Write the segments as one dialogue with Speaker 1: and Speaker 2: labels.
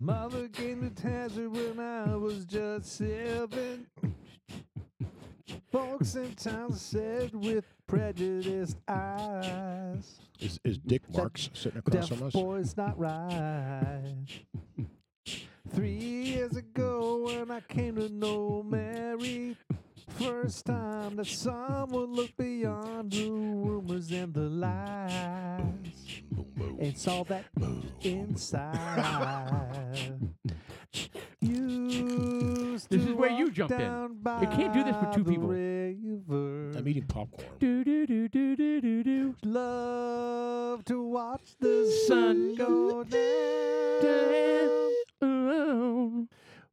Speaker 1: Mother came to Tazard when I was just seven. Folks in town said with prejudiced eyes,
Speaker 2: Is, is Dick Marks sitting across
Speaker 1: Deaf
Speaker 2: from us?
Speaker 1: boys not right. Three years ago, when I came to know Mary, first time that someone looked beyond the rumors and the lies and saw that inside. Used
Speaker 3: This
Speaker 1: to
Speaker 3: is where you
Speaker 1: walk
Speaker 3: jumped in.
Speaker 1: down
Speaker 3: You can't do this with
Speaker 1: by
Speaker 3: two
Speaker 1: the
Speaker 3: people.
Speaker 1: river.
Speaker 2: I'm eating popcorn.
Speaker 3: Do do do do do do do.
Speaker 1: Love to watch the sun
Speaker 3: Sun
Speaker 1: go
Speaker 3: go
Speaker 1: down.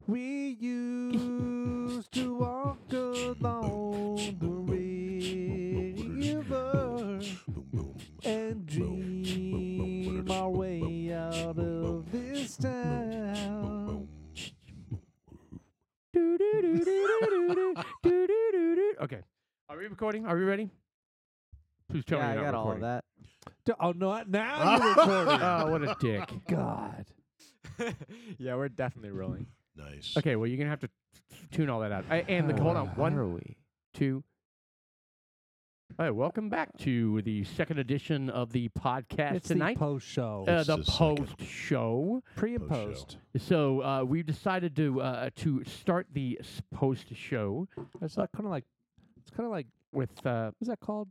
Speaker 1: We used to walk along the river and dream our way out of this town.
Speaker 3: Do, do, do, do, do, do, do, do, do, do, do. Okay. Are we recording? Are we ready? Please tell
Speaker 4: yeah,
Speaker 3: me
Speaker 4: I
Speaker 3: you're
Speaker 4: got
Speaker 3: not
Speaker 4: all of
Speaker 3: recording.
Speaker 4: that.
Speaker 1: D- Oh, no, now you're recording.
Speaker 3: Oh, what a dick.
Speaker 1: God.
Speaker 4: yeah, we're definitely rolling.
Speaker 2: Nice.
Speaker 3: Okay, well, you're going to have to tune all that out. I, and the, hold on. One,
Speaker 4: Oh, are we?
Speaker 3: two. All right, welcome back to the second edition of the podcast
Speaker 1: It's the
Speaker 3: tonight.
Speaker 1: post show.
Speaker 3: uh,
Speaker 2: It's
Speaker 3: the
Speaker 2: the second.
Speaker 3: post show.
Speaker 1: Pre and
Speaker 2: Post show.
Speaker 1: post.
Speaker 3: So uh, we've decided to uh, to start the s- post show
Speaker 1: It's like kind of like, it's kind of like,
Speaker 3: with uh,
Speaker 1: what's that called?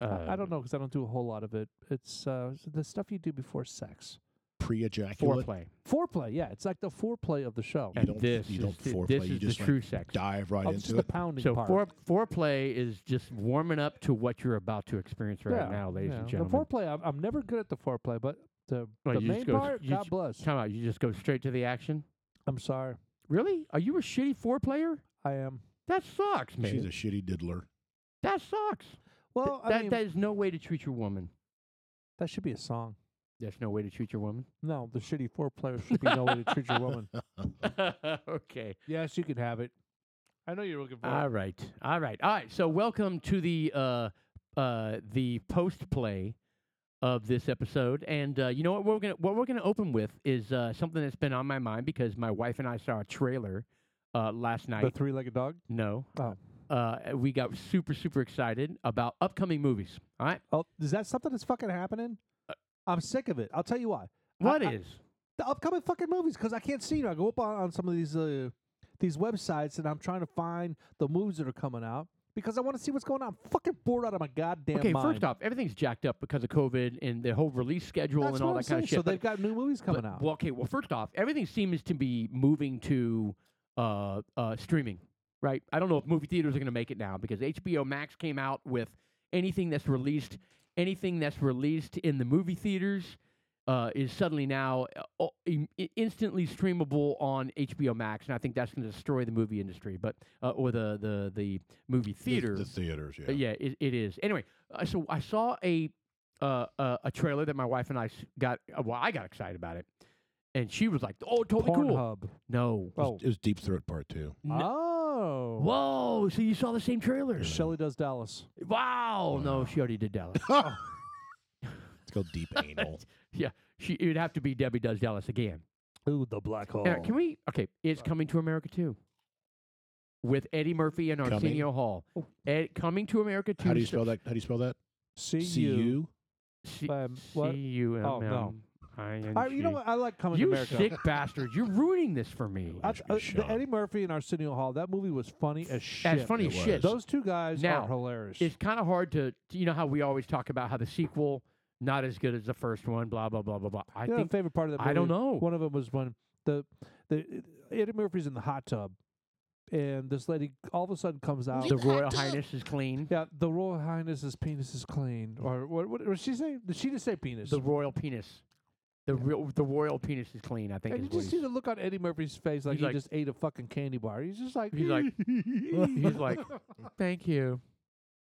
Speaker 3: uh,
Speaker 1: I- I don't know because I don't do a whole lot of it. It's uh, s- the stuff you do before sex.
Speaker 2: Pre-ejaculate.
Speaker 3: foreplay.
Speaker 1: Foreplay, yeah. It's like the foreplay of the show.
Speaker 2: You
Speaker 3: And
Speaker 2: don't-
Speaker 3: this
Speaker 2: you
Speaker 3: is
Speaker 2: don't
Speaker 3: the,
Speaker 2: foreplay,
Speaker 3: this
Speaker 2: you
Speaker 3: is
Speaker 2: just
Speaker 3: the
Speaker 2: went
Speaker 3: true sex.
Speaker 2: Dive right
Speaker 1: Oh, it's
Speaker 2: into
Speaker 1: just the
Speaker 2: it.
Speaker 1: pounding
Speaker 3: So
Speaker 1: part.
Speaker 3: fore, foreplay is just warming up to what you're about to experience right
Speaker 1: Yeah,
Speaker 3: now, ladies
Speaker 1: yeah.
Speaker 3: and gentlemen.
Speaker 1: The foreplay, I'm, I'm never good at the foreplay, but the,
Speaker 3: Well,
Speaker 1: the
Speaker 3: you just
Speaker 1: main
Speaker 3: go-
Speaker 1: part,
Speaker 3: you
Speaker 1: God
Speaker 3: just-
Speaker 1: bless.
Speaker 3: Time out. You just go straight to the action.
Speaker 1: I'm sorry.
Speaker 3: Really? Are you a shitty foreplayer?
Speaker 1: I am.
Speaker 3: That sucks, man.
Speaker 2: She's a shitty diddler.
Speaker 3: that sucks. Th-
Speaker 1: Well, I
Speaker 3: that
Speaker 1: mean,
Speaker 3: that
Speaker 1: that,
Speaker 3: is no way to treat your woman.
Speaker 1: should be a song.
Speaker 3: That's no way to treat your woman.
Speaker 1: No, the shitty foreplayer should be no way to treat your woman.
Speaker 3: okay.
Speaker 1: Yes, you can have it. I know you're looking for
Speaker 3: All
Speaker 1: it.
Speaker 3: right. All right. All right. So welcome to the uh uh the post play of this episode. And uh, you know what we're gonna what we're gonna open with is uh something that's been on my mind because my wife and I saw a trailer uh last night.
Speaker 1: The three-legged dog.
Speaker 3: no.
Speaker 1: Oh.
Speaker 3: Uh we got super, super excited about upcoming movies. All right.
Speaker 1: Oh, is that something that's fucking happening?
Speaker 3: Uh,
Speaker 1: I'm sick of it. I'll tell you why.
Speaker 3: What is?
Speaker 1: I- the upcoming fucking movies because I can't see them. I go up on, on some of these uh, these websites and I'm trying to find the movies that are coming out because I want to see what's going on. I'm fucking bored out of my goddamn
Speaker 3: Okay,
Speaker 1: mind.
Speaker 3: first off, everything's jacked up because of COVID and the whole release schedule
Speaker 1: that's
Speaker 3: and all
Speaker 1: what I'm
Speaker 3: that kind
Speaker 1: saying.
Speaker 3: of shit.
Speaker 1: So
Speaker 3: but-
Speaker 1: they've got new movies coming
Speaker 3: But-
Speaker 1: out.
Speaker 3: Well, okay. Well, first off, everything seems to be moving to uh, uh, streaming, right? I don't know if movie theaters are going to make it now because HBO Max came out with anything that's released, anything that's released in the movie theaters uh, is suddenly now uh, o- im- i- instantly streamable on HBO Max, and I think that's going to destroy the movie industry, but uh, or the the the movie
Speaker 2: The-
Speaker 3: theater.
Speaker 2: The, theaters, yeah.
Speaker 3: But yeah, it, it is. Anyway, uh, so I saw a uh, uh, a trailer that my wife and I s- got. Uh, well, I got excited about it, and she was like, "Oh, totally cool."
Speaker 1: Pornhub.
Speaker 3: No.
Speaker 1: Oh.
Speaker 2: It was Deep Throat Part 2.
Speaker 3: N-
Speaker 1: Oh.
Speaker 3: Whoa! So you saw the same trailer?
Speaker 1: Shelly does Dallas.
Speaker 3: Wow! No, she already did Dallas.
Speaker 2: Oh. It's called Deep Anal.
Speaker 3: She it would have to be Debbie Does Dallas again.
Speaker 1: Ooh, the black hole.
Speaker 3: Now, can we? Okay, it's coming to America too. With Eddie Murphy and
Speaker 2: Coming?
Speaker 3: Arsenio Hall.
Speaker 1: Oh.
Speaker 3: Ed, coming to America too.
Speaker 2: How do you spell that? How do you spell that?
Speaker 1: see you?
Speaker 2: C-U?
Speaker 3: C-
Speaker 1: Um, what?
Speaker 3: C-U-M-M.
Speaker 1: Oh, no. I, you know what? I like coming
Speaker 3: You
Speaker 1: to America.
Speaker 3: sick bastard! You're ruining this for me.
Speaker 1: I,
Speaker 2: Watch me
Speaker 1: uh, the
Speaker 2: shove.
Speaker 1: Eddie Murphy and Arsenio Hall. That movie was funny as shit.
Speaker 3: That's funny
Speaker 2: It
Speaker 3: as shit.
Speaker 2: was.
Speaker 1: Those two guys
Speaker 3: Now,
Speaker 1: are hilarious.
Speaker 3: It's kind of hard to, to- you know, how we always talk about how the sequel not as good as the first one. Blah blah blah blah blah. I
Speaker 1: You know,
Speaker 3: think
Speaker 1: the favorite part of that.
Speaker 3: I don't
Speaker 1: movie,
Speaker 3: know.
Speaker 1: One of them was when the the Eddie Murphy's in the hot tub, and this lady all of a sudden comes out.
Speaker 3: the Royal Highness is clean.
Speaker 1: yeah, the Royal Highness's penis is clean, or what? What was she saying? Did she just say penis?
Speaker 3: The Royal Penis. The real, the Royal Penis is clean. I think.
Speaker 1: and
Speaker 3: Is
Speaker 1: you
Speaker 3: what
Speaker 1: just see
Speaker 3: he's,
Speaker 1: the look on Eddie Murphy's face, like
Speaker 3: He's
Speaker 1: he
Speaker 3: like-
Speaker 1: just ate a fucking candy bar. He's just like,
Speaker 3: he's like, he's like, thank you.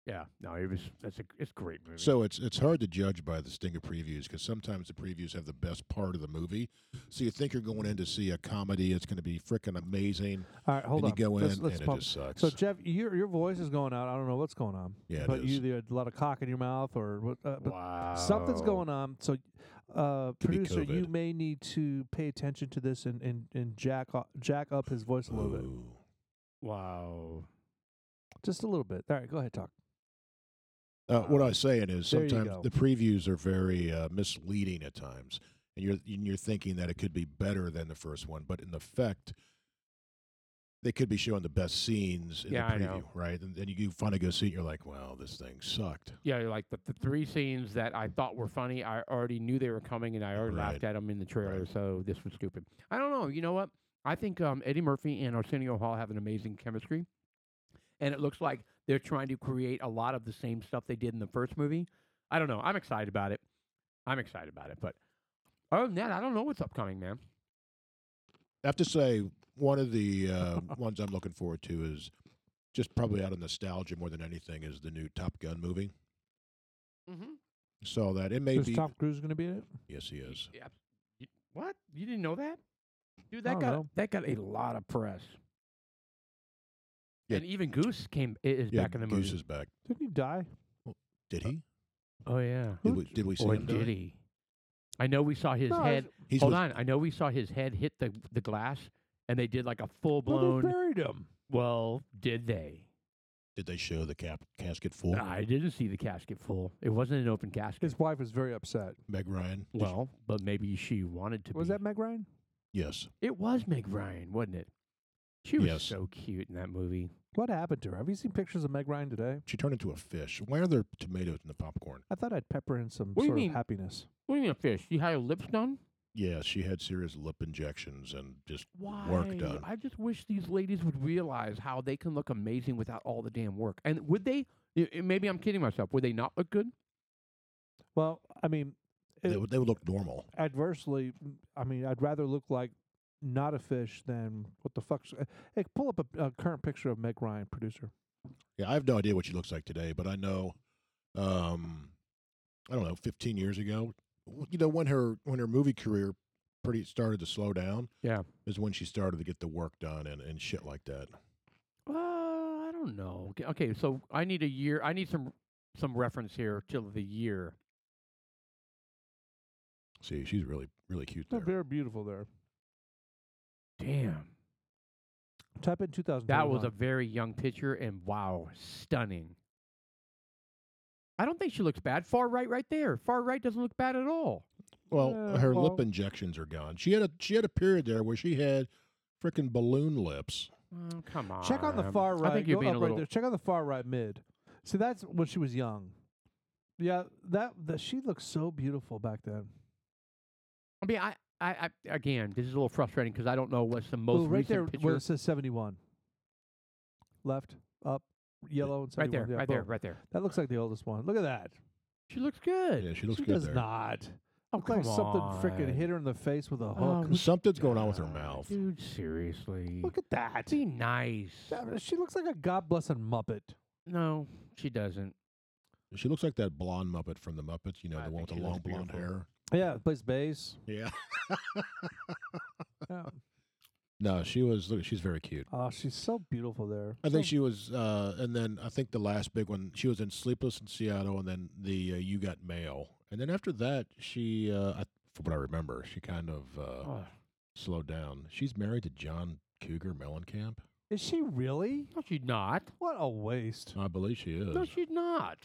Speaker 3: Yeah. No, it was. That's a. It's a great movie.
Speaker 2: So it's it's hard to judge by the stinger previews because sometimes the previews have the best part of the movie. So you think you're going in to see a comedy, it's going to be freaking amazing,
Speaker 1: all right, hold
Speaker 2: and
Speaker 1: on,
Speaker 2: you go in
Speaker 1: let's, let's
Speaker 2: and
Speaker 1: pump.
Speaker 2: it just sucks.
Speaker 1: So Jeff, your your voice is going out. I don't know what's going on,
Speaker 2: yeah, it
Speaker 1: but
Speaker 2: is.
Speaker 1: you either had a lot of cock in your mouth or what? Uh, but
Speaker 3: wow.
Speaker 1: Something's going on. So Uh,
Speaker 2: Could be
Speaker 1: producer, you
Speaker 2: COVID.
Speaker 1: may need to pay attention to this and, and, and jack o- jack up his voice a little bit,
Speaker 2: Ooh.
Speaker 3: Wow.
Speaker 1: just a little bit. All right, go ahead, talk.
Speaker 2: Uh, what I was saying is
Speaker 1: There you
Speaker 2: sometimes
Speaker 1: go.
Speaker 2: the previews are very uh, misleading at times, and you're and you're thinking that it could be better than the first one, but in effect, they could be showing the best scenes in
Speaker 3: Yeah,
Speaker 2: the
Speaker 3: I
Speaker 2: preview,
Speaker 3: know.
Speaker 2: right? And then you finally go see it, and you're like, "Wow, this thing sucked."
Speaker 3: Yeah, you're like the, the three scenes that I thought were funny, I already knew they were coming, and I already
Speaker 2: Right.
Speaker 3: laughed at them in the trailer.
Speaker 2: Right.
Speaker 3: So this was stupid. I don't know. You know what? I think um, Eddie Murphy and Arsenio Hall have an amazing chemistry, and it looks like they're trying to create a lot of the same stuff they did in the first movie. I don't know. I'm excited about it. I'm excited about it. But other than that, I don't know what's upcoming, man.
Speaker 2: I have to say, one of the uh, ones I'm looking forward to is just probably out of nostalgia more than anything is the new Top Gun movie.
Speaker 3: Mm-hmm.
Speaker 2: Saw that it may
Speaker 1: Is
Speaker 2: be
Speaker 1: Tom Cruise going to be in it?
Speaker 2: yes, he is.
Speaker 3: Yeah. You- What? You didn't know that? Dude, that
Speaker 1: don't
Speaker 3: got
Speaker 1: know.
Speaker 3: that got a lot of press.
Speaker 2: Yeah.
Speaker 3: And even Goose came i- is
Speaker 2: yeah,
Speaker 3: back in the
Speaker 2: Goose
Speaker 3: movie.
Speaker 2: is back.
Speaker 1: Didn't he die?
Speaker 2: Did he?
Speaker 3: Oh yeah.
Speaker 2: Did we, did we see
Speaker 3: Or
Speaker 2: him? die?
Speaker 3: did he? I know we saw his
Speaker 1: No,
Speaker 3: head.
Speaker 2: He's
Speaker 3: Hold
Speaker 2: with-
Speaker 3: on. I know we saw his head hit the the glass, and they did like a full
Speaker 1: Well, they
Speaker 3: blown.
Speaker 1: buried him.
Speaker 3: Well, did they?
Speaker 2: Did they show the cap casket full?
Speaker 3: I didn't see the casket full. It wasn't an open casket.
Speaker 1: His wife was very upset.
Speaker 2: Meg Ryan. Did-
Speaker 3: well, but maybe she wanted to.
Speaker 1: Was
Speaker 3: be.
Speaker 1: that Meg Ryan?
Speaker 2: yes.
Speaker 3: It was Meg Ryan, wasn't it? She was
Speaker 2: Yes.
Speaker 3: so cute in that movie.
Speaker 1: What happened to her? Have you seen pictures of Meg Ryan today?
Speaker 2: She turned into a fish. Why are there tomatoes in the popcorn?
Speaker 1: I thought I'd pepper in some
Speaker 3: What do you
Speaker 1: sort
Speaker 3: mean?
Speaker 1: of happiness.
Speaker 3: What do you mean a fish? She had her lips done?
Speaker 2: Yeah, she had serious lip injections and just
Speaker 3: Why?
Speaker 2: work done.
Speaker 3: I just wish these ladies would realize how they can look amazing without all the damn work. And would they? i- i- Maybe I'm kidding myself. Would they not look good?
Speaker 1: Well, I mean,
Speaker 2: they
Speaker 1: it-
Speaker 2: would, they would look normal.
Speaker 1: adversely, m- I mean, I'd rather look like not a fish than what the fuck's. Uh, hey, pull up a, a current picture of Meg Ryan, producer.
Speaker 2: Yeah, I have no idea what she looks like today, but I know, um, I don't know, 15 years ago, w- you know, when her when her movie career pretty started to slow down.
Speaker 3: Yeah.
Speaker 2: is when she started to get the work done and, and shit like that.
Speaker 3: Uh, I don't know. Okay, okay, so I need a year. I need some some reference here till the year.
Speaker 2: See, she's really really cute
Speaker 1: They're
Speaker 2: there.
Speaker 1: very beautiful there.
Speaker 3: Damn,
Speaker 1: Type in 2000.
Speaker 3: that was a very young picture, and wow, stunning. I don't think she looks bad. Far right, right there. Far right doesn't look bad at all.
Speaker 2: Well,
Speaker 1: Yeah,
Speaker 2: her
Speaker 1: well-
Speaker 2: lip injections are gone. She had a she had a period there where she had freaking balloon lips.
Speaker 3: Oh, come on.
Speaker 1: Check on the far right.
Speaker 3: I think you're
Speaker 1: Go
Speaker 3: being
Speaker 1: up
Speaker 3: a
Speaker 1: right
Speaker 3: little.
Speaker 1: there. Check on the far right mid. See, that's when she was young. Yeah, that, that she looked so beautiful back then.
Speaker 3: I mean, I, I, I again, this is a little frustrating because I don't know what's the most
Speaker 1: well, right
Speaker 3: recent
Speaker 1: there
Speaker 3: picture.
Speaker 1: where it says 71. Left, up, yellow, and 71.
Speaker 3: right there,
Speaker 1: Yeah,
Speaker 3: right there,
Speaker 1: boom.
Speaker 3: right there.
Speaker 1: That looks like the oldest one. Look at that.
Speaker 3: She looks good.
Speaker 2: Yeah, she looks
Speaker 1: she
Speaker 2: good
Speaker 1: does
Speaker 2: there.
Speaker 1: not.
Speaker 3: Oh,
Speaker 1: Looks like
Speaker 3: come
Speaker 1: something
Speaker 3: on.
Speaker 1: freaking hit her in the face with a hook.
Speaker 3: Oh,
Speaker 2: Something's going on with her
Speaker 3: God,
Speaker 2: mouth.
Speaker 3: Dude, seriously.
Speaker 1: Look at that.
Speaker 3: Be nice.
Speaker 1: That- She looks like a God blessing Muppet.
Speaker 3: No, she doesn't.
Speaker 2: She looks like that blonde Muppet from the Muppets, you know,
Speaker 3: I
Speaker 2: the one with
Speaker 3: think
Speaker 2: the
Speaker 3: she looks
Speaker 2: long blonde
Speaker 3: beautiful.
Speaker 2: hair.
Speaker 1: Yeah, plays bass.
Speaker 2: Yeah.
Speaker 1: Yeah.
Speaker 2: No, she was. Look, she's very cute.
Speaker 1: Oh, she's so beautiful there.
Speaker 2: I think
Speaker 1: So-
Speaker 2: she was, uh, and then I think the last big one she was in Sleepless in Seattle, and then the uh, You Got Mail, and then after that she, uh, I, from what I remember, she kind of uh,
Speaker 3: Oh,
Speaker 2: slowed down. She's married to John Cougar Mellencamp.
Speaker 1: Is she really?
Speaker 3: no, she's not.
Speaker 1: What a waste.
Speaker 2: I believe she is.
Speaker 3: No, she's not.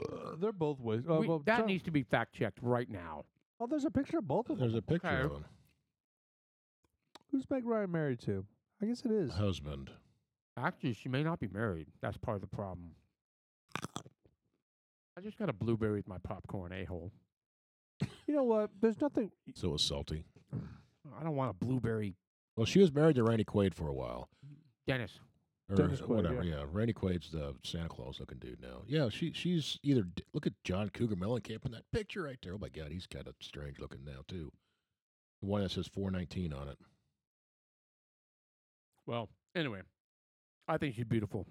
Speaker 2: Uh,
Speaker 1: They're both waste. Oh,
Speaker 3: We-
Speaker 1: well,
Speaker 3: that
Speaker 1: so-
Speaker 3: needs to be fact checked right now.
Speaker 1: oh, there's a picture of both of them.
Speaker 2: There's a picture
Speaker 3: Okay.
Speaker 2: of him.
Speaker 1: Who's Meg Ryan married to? I guess it
Speaker 2: Uh-huh.
Speaker 1: is.
Speaker 2: Husband.
Speaker 3: Actually, she may not be married. That's part of the problem. I just got a blueberry with my popcorn, a hole.
Speaker 1: You know what? There's nothing.
Speaker 2: So it was salty.
Speaker 3: I don't want a blueberry,
Speaker 2: Well, she was married to Randy Quaid for a while.
Speaker 3: Dennis.
Speaker 2: or
Speaker 1: Dennis Quaid,
Speaker 2: whatever. Yeah. Randy Quaid's the Santa Claus looking dude now. Yeah, she she's either d- look at John Cougar Mellencamp in that picture right there. Oh my God, he's kind of strange looking now too. The one that says 419 on it.
Speaker 3: Well, anyway, I think she's beautiful.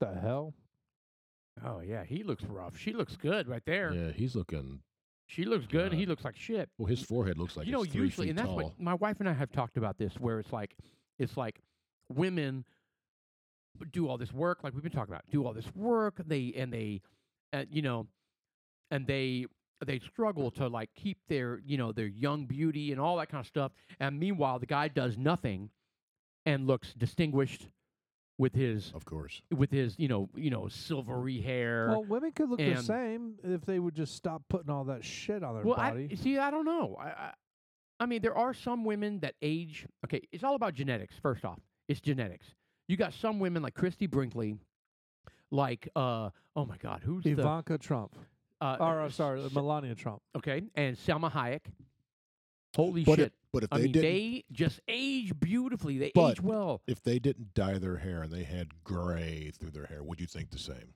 Speaker 1: What the hell?
Speaker 3: Oh yeah, he looks rough. She looks good right there.
Speaker 2: Yeah, he's looking.
Speaker 3: She looks good. and He
Speaker 2: God.
Speaker 3: looks like shit.
Speaker 2: Well, his forehead looks like
Speaker 3: you know,
Speaker 2: it's three
Speaker 3: usually,
Speaker 2: feet
Speaker 3: and that's
Speaker 2: tall.
Speaker 3: what my wife and I have talked about this, where it's like, it's like women do all this work, like we've been talking about, do all this work. They and they, uh, you know, and they they struggle to like keep their you know their young beauty and all that kind of stuff. And meanwhile, the guy does nothing and looks distinguished with his
Speaker 2: Of course.
Speaker 3: with his you know you know silvery hair.
Speaker 1: Well, women could look the
Speaker 3: and-
Speaker 1: same if they would just stop putting all that shit on their
Speaker 3: well,
Speaker 1: body.
Speaker 3: I, see, I don't know. I, I, I mean, there are some women that age. Okay, it's all about genetics. First off, it's genetics. You got some women like Christy Brinkley, like uh, oh my God, who's
Speaker 1: Ivanka Trump.
Speaker 3: the? Uh,
Speaker 1: Or, uh,
Speaker 3: s-
Speaker 1: sorry, Melania Trump.
Speaker 3: Okay, and Selma Hayek. Holy
Speaker 2: But
Speaker 3: shit!
Speaker 2: if, but if
Speaker 3: I
Speaker 2: they
Speaker 3: mean,
Speaker 2: didn't,
Speaker 3: they just age beautifully. They
Speaker 2: But-
Speaker 3: age well.
Speaker 2: if they didn't dye their hair and they had gray through their hair, would you think the same?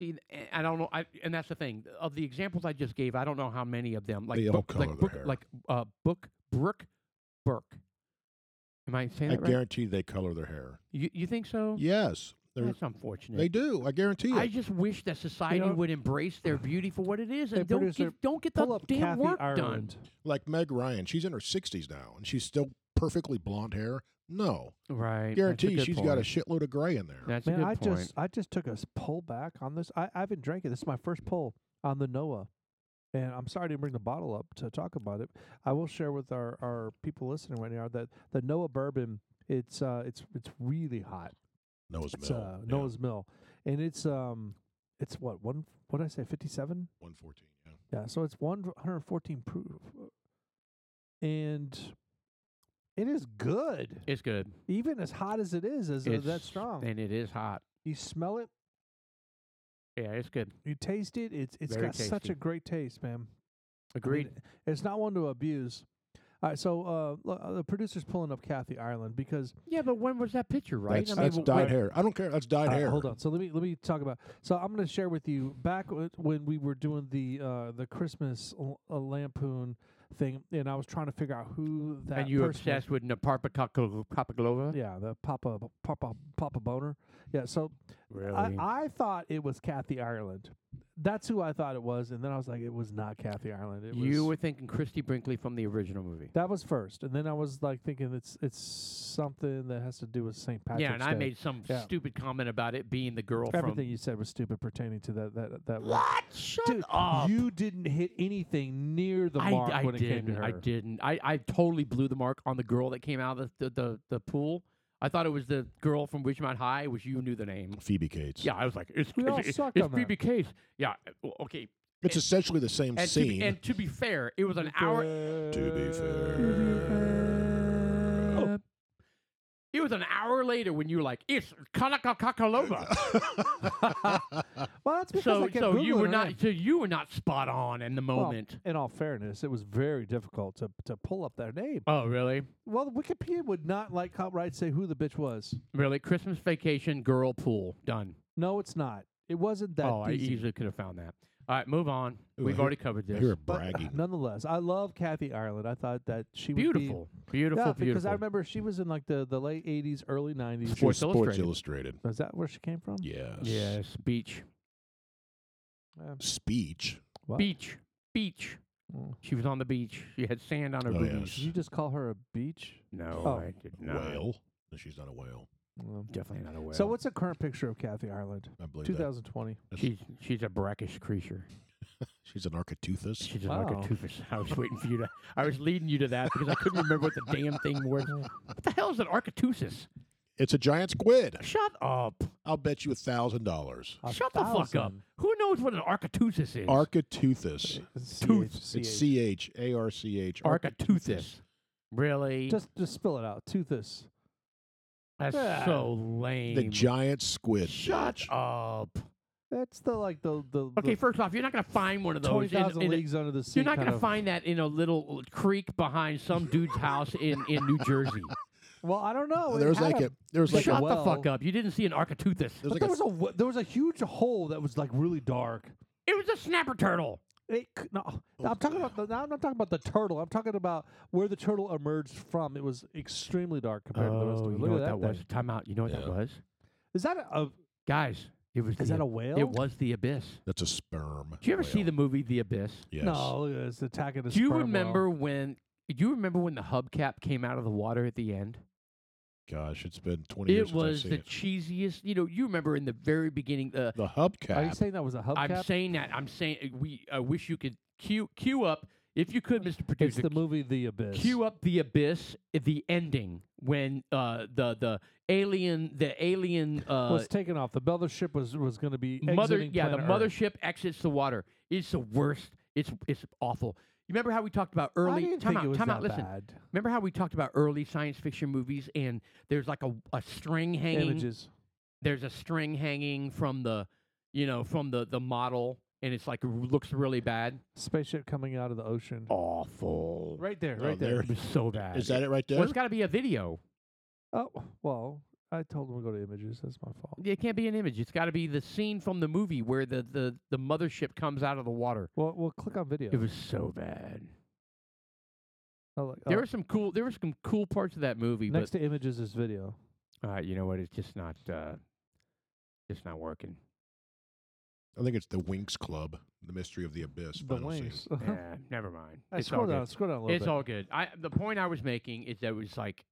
Speaker 3: See, and I don't know. I, and that's the thing. Of the examples I just gave, I don't know how many of them like
Speaker 2: They all
Speaker 3: book,
Speaker 2: color
Speaker 3: like
Speaker 2: their
Speaker 3: book,
Speaker 2: hair.
Speaker 3: like uh, book Brooke Burke. Am I saying
Speaker 2: I
Speaker 3: that right?
Speaker 2: guarantee they color their hair.
Speaker 3: You, you think so?
Speaker 2: Yes, they're-
Speaker 3: That's unfortunate.
Speaker 2: they do. I guarantee
Speaker 3: I
Speaker 2: it.
Speaker 3: just wish that society
Speaker 1: know-
Speaker 3: would embrace their beauty for what it is
Speaker 1: Hey,
Speaker 3: and don't
Speaker 1: producer,
Speaker 3: give, don't get
Speaker 1: Pull
Speaker 3: the
Speaker 1: up
Speaker 3: damn
Speaker 1: Kathy
Speaker 3: work
Speaker 1: Ireland.
Speaker 2: Like Meg Ryan, she's in her 60s now and she's still perfectly blonde hair. No,
Speaker 3: done. Right.
Speaker 2: guarantee
Speaker 3: she's
Speaker 2: she's got a shitload of gray in there.
Speaker 3: That's a
Speaker 1: Man,
Speaker 3: good
Speaker 1: I
Speaker 3: point.
Speaker 1: just I just took a s- poll back on this. I, I've been drinking. This is my first poll on the Noah. And I'm sorry I didn't bring the bottle up to talk about it. I will share with our, our people listening right now that the Noah bourbon, it's uh it's it's really hot.
Speaker 2: Nose
Speaker 1: It's
Speaker 2: mill.
Speaker 1: uh
Speaker 2: Yeah,
Speaker 1: Noah's Mill. And it's um it's what, one what did I say, fifty seven?
Speaker 2: 114. Yeah.
Speaker 1: Yeah, so it's 114 proof. And it is good.
Speaker 3: it's good.
Speaker 1: Even as hot as it is, as uh,
Speaker 3: it's
Speaker 1: that strong.
Speaker 3: and it is hot.
Speaker 1: you smell it,
Speaker 3: Yeah, it's good.
Speaker 1: you taste it. It's it's
Speaker 3: Very
Speaker 1: got such a
Speaker 3: tasty.
Speaker 1: great taste, man. I mean,
Speaker 3: Agreed.
Speaker 1: it's not one to abuse. All right, so uh, lo- uh, the producer's pulling up Kathy Ireland because
Speaker 3: yeah, but when was that picture? Right.
Speaker 2: That's,
Speaker 3: I mean, Uh,
Speaker 2: that's
Speaker 3: w-
Speaker 2: dyed
Speaker 3: when-
Speaker 2: hair. I don't care. That's dyed
Speaker 1: All right,
Speaker 2: hair.
Speaker 1: uh, hold on. So let me let me talk about. So I'm going to share with you back w- when we were doing the uh, the Christmas l- uh, lampoon thing, and I was trying to figure out who that
Speaker 3: And you
Speaker 1: person was.
Speaker 3: obsessed with Naparpa Papaglova?
Speaker 1: Yeah, the Papa Papa Papa Boner. Yeah, so
Speaker 3: Really?
Speaker 1: I, I thought it was Kathy Ireland. That's who I thought it was, and then I was like, it was not Kathy Ireland. It
Speaker 3: you
Speaker 1: was,
Speaker 3: were thinking Christy Brinkley from the original movie.
Speaker 1: that was first, and then I was like thinking it's it's something that has to do with St. Patrick's
Speaker 3: yeah, and I
Speaker 1: Day.
Speaker 3: made some
Speaker 1: Yeah.
Speaker 3: stupid comment about it being the girl
Speaker 1: everything
Speaker 3: from.
Speaker 1: you said was stupid pertaining to that that that. one.
Speaker 3: What? Shut
Speaker 1: Dude,
Speaker 3: up.
Speaker 1: you didn't hit anything near the
Speaker 3: I,
Speaker 1: mark
Speaker 3: I
Speaker 1: when it
Speaker 3: didn't,
Speaker 1: came to her.
Speaker 3: I didn't. I, I totally blew the mark on the girl that came out of the, the, the, the pool. I thought it was the girl from Ridgemont High, which you knew the name.
Speaker 2: Phoebe Cates.
Speaker 3: Yeah, I was like, it's,
Speaker 1: We all
Speaker 3: it's,
Speaker 1: sucked
Speaker 3: it's
Speaker 1: on that.
Speaker 3: Phoebe Case. Yeah, uh, well, okay.
Speaker 2: It's essentially the same
Speaker 3: And to,
Speaker 2: scene.
Speaker 3: be, and to be fair, it was an hour.
Speaker 2: to be fair.
Speaker 3: It was an hour later when you were like, it's Kalakakalova.
Speaker 1: Oh. Well, that's because I
Speaker 3: so
Speaker 1: kept
Speaker 3: so you
Speaker 1: Googling
Speaker 3: were
Speaker 1: her
Speaker 3: not
Speaker 1: name.
Speaker 3: so you were not spot on in the
Speaker 1: Well,
Speaker 3: moment.
Speaker 1: in all fairness, it was very difficult to to pull up their name.
Speaker 3: oh really?
Speaker 1: Well, Wikipedia would not like outright say who the bitch was.
Speaker 3: Really? Christmas vacation girl pool done.
Speaker 1: No, it's not. It wasn't that
Speaker 3: oh, I
Speaker 1: easy.
Speaker 3: easily could have found that. All right, move on.
Speaker 2: Ooh,
Speaker 3: We've
Speaker 2: here-
Speaker 3: already covered this.
Speaker 2: You're
Speaker 1: But
Speaker 2: bragging.
Speaker 1: nonetheless, I love Kathy Ireland. I thought that she would
Speaker 3: beautiful,
Speaker 1: be
Speaker 3: beautiful,
Speaker 1: yeah,
Speaker 3: beautiful.
Speaker 1: because I remember she was in like the, the late '80s, early
Speaker 2: She
Speaker 1: '90s.
Speaker 2: was
Speaker 3: Sports
Speaker 2: Sports
Speaker 3: Illustrated.
Speaker 2: Illustrated.
Speaker 1: Is that where she came from?
Speaker 2: Yes.
Speaker 3: Yes, beach,
Speaker 1: Yeah.
Speaker 2: Speech.
Speaker 1: Wow.
Speaker 3: beach, beach.
Speaker 1: Mm.
Speaker 3: She was on the beach. She had sand on her
Speaker 2: Oh,
Speaker 3: booties.
Speaker 2: yes.
Speaker 1: Did you just call her a beach?
Speaker 3: No,
Speaker 1: Oh.
Speaker 3: I did not.
Speaker 2: Whale. No, She's not a whale.
Speaker 1: Mm.
Speaker 3: Definitely not a whale.
Speaker 1: So what's the current picture of Kathy Ireland?
Speaker 2: I believe that.
Speaker 1: 2020.
Speaker 2: That's-
Speaker 3: She's she's a brackish creature.
Speaker 2: She's an Architeuthis.
Speaker 3: She's like
Speaker 1: Wow.
Speaker 3: a toothless. I was waiting for you to. I was leading you to that because I couldn't remember what the damn thing was. What the hell is an architeusis?
Speaker 2: It's a giant squid.
Speaker 3: Shut up.
Speaker 2: I'll bet you a thousand dollars.
Speaker 1: A
Speaker 3: Shut the fuck up.
Speaker 1: thousand.
Speaker 3: Who knows what an architeusis is?
Speaker 2: Architeuthis.
Speaker 1: Tooth.
Speaker 2: It's C H A R C H.
Speaker 3: Architeuthis. Really?
Speaker 1: Just just spill it out. Toothus.
Speaker 3: That's
Speaker 1: Ah.
Speaker 3: so lame.
Speaker 2: The giant squid.
Speaker 3: Shut
Speaker 2: bitch.
Speaker 3: up.
Speaker 1: That's the like the the
Speaker 3: Okay, first off, you're not going to find one of
Speaker 1: the
Speaker 3: those.
Speaker 1: twenty
Speaker 3: in- in
Speaker 1: thousand
Speaker 3: a-
Speaker 1: leagues under the sea.
Speaker 3: you're not
Speaker 1: kind
Speaker 3: going to
Speaker 1: of-
Speaker 3: find that in a little creek behind some dude's house in, in New Jersey.
Speaker 1: Well, I don't know. Oh, It
Speaker 2: there was
Speaker 1: had
Speaker 2: like
Speaker 1: a-
Speaker 2: a there was like
Speaker 3: Shut
Speaker 2: a,
Speaker 1: a
Speaker 3: the fuck
Speaker 1: well.
Speaker 3: up. You didn't see an architeuthis.
Speaker 2: there was like a
Speaker 1: But there was a w- there was a huge hole that was like really dark.
Speaker 3: It was a snapper turtle.
Speaker 1: It, c- no,
Speaker 3: Oh,
Speaker 1: I'm talking about the, now. I'm not talking about the turtle. I'm talking about where the turtle emerged from. It was extremely dark compared to the rest of
Speaker 3: Oh,
Speaker 1: it.
Speaker 3: you
Speaker 1: Look
Speaker 3: know what
Speaker 1: at
Speaker 3: that
Speaker 1: that,
Speaker 3: was?
Speaker 1: thing.
Speaker 3: Time out. You know what that
Speaker 2: Yeah.
Speaker 3: was?
Speaker 1: Is that a, a-
Speaker 3: Guys, it was
Speaker 1: is
Speaker 3: the
Speaker 1: that a
Speaker 3: ab-
Speaker 1: whale?
Speaker 3: It was the abyss.
Speaker 2: That's a sperm.
Speaker 3: Did you ever see
Speaker 2: whale.
Speaker 3: the movie The Abyss?
Speaker 2: Yes.
Speaker 1: No, look at it, it's attacking a
Speaker 3: Do you
Speaker 1: sperm whale.
Speaker 3: remember when? Do you remember when the hubcap came out of the water at the end?
Speaker 2: Gosh, it's been 20 years
Speaker 3: It
Speaker 2: since I've
Speaker 3: was
Speaker 2: seen
Speaker 3: the
Speaker 2: it.
Speaker 3: cheesiest. You know, you remember in the very beginning. Uh,
Speaker 2: The
Speaker 1: Are you
Speaker 2: hubcap.
Speaker 1: saying that was a hubcap?
Speaker 3: I'm saying that. I'm saying uh, we. I wish you could cue cue up if you could, Mr.
Speaker 1: it's
Speaker 3: Producer.
Speaker 1: the movie The Abyss.
Speaker 3: Cue up the abyss, uh, the ending when uh, the the alien the alien uh,
Speaker 1: was taken off. The Bella ship was was going to be
Speaker 3: mother
Speaker 1: exiting
Speaker 3: yeah the
Speaker 1: planet Earth.
Speaker 3: mothership exits the water. It's the worst. It's it's awful. You remember how we talked about early?
Speaker 1: I didn't
Speaker 3: time
Speaker 1: think
Speaker 3: out,
Speaker 1: it was
Speaker 3: time
Speaker 1: that
Speaker 3: out. Listen,
Speaker 1: bad.
Speaker 3: remember how we talked about early science fiction movies and there's like a, a string hanging.
Speaker 1: Images.
Speaker 3: There's a string hanging from the, you know, from the the model, and it's like r- looks really bad.
Speaker 1: Spaceship coming out of the ocean.
Speaker 3: Awful.
Speaker 1: Right there,
Speaker 2: Oh,
Speaker 1: right there.
Speaker 2: there.
Speaker 3: It was so bad.
Speaker 2: Is that it right there?
Speaker 3: Well, it's got to be a video.
Speaker 1: Oh well, I told him to go to images. That's my fault.
Speaker 3: It can't be an image. It's got to be the scene from the movie where the, the, the mothership comes out of the water.
Speaker 1: Well, we'll click on video.
Speaker 3: It was so bad.
Speaker 1: Oh, look,
Speaker 3: There
Speaker 1: oh,
Speaker 3: were some cool. There were some cool parts of that movie,
Speaker 1: next to images is video.
Speaker 3: but uh, you know what? It's just not. Uh, just not working.
Speaker 2: I think it's the Winx Club, The Mystery of the Abyss.
Speaker 1: The
Speaker 2: final scene.
Speaker 1: wings.
Speaker 3: yeah, never mind.
Speaker 1: Hey,
Speaker 3: It's all
Speaker 1: scroll
Speaker 3: good.
Speaker 1: down. Scroll down a little
Speaker 3: It's
Speaker 1: bit.
Speaker 3: all good. I the point I was making is that it was like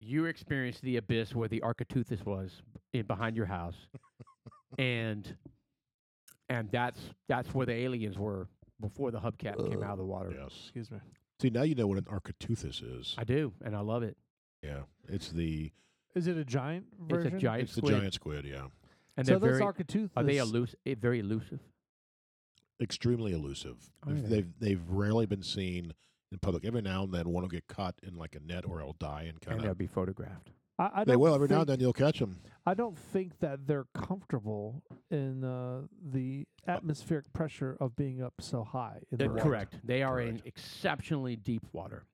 Speaker 3: you experienced the abyss where the Architeuthis was in behind your house, and and that's that's where the aliens were before the hubcap came out of the water.
Speaker 2: Yes.
Speaker 1: Excuse me.
Speaker 2: See, now you know what an Architeuthis is.
Speaker 3: I do, and I love it.
Speaker 2: yeah. It's the
Speaker 1: Is it a giant version?
Speaker 3: It's a giant
Speaker 2: it's the
Speaker 3: squid,
Speaker 2: giant squid, yeah.
Speaker 3: and
Speaker 1: so
Speaker 3: they're
Speaker 1: those
Speaker 3: very
Speaker 1: Architeuthis
Speaker 3: are they elusive? Very elusive.
Speaker 2: Extremely elusive.
Speaker 3: Oh,
Speaker 2: They've-
Speaker 3: yeah.
Speaker 2: They've they've rarely been seen in public. Every now and then one will get caught in like a net or it'll die and
Speaker 3: and
Speaker 2: kind
Speaker 3: they'll
Speaker 2: of
Speaker 3: be photographed.
Speaker 1: I, I
Speaker 2: they
Speaker 1: don't
Speaker 2: will every now
Speaker 1: think-
Speaker 2: and then you'll catch them.
Speaker 1: I don't think that they're comfortable in uh, the atmospheric pressure of being up so high. In the
Speaker 3: They're
Speaker 1: water.
Speaker 3: Uh, correct. They are in
Speaker 2: Correct.
Speaker 3: exceptionally deep water.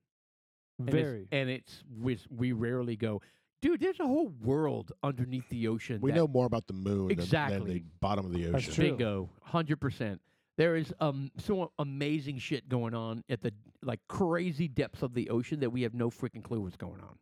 Speaker 3: And it's-
Speaker 1: Very.
Speaker 3: And it's, we, we rarely go, dude. There's a whole world underneath the ocean.
Speaker 2: We
Speaker 3: that
Speaker 2: know more about the moon than, than
Speaker 3: Exactly.
Speaker 2: the bottom of the
Speaker 1: That's
Speaker 2: ocean.
Speaker 1: true.
Speaker 3: Bingo, hundred percent. There is um so amazing shit going on at the like crazy depths of the ocean that we have no freaking clue what's going on.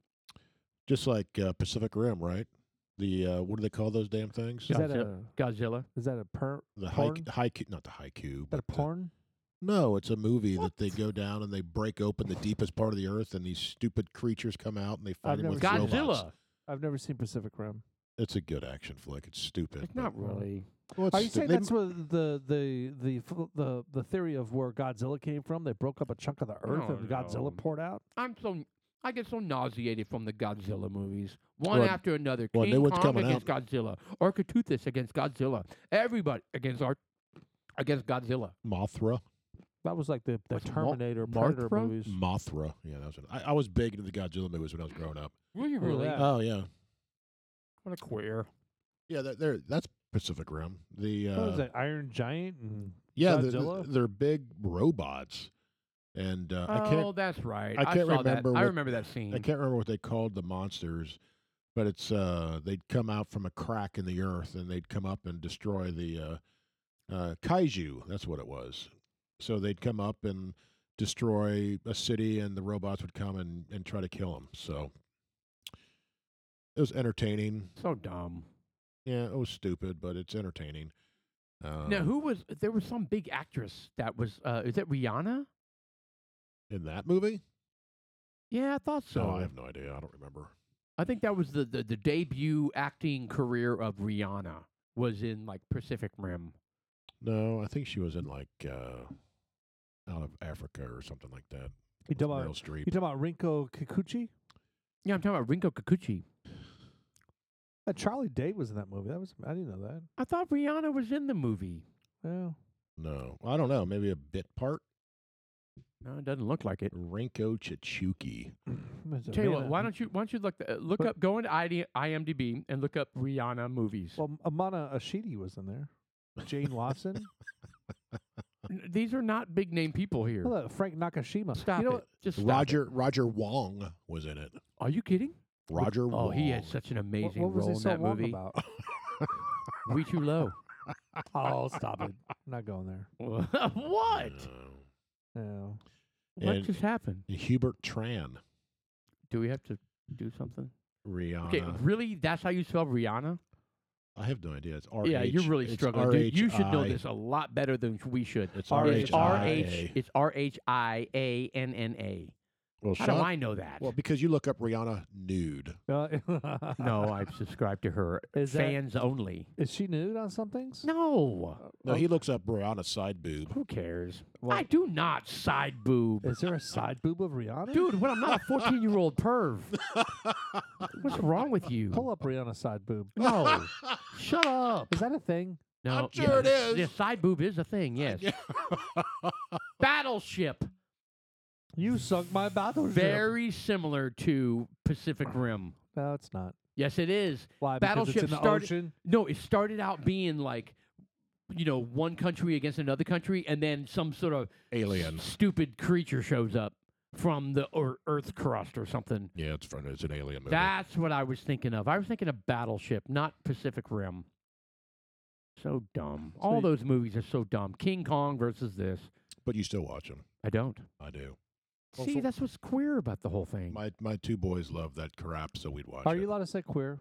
Speaker 2: Just like uh, Pacific Rim, right? The uh, what do they call those damn things?
Speaker 1: Is
Speaker 3: Yeah.
Speaker 1: that
Speaker 3: so-
Speaker 1: a
Speaker 3: Godzilla.
Speaker 1: is that a per?
Speaker 2: The
Speaker 1: Porn?
Speaker 2: haiku, haiku, not the haiku,
Speaker 1: That a
Speaker 2: but the-
Speaker 1: porn?
Speaker 2: No, it's a movie that
Speaker 1: What?
Speaker 2: they go down and they break open the deepest part of the earth, and these stupid creatures come out and they fight
Speaker 1: I've
Speaker 2: them with
Speaker 1: never
Speaker 2: robots.
Speaker 1: seen it.
Speaker 3: Godzilla.
Speaker 1: I've never seen Pacific Rim.
Speaker 2: It's a good action flick. It's stupid.
Speaker 3: It's
Speaker 2: but-
Speaker 3: not really.
Speaker 2: Well, it's
Speaker 1: Are you
Speaker 2: stu-
Speaker 1: saying
Speaker 2: they-
Speaker 1: that's where the the the f- the the theory of where Godzilla came from? They broke up a chunk of the earth
Speaker 3: No,
Speaker 1: and Godzilla
Speaker 3: no.
Speaker 1: poured out.
Speaker 3: I'm so I get so nauseated from the Godzilla movies, one
Speaker 2: Well,
Speaker 3: after another.
Speaker 2: well,
Speaker 3: King
Speaker 2: new one's
Speaker 3: Kong
Speaker 2: coming
Speaker 3: against Godzilla, Architeuthis against Godzilla, everybody against our against Godzilla.
Speaker 2: Mothra?
Speaker 1: That was like the, the
Speaker 3: What's Mar-
Speaker 1: Terminator Predator
Speaker 3: Marthra?
Speaker 1: movies.
Speaker 2: Mothra. Yeah, that was. It. I, I was big into the Godzilla movies when I was growing up.
Speaker 3: Were you
Speaker 1: Who
Speaker 3: really?
Speaker 1: that?
Speaker 2: Oh yeah,
Speaker 3: What a queer.
Speaker 2: yeah. That, there, that's Pacific Rim. The
Speaker 1: What
Speaker 2: uh,
Speaker 1: was that Iron Giant and
Speaker 2: yeah, they're-
Speaker 1: Godzilla?
Speaker 2: They're, big robots, and uh, I can't
Speaker 3: oh, that's right.
Speaker 2: I can't
Speaker 3: saw that.
Speaker 2: remember
Speaker 3: I
Speaker 2: what-
Speaker 3: remember that scene.
Speaker 2: I can't remember what they called the monsters, but it's uh they'd come out from a crack in the earth and they'd come up and destroy the uh, uh, kaiju. That's what it was. So they'd come up and destroy a city, and the robots would come and and try to kill them. So it was entertaining.
Speaker 3: so dumb.
Speaker 2: Yeah, it was stupid, but it's entertaining. Um,
Speaker 3: Now, who was there? Was some big actress that was? Uh, is that Rihanna?
Speaker 2: in that movie?
Speaker 3: Yeah, I thought so.
Speaker 2: No, I have no idea. I don't remember.
Speaker 3: I think that was the, the the debut acting career of Rihanna was in like Pacific Rim.
Speaker 2: No, I think she was in like uh, out of Africa or something like that.
Speaker 1: you
Speaker 2: with
Speaker 1: talking
Speaker 2: Meryl
Speaker 1: about
Speaker 2: Streep.
Speaker 1: you talking about Rinko Kikuchi?
Speaker 3: Yeah, I'm talking about Rinko Kikuchi.
Speaker 1: Uh, Charlie Day was in that movie. That was I didn't know that.
Speaker 3: I thought Rihanna was in the movie.
Speaker 1: Yeah.
Speaker 2: No, I don't know. Maybe a bit part.
Speaker 3: No, it doesn't look like it.
Speaker 2: Rinko Chichuki.
Speaker 1: It's a
Speaker 3: Tell you what,
Speaker 1: man-
Speaker 3: why don't you why don't you look the, uh, look
Speaker 1: But-
Speaker 3: up go into ID, IMDb and look up Rihanna movies.
Speaker 1: Well, Amana Ashidi was in there. Jane Watson.
Speaker 3: N- These are not big name people here.
Speaker 1: Hello, Frank Nakashima.
Speaker 3: Stop
Speaker 1: you know
Speaker 3: it. Just stop
Speaker 2: Roger
Speaker 3: it.
Speaker 2: Roger Wong was in it.
Speaker 3: Are you kidding?
Speaker 2: Roger
Speaker 3: Oh,
Speaker 2: Wong.
Speaker 3: he had such an
Speaker 1: What,
Speaker 3: amazing
Speaker 1: what was
Speaker 3: role
Speaker 1: he
Speaker 3: in
Speaker 1: so
Speaker 3: that
Speaker 1: long
Speaker 3: movie.
Speaker 1: about?
Speaker 3: We too low.
Speaker 1: oh, stop it. I'm not going there.
Speaker 3: what?
Speaker 2: No.
Speaker 1: Yeah.
Speaker 3: What
Speaker 2: And-
Speaker 3: just happened?
Speaker 2: Hubert Tran.
Speaker 3: Do we have to do something?
Speaker 2: Rihanna.
Speaker 3: Okay, really? That's how you spell Rihanna?
Speaker 2: I have no idea. It's R.
Speaker 3: yeah, you're really struggling. Dude, you should know this a lot better than we should.
Speaker 2: It's
Speaker 3: It's R
Speaker 2: R-H-I-A.
Speaker 3: H. It's R H I A N N A.
Speaker 2: Well,
Speaker 3: How
Speaker 2: Sean,
Speaker 3: do I know that?
Speaker 2: well, because you look up Rihanna nude.
Speaker 1: Uh,
Speaker 3: no, I've subscribed to her.
Speaker 1: Is that-
Speaker 3: Fans only.
Speaker 1: Is she nude on some things?
Speaker 3: No.
Speaker 1: Uh,
Speaker 2: No,
Speaker 1: oh,
Speaker 2: he looks up Rihanna side boob.
Speaker 3: Who cares?
Speaker 1: well,
Speaker 3: I do not side boob.
Speaker 1: Is there a side boob of Rihanna?
Speaker 3: Dude, what? I'm not a 14 year old perv. What's wrong with you?
Speaker 1: Pull up Rihanna's side boob.
Speaker 3: No. Shut up.
Speaker 1: Is that a thing?
Speaker 3: No,
Speaker 2: I'm sure it
Speaker 3: yes.
Speaker 2: is.
Speaker 3: Yeah, side boob is a thing, yes. Battleship.
Speaker 1: You sunk my battleship.
Speaker 3: Very similar to Pacific Rim.
Speaker 1: No, it's not.
Speaker 3: Yes, it is.
Speaker 1: Why? Because
Speaker 3: Battleship
Speaker 1: it's in the
Speaker 3: started-
Speaker 1: ocean.
Speaker 3: No, it started out being like, you know, one country against another country, and then some sort of
Speaker 2: Alien.
Speaker 3: stupid creature shows up from the or Earth crust or something.
Speaker 2: Yeah, it's fun. It's an alien movie.
Speaker 3: That's what I was thinking of. I was thinking of Battleship, not Pacific Rim. So dumb.
Speaker 1: So
Speaker 3: All
Speaker 1: you-
Speaker 3: those movies are so dumb. King Kong versus this.
Speaker 2: But you still watch them.
Speaker 3: I don't.
Speaker 2: I do. Well,
Speaker 3: See,
Speaker 2: for-
Speaker 3: that's what's queer about the whole thing.
Speaker 2: My my two boys love that crap, so we'd watch
Speaker 1: Are
Speaker 2: it.
Speaker 1: you allowed to say queer?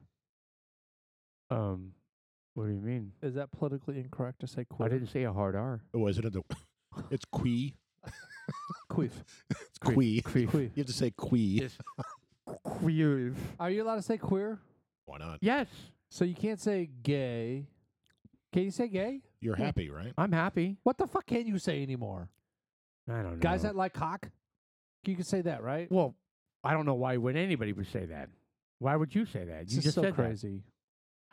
Speaker 3: um, what do you mean?
Speaker 1: Is that politically incorrect to say queer?
Speaker 3: I didn't say a hard R.
Speaker 2: oh, isn't it the? It's quee.
Speaker 1: Queef.
Speaker 2: It's quee.
Speaker 1: Queef.
Speaker 2: You have to say quee.
Speaker 3: Yes. Queer.
Speaker 1: Are you allowed to say queer?
Speaker 2: Why not?
Speaker 3: Yes,
Speaker 1: So you can't say gay. Can you say gay?
Speaker 2: You're happy, right?
Speaker 3: I'm happy.
Speaker 1: What the fuck can you say anymore?
Speaker 3: I don't know.
Speaker 1: Guys that like cock? You can say that, right?
Speaker 3: well, I don't know why would anybody would say that. Why would you say that?
Speaker 1: It's
Speaker 3: you
Speaker 1: just
Speaker 3: just
Speaker 1: so
Speaker 3: said that.
Speaker 1: crazy.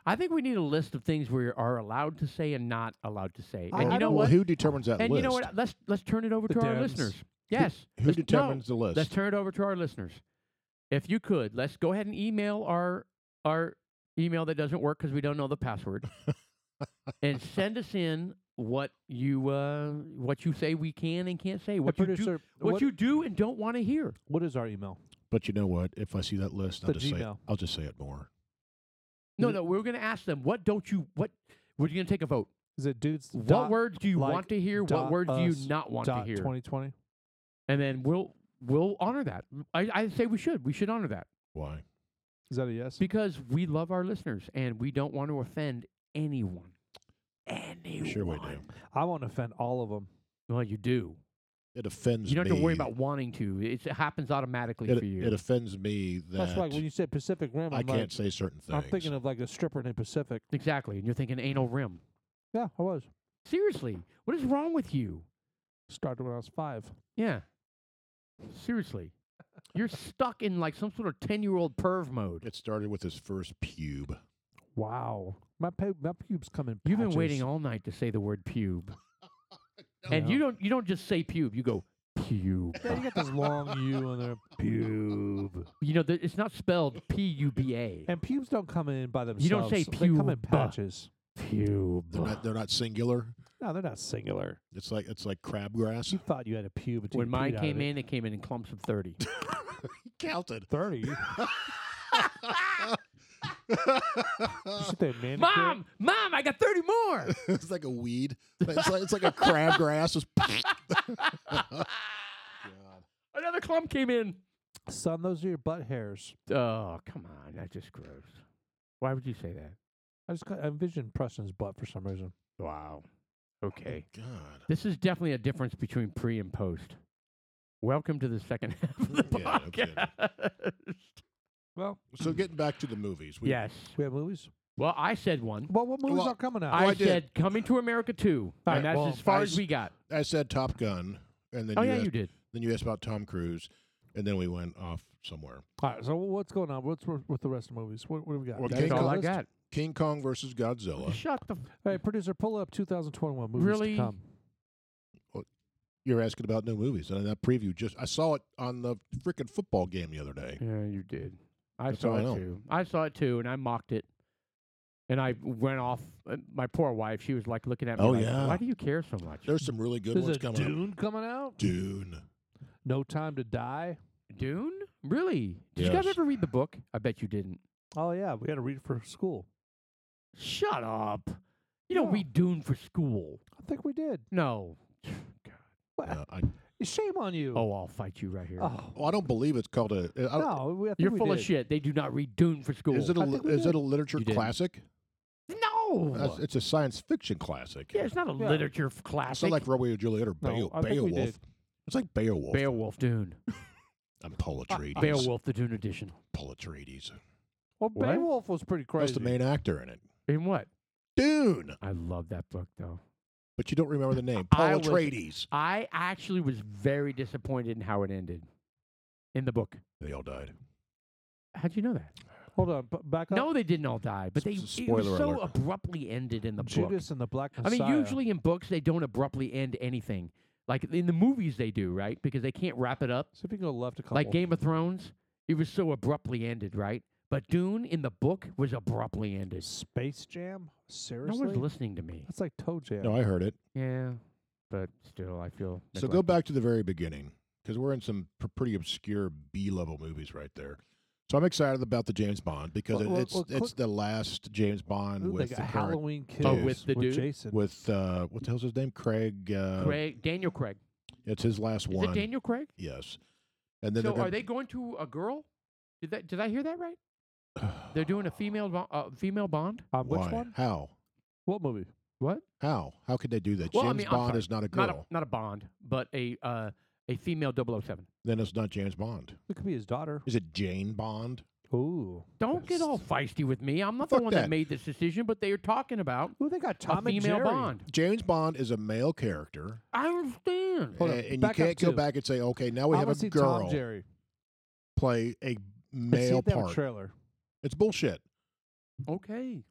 Speaker 3: I think we need a list of things we are allowed to say and not allowed to say.
Speaker 1: I-
Speaker 3: and
Speaker 1: I
Speaker 3: you know
Speaker 1: don't-
Speaker 2: well,
Speaker 3: what?
Speaker 2: who determines that
Speaker 3: and
Speaker 2: list?
Speaker 3: you know what? Let's let's turn it over
Speaker 1: The
Speaker 3: to our
Speaker 1: Dems.
Speaker 3: listeners. Yes.
Speaker 2: Who
Speaker 3: let's, no,
Speaker 2: determines the list?
Speaker 3: let's turn it over to our listeners. If you could, let's go ahead and email our our email that doesn't work because we don't know the password, and send us in what you uh, what you say we can and can't say.
Speaker 1: Hey,
Speaker 3: What you do,
Speaker 1: producer,
Speaker 3: what,
Speaker 1: what,
Speaker 3: you do and don't want to hear.
Speaker 1: what is our email?
Speaker 2: but you know what? If I see that list, I'll
Speaker 1: The
Speaker 2: just say it.
Speaker 1: Gmail.
Speaker 2: I'll just say it more.
Speaker 3: No,
Speaker 1: it-
Speaker 3: no, we're going to ask them. What don't you? What we're going to take a vote.
Speaker 1: Is it dudes
Speaker 3: What
Speaker 1: dot
Speaker 3: words do you
Speaker 1: like
Speaker 3: want to hear? What
Speaker 1: dot
Speaker 3: words do you
Speaker 1: us
Speaker 3: not want to
Speaker 1: dot
Speaker 3: hear?
Speaker 1: 2020?
Speaker 3: And then we'll we'll honor that. I, I say we should. We should honor that
Speaker 2: Why?
Speaker 1: Is that a yes?
Speaker 3: because we love our listeners and we don't want to offend anyone. Anyone.
Speaker 2: Sure we do.
Speaker 1: I won't offend all of them.
Speaker 3: Well, you do.
Speaker 2: It offends
Speaker 3: You don't have to worry
Speaker 2: me.
Speaker 3: about wanting to. It's, it happens automatically
Speaker 2: it,
Speaker 3: for you.
Speaker 2: it offends me that
Speaker 1: That's like when you said Pacific Rim. I'm
Speaker 2: I
Speaker 1: like,
Speaker 2: can't say certain things.
Speaker 1: I'm thinking of like a stripper named Pacific.
Speaker 3: exactly. And you're thinking anal rim.
Speaker 1: Yeah, I was.
Speaker 3: Seriously, what is wrong with you?
Speaker 1: Started when I was five.
Speaker 3: Yeah. Seriously. You're stuck in like some sort of 10 year old perv mode.
Speaker 2: it started with his first pube.
Speaker 1: Wow. My, pu- my pubes come in
Speaker 3: You've been waiting
Speaker 1: patches.
Speaker 3: all night to say the word pube. And you don't you don't just say pube, you go pube.
Speaker 1: Yeah, you got this long U on there. Pube.
Speaker 3: You know, th- it's not spelled P U B A.
Speaker 1: And pubes don't come in by themselves.
Speaker 3: You don't say
Speaker 1: They come in
Speaker 3: pube.
Speaker 1: patches.
Speaker 2: They're
Speaker 3: Pube.
Speaker 2: not, they're not singular.
Speaker 1: No, they're not singular.
Speaker 2: It's like it's like crabgrass.
Speaker 1: You thought you had a pube. until
Speaker 3: When
Speaker 1: you
Speaker 3: mine
Speaker 1: peed out
Speaker 3: came
Speaker 1: of it.
Speaker 3: in, it came in in clumps of 30.
Speaker 2: He counted.
Speaker 1: 30. you should say manicure.
Speaker 3: Mom, mom, I got 30 more.
Speaker 2: it's like a weed. It's like, it's like a crabgrass. Just
Speaker 3: Another clump came in.
Speaker 1: Son, those are your butt hairs.
Speaker 3: Oh, come on. That's just gross. Why would you say that?
Speaker 1: I just got, I envisioned Preston's butt for some reason.
Speaker 3: Wow. Okay.
Speaker 2: God.
Speaker 3: This is definitely a difference between pre and post. Welcome to the second half of the
Speaker 2: Yeah, no kidding.
Speaker 3: podcast.
Speaker 1: Well,
Speaker 2: So getting back to the movies. We,
Speaker 3: yes.
Speaker 1: we have movies.
Speaker 3: Well, I said one.
Speaker 1: Well, what movies
Speaker 2: Well,
Speaker 1: are coming out?
Speaker 3: I,
Speaker 2: Oh, I did.
Speaker 3: said Coming to America 2.
Speaker 1: All right,
Speaker 3: and that's
Speaker 1: well,
Speaker 3: as far
Speaker 2: I
Speaker 3: as
Speaker 2: s-
Speaker 3: we got.
Speaker 2: I said Top Gun, and then
Speaker 3: Oh,
Speaker 2: you
Speaker 3: yeah,
Speaker 2: asked,
Speaker 3: you did.
Speaker 2: then you asked about Tom Cruise, and then we went off somewhere.
Speaker 1: all right, so what's going on? What's with with the rest of the movies? What, what do we got?
Speaker 2: Well,
Speaker 3: That's
Speaker 2: King
Speaker 3: all
Speaker 2: Kong
Speaker 3: I
Speaker 1: List?
Speaker 3: got.
Speaker 2: King Kong versus Godzilla.
Speaker 3: Shut the. F-
Speaker 1: Hey, producer, pull up 2021 movies
Speaker 3: Really?
Speaker 1: to come.
Speaker 2: You're asking about new movies, and that preview just I saw it on the freaking football game the other day.
Speaker 3: yeah, you did. I
Speaker 2: That's all
Speaker 3: saw
Speaker 2: I
Speaker 3: it
Speaker 2: know.
Speaker 3: too. I saw it too, and I mocked it. And I went off. uh, My poor wife, she was like looking at me.
Speaker 2: Oh,
Speaker 3: like,
Speaker 2: yeah.
Speaker 3: Why do you care so much?
Speaker 2: There's some really good
Speaker 1: There's
Speaker 2: ones
Speaker 1: a
Speaker 2: coming. up.
Speaker 1: Dune coming out.
Speaker 2: Dune.
Speaker 1: No Time to Die.
Speaker 3: Dune? Really? Did you guys
Speaker 2: Yes.
Speaker 3: ever read the book? I bet you didn't.
Speaker 1: Oh yeah, we had to read it for school.
Speaker 3: Shut up. You don't
Speaker 1: No.
Speaker 3: read Dune for school.
Speaker 1: I think we did.
Speaker 3: No.
Speaker 1: What?
Speaker 2: Yeah, Uh, I,
Speaker 1: Shame on you.
Speaker 3: Oh, I'll fight you right here.
Speaker 1: Oh,
Speaker 2: oh, I don't believe it's called a. I, don't-
Speaker 1: no, we, I think
Speaker 3: You're
Speaker 1: we
Speaker 3: full of
Speaker 1: did.
Speaker 3: shit. They do not read Dune for school.
Speaker 2: Is it a
Speaker 1: Oh, I
Speaker 2: li-
Speaker 1: think we
Speaker 2: is
Speaker 1: did.
Speaker 2: it a literature
Speaker 3: You did.
Speaker 2: classic?
Speaker 3: no.
Speaker 2: That's- it's a science fiction classic.
Speaker 3: yeah, it's not a
Speaker 1: Yeah.
Speaker 3: literature f- classic.
Speaker 2: it's not like Romeo and Juliet or
Speaker 1: No,
Speaker 2: Beo-
Speaker 1: I think we
Speaker 2: Beowulf.
Speaker 1: did.
Speaker 2: It's like Beowulf.
Speaker 3: Beowulf Dune.
Speaker 2: I'm Paul Atreides.
Speaker 3: Beowulf, the Dune edition.
Speaker 2: Paul Atreides.
Speaker 1: Well,
Speaker 3: What?
Speaker 1: Beowulf was pretty
Speaker 2: That's
Speaker 1: crazy.
Speaker 2: the main actor in it.
Speaker 3: In what?
Speaker 2: Dune.
Speaker 3: I love that book though.
Speaker 2: But you don't remember the name.
Speaker 3: I
Speaker 2: Paul
Speaker 3: was-
Speaker 2: Atreides.
Speaker 3: I actually was very disappointed in how it ended in the book.
Speaker 2: They all died.
Speaker 3: How'd you know that?
Speaker 1: Hold on, b- back up.
Speaker 3: No, they didn't all die, but they
Speaker 2: S-
Speaker 3: it was
Speaker 2: spoiler
Speaker 3: so
Speaker 2: alert.
Speaker 3: abruptly ended in the book.
Speaker 1: Judas and the Black
Speaker 3: I
Speaker 1: Messiah.
Speaker 3: mean, usually in books they don't abruptly end anything. Like in the movies they do, right? Because they can't wrap it up.
Speaker 1: See if you can go left a couple.
Speaker 3: Like Game of Thrones, it was so abruptly ended, right? But Dune in the book was abruptly ended.
Speaker 1: Space Jam. Seriously,
Speaker 3: No one's listening to me.
Speaker 1: that's like Toe Jam.
Speaker 2: No, I heard it.
Speaker 3: Yeah, but still, I feel.
Speaker 2: So go back to the very beginning because we're in some pr- pretty obscure B level movies right there. So I'm excited about the James Bond because
Speaker 1: Well,
Speaker 2: it-
Speaker 1: well,
Speaker 2: it's
Speaker 1: well,
Speaker 2: it's
Speaker 1: click-
Speaker 2: the last James Bond
Speaker 1: Ooh,
Speaker 2: with
Speaker 1: like
Speaker 2: the
Speaker 1: a
Speaker 2: current,
Speaker 1: Halloween Kills
Speaker 2: Oh,
Speaker 3: with the dude?
Speaker 1: Jason.
Speaker 2: with uh, what the hell's his name? Craig. Uh,
Speaker 3: Craig, Daniel Craig.
Speaker 2: It's his last
Speaker 3: Is
Speaker 2: one.
Speaker 3: it Daniel Craig?
Speaker 2: Yes. And then
Speaker 3: So
Speaker 2: they're gonna,
Speaker 3: are they going to a girl? Did that? Did I hear that right? They're doing a female bo- uh, female Bond.
Speaker 1: on Um, which
Speaker 2: Why?
Speaker 1: one?
Speaker 2: How?
Speaker 1: What movie?
Speaker 3: What?
Speaker 2: How? How could they do that?
Speaker 3: Well, I
Speaker 2: James
Speaker 3: mean, I'm
Speaker 2: Bond
Speaker 3: sorry,
Speaker 2: is not a girl.
Speaker 3: Not a not a Bond, but a uh, a female 007.
Speaker 2: Then it's not James Bond.
Speaker 1: It could be his daughter.
Speaker 2: Is it Jane Bond?
Speaker 1: Ooh.
Speaker 3: Don't get all feisty with me. I'm not the
Speaker 2: Fuck
Speaker 3: one
Speaker 2: that.
Speaker 3: made this decision, but they are talking about
Speaker 1: Ooh, they got Tom
Speaker 3: a
Speaker 1: and
Speaker 3: female
Speaker 1: Jerry.
Speaker 3: Bond.
Speaker 2: James Bond is a male character,
Speaker 3: I understand.
Speaker 1: Hold
Speaker 2: a-
Speaker 1: on,
Speaker 2: and, you
Speaker 1: back up
Speaker 2: can't go
Speaker 1: two.
Speaker 2: back and say, "Okay, now we
Speaker 1: I wanna
Speaker 2: have
Speaker 1: see
Speaker 2: a
Speaker 1: Tom
Speaker 2: girl
Speaker 1: Jerry.
Speaker 2: play a
Speaker 1: Let's see
Speaker 2: male
Speaker 1: if they have a
Speaker 2: part."
Speaker 1: trailer.
Speaker 2: It's bullshit.
Speaker 3: Okay,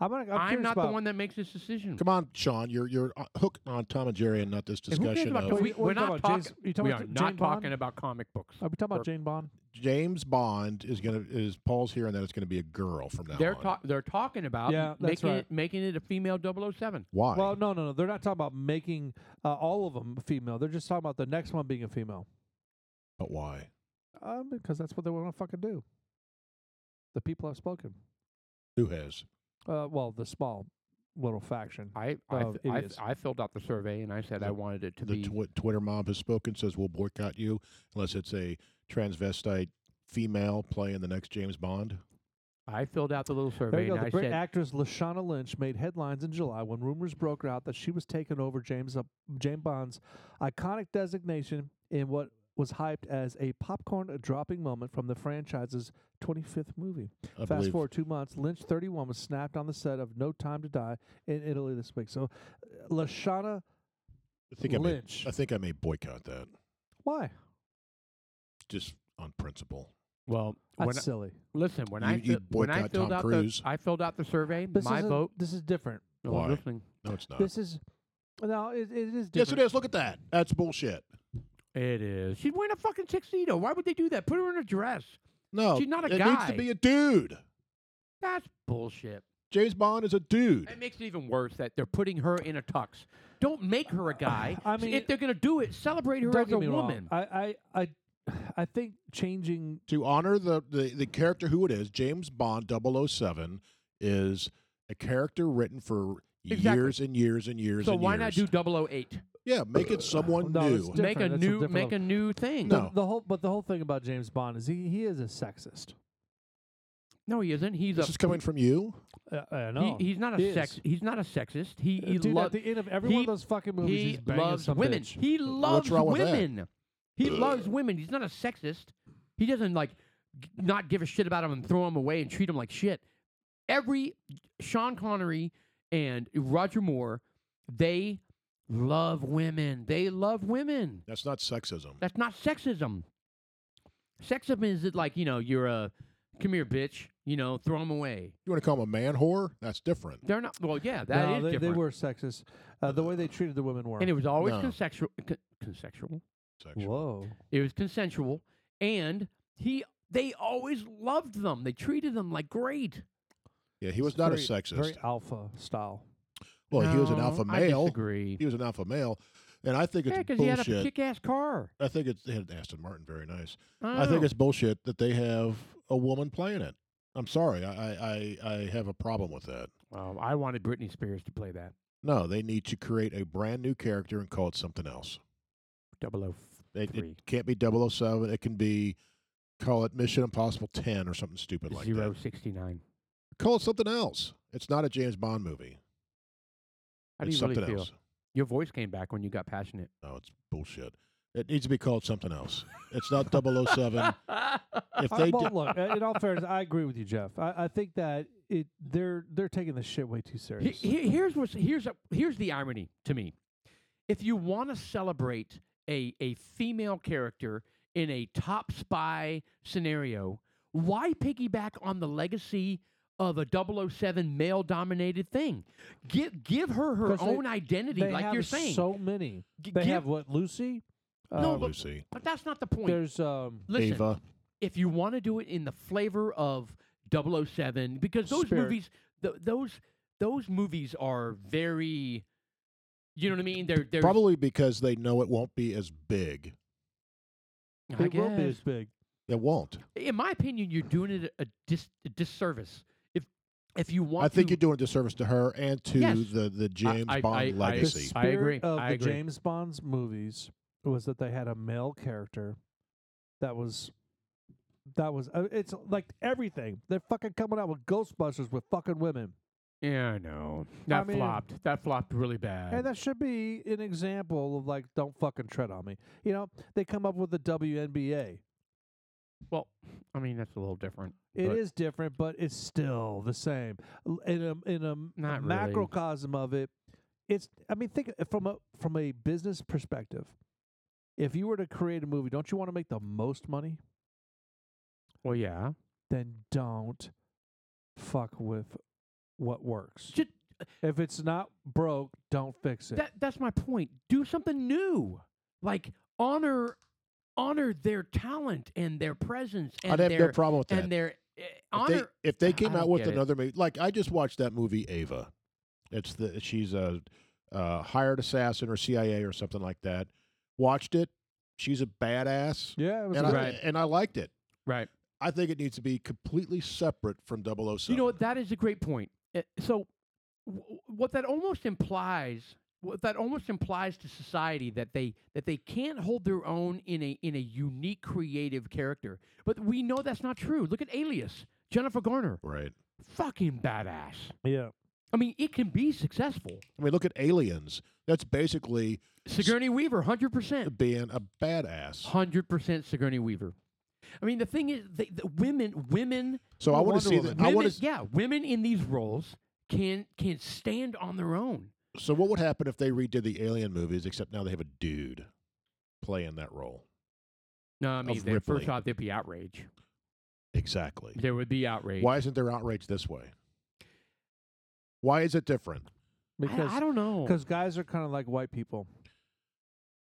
Speaker 1: I'm, gonna, I'm,
Speaker 3: I'm,
Speaker 1: curious
Speaker 3: not
Speaker 1: about,
Speaker 3: the one that makes this decision.
Speaker 2: Come on, Sean, you're you're uh, hooked on Tom and Jerry and not this
Speaker 3: And who cares
Speaker 2: discussion
Speaker 3: about-
Speaker 2: of
Speaker 3: we,
Speaker 1: What are you talking
Speaker 3: we're not
Speaker 1: about,
Speaker 3: talking.
Speaker 1: James- you talking
Speaker 3: we
Speaker 1: about
Speaker 3: are
Speaker 1: J-
Speaker 3: not
Speaker 1: Jane Bond?
Speaker 3: talking about comic books.
Speaker 1: Are we talking
Speaker 3: or-
Speaker 1: about Jane Bond?
Speaker 2: James Bond is gonna is Paul's here and that it's gonna be a girl from now
Speaker 3: They're
Speaker 2: on.
Speaker 3: ta- they're talking about
Speaker 1: Yeah, that's
Speaker 3: making
Speaker 1: right.
Speaker 3: it making it a female 007.
Speaker 2: Why?
Speaker 1: Well, no, no, no. They're not talking about making uh, all of them female. They're just talking about the next one being a female.
Speaker 2: but why?
Speaker 1: Um, because that's what they want to fucking do. The people have spoken.
Speaker 2: Who has?
Speaker 1: Uh, well, the small little faction.
Speaker 3: I I,
Speaker 1: Of
Speaker 3: I,
Speaker 1: idiots.
Speaker 3: I filled out the survey and I said I
Speaker 2: The-
Speaker 3: wanted it to
Speaker 2: the
Speaker 3: be
Speaker 2: tw- Twitter mob has spoken. Says we'll boycott you unless it's a transvestite female playing the next James Bond.
Speaker 3: I filled out the little
Speaker 1: There
Speaker 3: survey
Speaker 1: you go.
Speaker 3: and
Speaker 1: The
Speaker 3: I
Speaker 1: great
Speaker 3: said,
Speaker 1: actress Lashana Lynch made headlines in July when rumors broke out that she was taking over James up James Bond's iconic designation in what was hyped as a popcorn dropping moment from the franchise's 25th movie.
Speaker 2: I
Speaker 1: Fast
Speaker 2: believe.
Speaker 1: forward two months, Lynch 31 was snapped on the set of No Time to Die in Italy this week. So, uh, Lashana
Speaker 2: I think I may,
Speaker 1: Lynch.
Speaker 2: I think I may boycott that
Speaker 1: Why?
Speaker 2: just on principle.
Speaker 3: "Well, when
Speaker 1: That's silly.
Speaker 3: I, listen, when
Speaker 2: You-
Speaker 3: I
Speaker 2: you
Speaker 3: fi- when I
Speaker 2: boycott
Speaker 3: filled
Speaker 2: Tom
Speaker 3: out
Speaker 2: Cruise.
Speaker 3: the I filled out the survey,
Speaker 1: This
Speaker 3: my
Speaker 1: isn't-
Speaker 3: vote.
Speaker 1: This is different.
Speaker 3: No one's
Speaker 2: Why?
Speaker 3: listening.
Speaker 2: No, it's not.
Speaker 1: This is no. It, it is different.
Speaker 2: Uh, yes, it is. Look at that. That's bullshit.
Speaker 3: It is. She's wearing a fucking tuxedo. Why would they do that? Put her in a dress.
Speaker 2: No,
Speaker 3: She's not a
Speaker 2: it needs to
Speaker 3: guy.
Speaker 2: be a dude.
Speaker 3: That's bullshit.
Speaker 2: James Bond is a dude.
Speaker 3: It makes it even worse that they're putting her in a tux. Don't make her a guy.
Speaker 1: I mean-
Speaker 3: if they're gonna do it, celebrate her
Speaker 1: Don't
Speaker 3: as
Speaker 1: get
Speaker 3: a
Speaker 1: me wrong.
Speaker 3: woman.
Speaker 1: I, I, I, I think changing
Speaker 2: To honor the, the, the character who it is, James Bond 007 is a character written for
Speaker 3: Exactly.
Speaker 2: years and years and years
Speaker 3: So
Speaker 2: and
Speaker 3: why
Speaker 2: years.
Speaker 3: not do 008?
Speaker 2: Yeah, make it someone
Speaker 1: No, it's
Speaker 2: new.
Speaker 1: di-
Speaker 3: Make a
Speaker 1: Different. That's a
Speaker 3: new
Speaker 1: different
Speaker 3: make a
Speaker 1: level.
Speaker 3: new thing.
Speaker 1: The-
Speaker 2: No.
Speaker 1: The whole, but the whole thing about James Bond is he, he is a sexist.
Speaker 3: No, he isn't. He's
Speaker 2: This
Speaker 3: a
Speaker 2: is coming from you.
Speaker 1: Uh, I
Speaker 3: he,
Speaker 1: know.
Speaker 3: he's not a
Speaker 1: He
Speaker 3: sex.
Speaker 1: is. Uh,
Speaker 3: He's not a sexist. He, he
Speaker 1: Dude,
Speaker 3: lo-
Speaker 1: at the end of every one
Speaker 3: he-
Speaker 1: of those fucking movies,
Speaker 3: he
Speaker 1: he's banging
Speaker 3: loves
Speaker 1: some
Speaker 3: women.
Speaker 1: bitch.
Speaker 3: He loves
Speaker 2: wrong with that?
Speaker 3: women. He loves women. He's not a sexist. He doesn't like g- not give a shit about them and throw them away and treat them like shit. Every Sean Connery and Roger Moore, they love women. They love women.
Speaker 2: That's not sexism.
Speaker 3: That's not sexism. Sexism is it like you know you're a come here bitch you know throw them away.
Speaker 2: You want to call him a man whore? That's different.
Speaker 3: They're not well yeah that is
Speaker 1: no, they,
Speaker 3: different.
Speaker 1: they were sexist. Uh, the way they treated the women were.
Speaker 3: and it was always
Speaker 2: No.
Speaker 3: consensual. Con- consensual.
Speaker 2: Sexual.
Speaker 1: Whoa.
Speaker 3: It was consensual, and he they always loved them. They treated them like great.
Speaker 2: Yeah, he was not
Speaker 1: Very-
Speaker 2: a sexist.
Speaker 1: Very alpha style.
Speaker 2: well, he was an
Speaker 3: No,
Speaker 2: alpha
Speaker 3: I
Speaker 2: male.
Speaker 3: disagree.
Speaker 2: He was an alpha male, and I think it's
Speaker 3: yeah, because he had
Speaker 2: bullshit.
Speaker 3: a kick-ass car.
Speaker 2: I think it's they had an Aston Martin, very nice.
Speaker 3: I,
Speaker 2: I think
Speaker 3: know.
Speaker 2: it's bullshit that they have a woman playing it. I'm sorry, I, I, I I have a problem with that.
Speaker 3: Well, I wanted Britney Spears to play that.
Speaker 2: No, they need to create a brand new character and call it something else.
Speaker 3: Double O.
Speaker 2: They,
Speaker 3: Three.
Speaker 2: it can't be 007. It can be call it Mission Impossible 10 or something stupid like
Speaker 3: Zero
Speaker 2: that.
Speaker 3: sixty nine.
Speaker 2: Call it something else. It's not a James Bond movie.
Speaker 3: How do
Speaker 2: it's
Speaker 3: you really
Speaker 2: something
Speaker 3: feel?
Speaker 2: else.
Speaker 3: Your voice came back when you got passionate.
Speaker 2: No, it's bullshit. It needs to be called something else. It's not 007. if
Speaker 1: Uh,
Speaker 2: they
Speaker 1: well,
Speaker 2: d-
Speaker 1: look, uh, in all fairness, I agree with you, Jeff. I, I think that it they're they're taking this shit way too
Speaker 3: He-
Speaker 1: serious.
Speaker 3: he- here's what's here's a, here's the irony to me. If you want to celebrate a a female character in a top spy scenario, why piggyback on the legacy of a 007 male dominated thing? Give give her her
Speaker 1: 'Cause they-
Speaker 3: own identity,
Speaker 1: they
Speaker 3: like
Speaker 1: have
Speaker 3: you're saying.
Speaker 1: so many.
Speaker 3: G-
Speaker 1: They
Speaker 3: give-
Speaker 1: have what Lucy.
Speaker 3: No,
Speaker 2: Ah,
Speaker 1: Um,
Speaker 3: but-
Speaker 2: Lucy,
Speaker 3: but that's not the point.
Speaker 1: there's um.
Speaker 3: Listen,
Speaker 2: Ava.
Speaker 3: if you want to do it in the flavor of 007 because those
Speaker 1: Spirit.
Speaker 3: movies th- those those movies are very you know what I mean? They're they're
Speaker 2: Probably because they know it won't be as big.
Speaker 3: I
Speaker 1: It will be
Speaker 3: guess.
Speaker 1: as big.
Speaker 2: It won't.
Speaker 3: in my opinion, you're doing it a, dis- a disservice. If if you want,
Speaker 2: I think
Speaker 3: to,
Speaker 2: you're doing a disservice to her and to
Speaker 3: Yes.
Speaker 2: the, the James
Speaker 3: I-
Speaker 2: Bond
Speaker 3: I- I-
Speaker 1: The
Speaker 2: legacy.
Speaker 3: I agree.
Speaker 1: spirit Of
Speaker 3: I
Speaker 1: the
Speaker 3: agree.
Speaker 1: James Bond's movies was that they had a male character that was that was uh, it's like everything. They're fucking coming out with Ghostbusters with fucking women.
Speaker 3: Yeah, I know that
Speaker 1: mean-
Speaker 3: flopped. That flopped really bad.
Speaker 1: And that should be an example of like, don't fucking tread on me. You know, they come up with the WNBA.
Speaker 3: well, I mean that's a little different.
Speaker 1: It is
Speaker 3: but
Speaker 1: different, but it's still the same. L- In a in a m- a
Speaker 3: Not really.
Speaker 1: macrocosm of it, it's. I mean, think of- from a from a business perspective. If you were to create a movie, don't you want to make the most money?
Speaker 3: Well, yeah.
Speaker 1: Then don't fuck with what works.
Speaker 3: Ju-
Speaker 1: If it's not broke, don't fix it.
Speaker 3: that that's my point. Do something new, like honor honor their talent and their presence and
Speaker 2: I'd have
Speaker 3: their
Speaker 2: no problem with that.
Speaker 3: and their eh,
Speaker 2: if,
Speaker 3: honor.
Speaker 2: they, if they came
Speaker 3: I
Speaker 2: out
Speaker 3: don't
Speaker 2: with
Speaker 3: get it.
Speaker 2: another movie, like I just watched that movie Ava. It's the she's a uh, hired assassin or CIA or something like that. Watched it. She's a badass,
Speaker 1: yeah, it was
Speaker 2: and
Speaker 1: a-
Speaker 2: I
Speaker 3: Right.
Speaker 2: and I liked it.
Speaker 3: right.
Speaker 2: I think it needs to be completely separate from 007.
Speaker 3: You know what? That is a great point. Eh, So, w- what that almost implies, what that almost implies to society that they that they can't hold their own in a in a unique creative character. But we know that's not true. Look at Alias, Jennifer Garner,
Speaker 2: right?
Speaker 3: fucking badass.
Speaker 1: yeah.
Speaker 3: I mean, it can be successful.
Speaker 2: I mean, look at Aliens. That's basically
Speaker 3: Sigourney Weaver, hundred percent,
Speaker 2: being a badass.
Speaker 3: hundred percent Sigourney Weaver. I mean, the thing is, the, the women, women,
Speaker 2: So I
Speaker 1: Or
Speaker 2: want to
Speaker 1: Wonder
Speaker 2: see
Speaker 1: Woman.
Speaker 2: that. I
Speaker 3: women
Speaker 2: want to.
Speaker 3: yeah, women in these roles can can stand on their own.
Speaker 2: So what would happen if they redid the Alien movies, except now they have a dude playing that role?
Speaker 3: No, I
Speaker 2: of
Speaker 3: mean, they,
Speaker 2: Ripley.
Speaker 3: first off, there'd be outrage.
Speaker 2: Exactly.
Speaker 3: There would be outrage.
Speaker 2: Why isn't there outrage this way? Why is it different?
Speaker 1: Because
Speaker 3: I, I don't know.
Speaker 1: because guys are kind of like white people.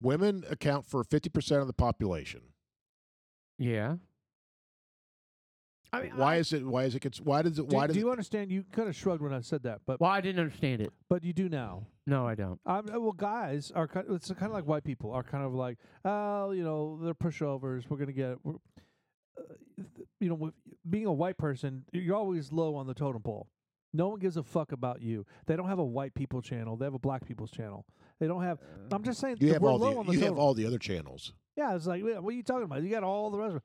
Speaker 2: Women account for 50% of the population.
Speaker 3: yeah. I mean,
Speaker 2: why
Speaker 3: I,
Speaker 2: is it why is it cons- why does it
Speaker 1: Do,
Speaker 2: why
Speaker 1: do
Speaker 2: does
Speaker 1: you understand? You kind of shrugged when I said that, but
Speaker 3: well, I didn't understand it.
Speaker 1: but you do now.
Speaker 3: No, I don't.
Speaker 1: Um, uh, well, guys are kind it's kind of like white people are kind of like, oh, you know, they're pushovers. We're gonna get, we're, uh, th- you know, with being a white person, you're always low on the totem pole. No one gives a fuck about you. They don't have a white people channel. They have a black people's channel. They don't have. I'm just saying,
Speaker 2: you
Speaker 1: th-
Speaker 2: have
Speaker 1: we're
Speaker 2: all
Speaker 1: low
Speaker 2: the,
Speaker 1: on the
Speaker 2: you
Speaker 1: totem.
Speaker 2: have all the other channels.
Speaker 1: yeah, it's like, "Yeah, what are you talking about? You got all the rest. of it."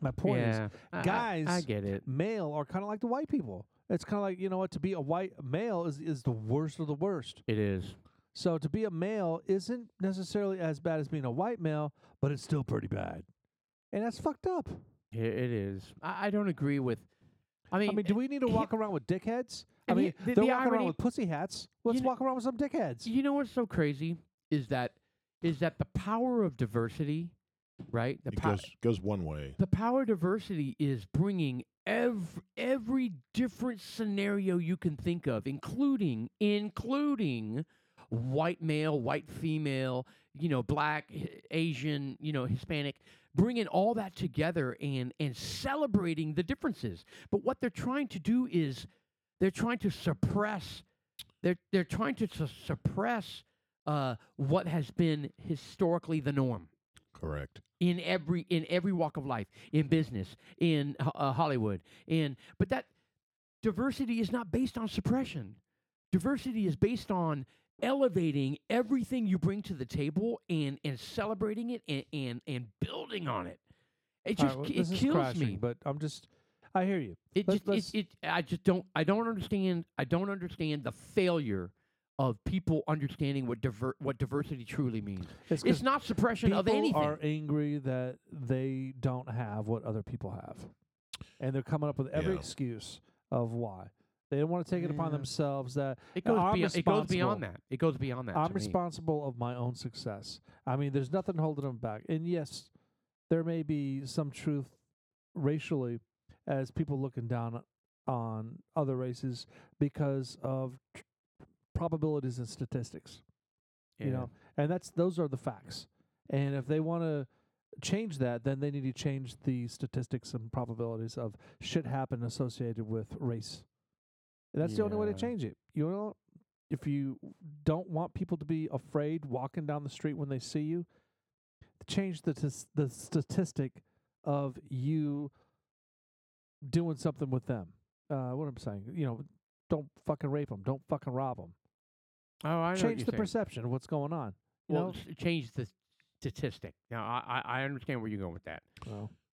Speaker 1: My point is,
Speaker 3: yeah. I- I-
Speaker 1: guys-
Speaker 3: I, get it.
Speaker 1: male are kind of like the white people. It's kind of like you know what to be a white male is is the worst of the worst.
Speaker 3: It is.
Speaker 1: So to be a male isn't necessarily as bad as being a white male, but it's still pretty bad. And that's fucked up.
Speaker 3: It, it is. I, I don't agree with. I mean,
Speaker 1: I mean, do we need to
Speaker 3: he-
Speaker 1: walk around with dickheads? I
Speaker 3: and he-
Speaker 1: mean, they're
Speaker 3: the- the
Speaker 1: walking around
Speaker 3: irony-
Speaker 1: with pussy hats. Let's
Speaker 3: kn-
Speaker 1: walk around with some dickheads.
Speaker 3: you know what's so crazy is that is that the power of diversity, right? The
Speaker 2: It
Speaker 3: pow-
Speaker 2: goes goes one way.
Speaker 3: the power of diversity is bringing every every different scenario you can think of including including white male white female you know black Hi- asian you know hispanic bringing all that together and and celebrating the differences but what they're trying to do is they're trying to suppress they're they're trying to su- suppress uh, what has been historically the norm
Speaker 2: Correct.
Speaker 3: in every in every walk of life, in business, in Ho- uh, Hollywood, in but that diversity is not based on suppression. Diversity is based on elevating everything you bring to the table and and celebrating it and and, and building on it. It
Speaker 1: All
Speaker 3: just
Speaker 1: right, well,
Speaker 3: ki-
Speaker 1: this
Speaker 3: it
Speaker 1: is
Speaker 3: kills
Speaker 1: crashing,
Speaker 3: me.
Speaker 1: But I'm just, I hear you.
Speaker 3: It
Speaker 1: let's-
Speaker 3: just it, it I just don't I don't understand I don't understand the failure of people understanding what diver- what diversity truly means.
Speaker 1: It's 'cause
Speaker 3: It's not suppression
Speaker 1: people
Speaker 3: of anything.
Speaker 1: are angry that they don't have what other people have, and they're coming up with every
Speaker 2: Yeah.
Speaker 1: excuse of why they don't want to take it upon
Speaker 3: Yeah.
Speaker 1: themselves that
Speaker 3: it
Speaker 1: I'm
Speaker 3: goes beyond. It goes
Speaker 1: responsible.
Speaker 3: beyond that. It goes beyond that.
Speaker 1: I'm
Speaker 3: to me.
Speaker 1: responsible of my own success. I mean, there's nothing holding them back. And yes, there may be some truth racially as people looking down on other races because of tr- probabilities and statistics,
Speaker 3: Yeah.
Speaker 1: you know. And that's those are the facts. And if they want to change that, then they need to change the statistics and probabilities of shit happen associated with race. And that's the only way to
Speaker 3: Yeah.
Speaker 1: change it. You know, if you don't want people to be afraid walking down the street when they see you, change the tis- the statistic of you doing something with them. Uh, what I'm saying, you know, don't fucking rape them, don't fucking rob them.
Speaker 3: Oh, I know what
Speaker 1: Change
Speaker 3: you're
Speaker 1: the
Speaker 3: saying.
Speaker 1: perception of what's going on. you
Speaker 3: Well,
Speaker 1: know?
Speaker 3: s- change the statistic. Now, I, I I understand where you're going with that.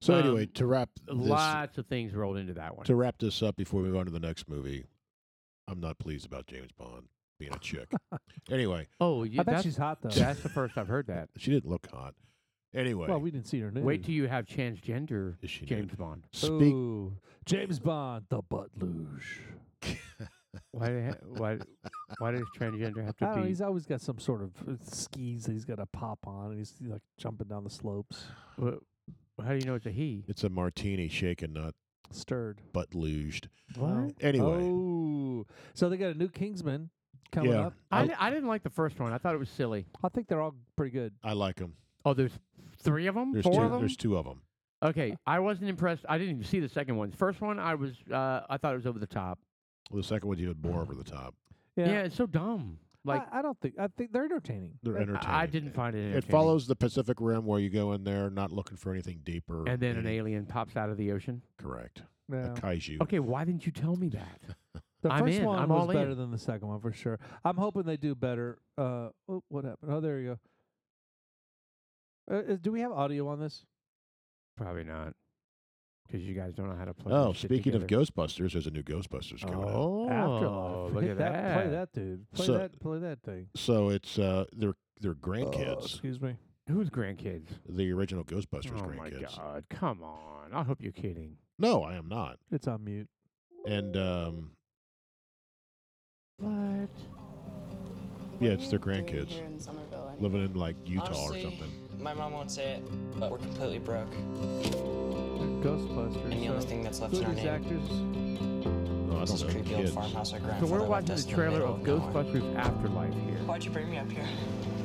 Speaker 2: So anyway,
Speaker 3: Um,
Speaker 2: to wrap this,
Speaker 3: Lots of things rolled into that one.
Speaker 2: to wrap this up before we move on to the next movie, I'm not pleased about James Bond being a chick. anyway,
Speaker 3: Oh, yeah,
Speaker 1: I bet
Speaker 3: that's,
Speaker 1: she's hot though.
Speaker 3: that's the first I've heard that.
Speaker 2: she didn't look hot. Anyway,
Speaker 1: well, we didn't see her nude.
Speaker 3: Wait till you have transgender
Speaker 2: is she
Speaker 3: James
Speaker 2: nude?
Speaker 3: Bond.
Speaker 2: Speak.
Speaker 1: Ooh, James Bond, the butt luge.
Speaker 3: Why do ha- why why does transgender have
Speaker 1: I
Speaker 3: to
Speaker 1: don't know,
Speaker 3: be?
Speaker 1: he's always got some sort of uh, skis that he's got to pop on, and he's like jumping down the slopes,
Speaker 3: wh- How do you know it's a he?
Speaker 2: It's a martini shaken, not
Speaker 1: stirred.
Speaker 2: butt luged.
Speaker 1: Wow.
Speaker 2: Anyway,
Speaker 1: Oh, so they got a new Kingsman coming
Speaker 2: yeah,
Speaker 1: up.
Speaker 3: I,
Speaker 2: I,
Speaker 3: di- I didn't like the first one. I thought it was silly.
Speaker 1: I think they're all pretty good.
Speaker 2: I like them.
Speaker 3: Oh, there's three of them,
Speaker 2: There's
Speaker 3: four
Speaker 2: two.
Speaker 3: of them.
Speaker 2: There's two of them.
Speaker 3: Okay, I wasn't impressed. I didn't even see the second one. First one, I was. Uh, I thought it was over the top.
Speaker 2: Well, the second one's even more over the top.
Speaker 3: Yeah, it's so dumb. Like
Speaker 1: I, I don't think I think they're entertaining.
Speaker 2: They're
Speaker 3: I-
Speaker 2: entertaining.
Speaker 3: I didn't find it.
Speaker 2: It
Speaker 3: entertaining.
Speaker 2: follows the Pacific Rim, where you go in there not looking for anything deeper.
Speaker 3: And then an
Speaker 2: than-
Speaker 3: alien pops out of the ocean.
Speaker 2: Correct. A
Speaker 1: Yeah.
Speaker 2: kaiju.
Speaker 3: Okay, why didn't you tell me that?
Speaker 1: The
Speaker 3: I'm
Speaker 1: first
Speaker 3: in.
Speaker 1: one
Speaker 3: I'm
Speaker 1: was
Speaker 3: all in.
Speaker 1: better than the second one for sure. I'm hoping they do better. Uh, oh, what happened? Oh, there you go. Uh, uh, do we have audio on this?
Speaker 3: Probably not, because you guys don't know how to play.
Speaker 2: Oh,
Speaker 3: this shit
Speaker 2: speaking of
Speaker 3: together.
Speaker 2: Ghostbusters, there's a new Ghostbusters coming out.
Speaker 3: oh,
Speaker 1: Afterlife.
Speaker 3: look
Speaker 1: Hit
Speaker 3: at
Speaker 1: that,
Speaker 3: that.
Speaker 1: Play that, dude. Play
Speaker 2: So-
Speaker 1: that. Play that thing.
Speaker 2: So it's uh, their their
Speaker 1: Oh,
Speaker 2: grandkids,
Speaker 1: excuse me.
Speaker 3: Who's grandkids?
Speaker 2: the original Ghostbusters
Speaker 3: oh my
Speaker 2: grandkids.
Speaker 3: god! Come on! I hope you're kidding.
Speaker 2: No, I am not.
Speaker 1: It's on mute.
Speaker 2: And um,
Speaker 3: What?
Speaker 2: yeah, it's their
Speaker 5: What are you doing
Speaker 2: grandkids
Speaker 5: here in Somerville anyway?
Speaker 2: living in like Utah
Speaker 6: Honestly,
Speaker 2: or something.
Speaker 6: My mom won't say it, but we're completely broke.
Speaker 1: They're Ghostbusters. Uh,
Speaker 6: And the only
Speaker 1: so
Speaker 6: thing that's left
Speaker 1: who
Speaker 6: in
Speaker 1: are
Speaker 6: our
Speaker 1: these
Speaker 6: name
Speaker 1: actors?
Speaker 2: No, I
Speaker 6: is this
Speaker 2: don't know.
Speaker 6: creepy old
Speaker 2: Kids.
Speaker 6: farmhouse our
Speaker 3: So
Speaker 6: grandfather
Speaker 3: we're
Speaker 6: left
Speaker 3: watching
Speaker 6: us
Speaker 3: the
Speaker 6: in the
Speaker 3: trailer
Speaker 6: middle
Speaker 3: of
Speaker 6: nowhere.
Speaker 3: Ghostbusters Afterlife here.
Speaker 6: Why'd you bring me up here?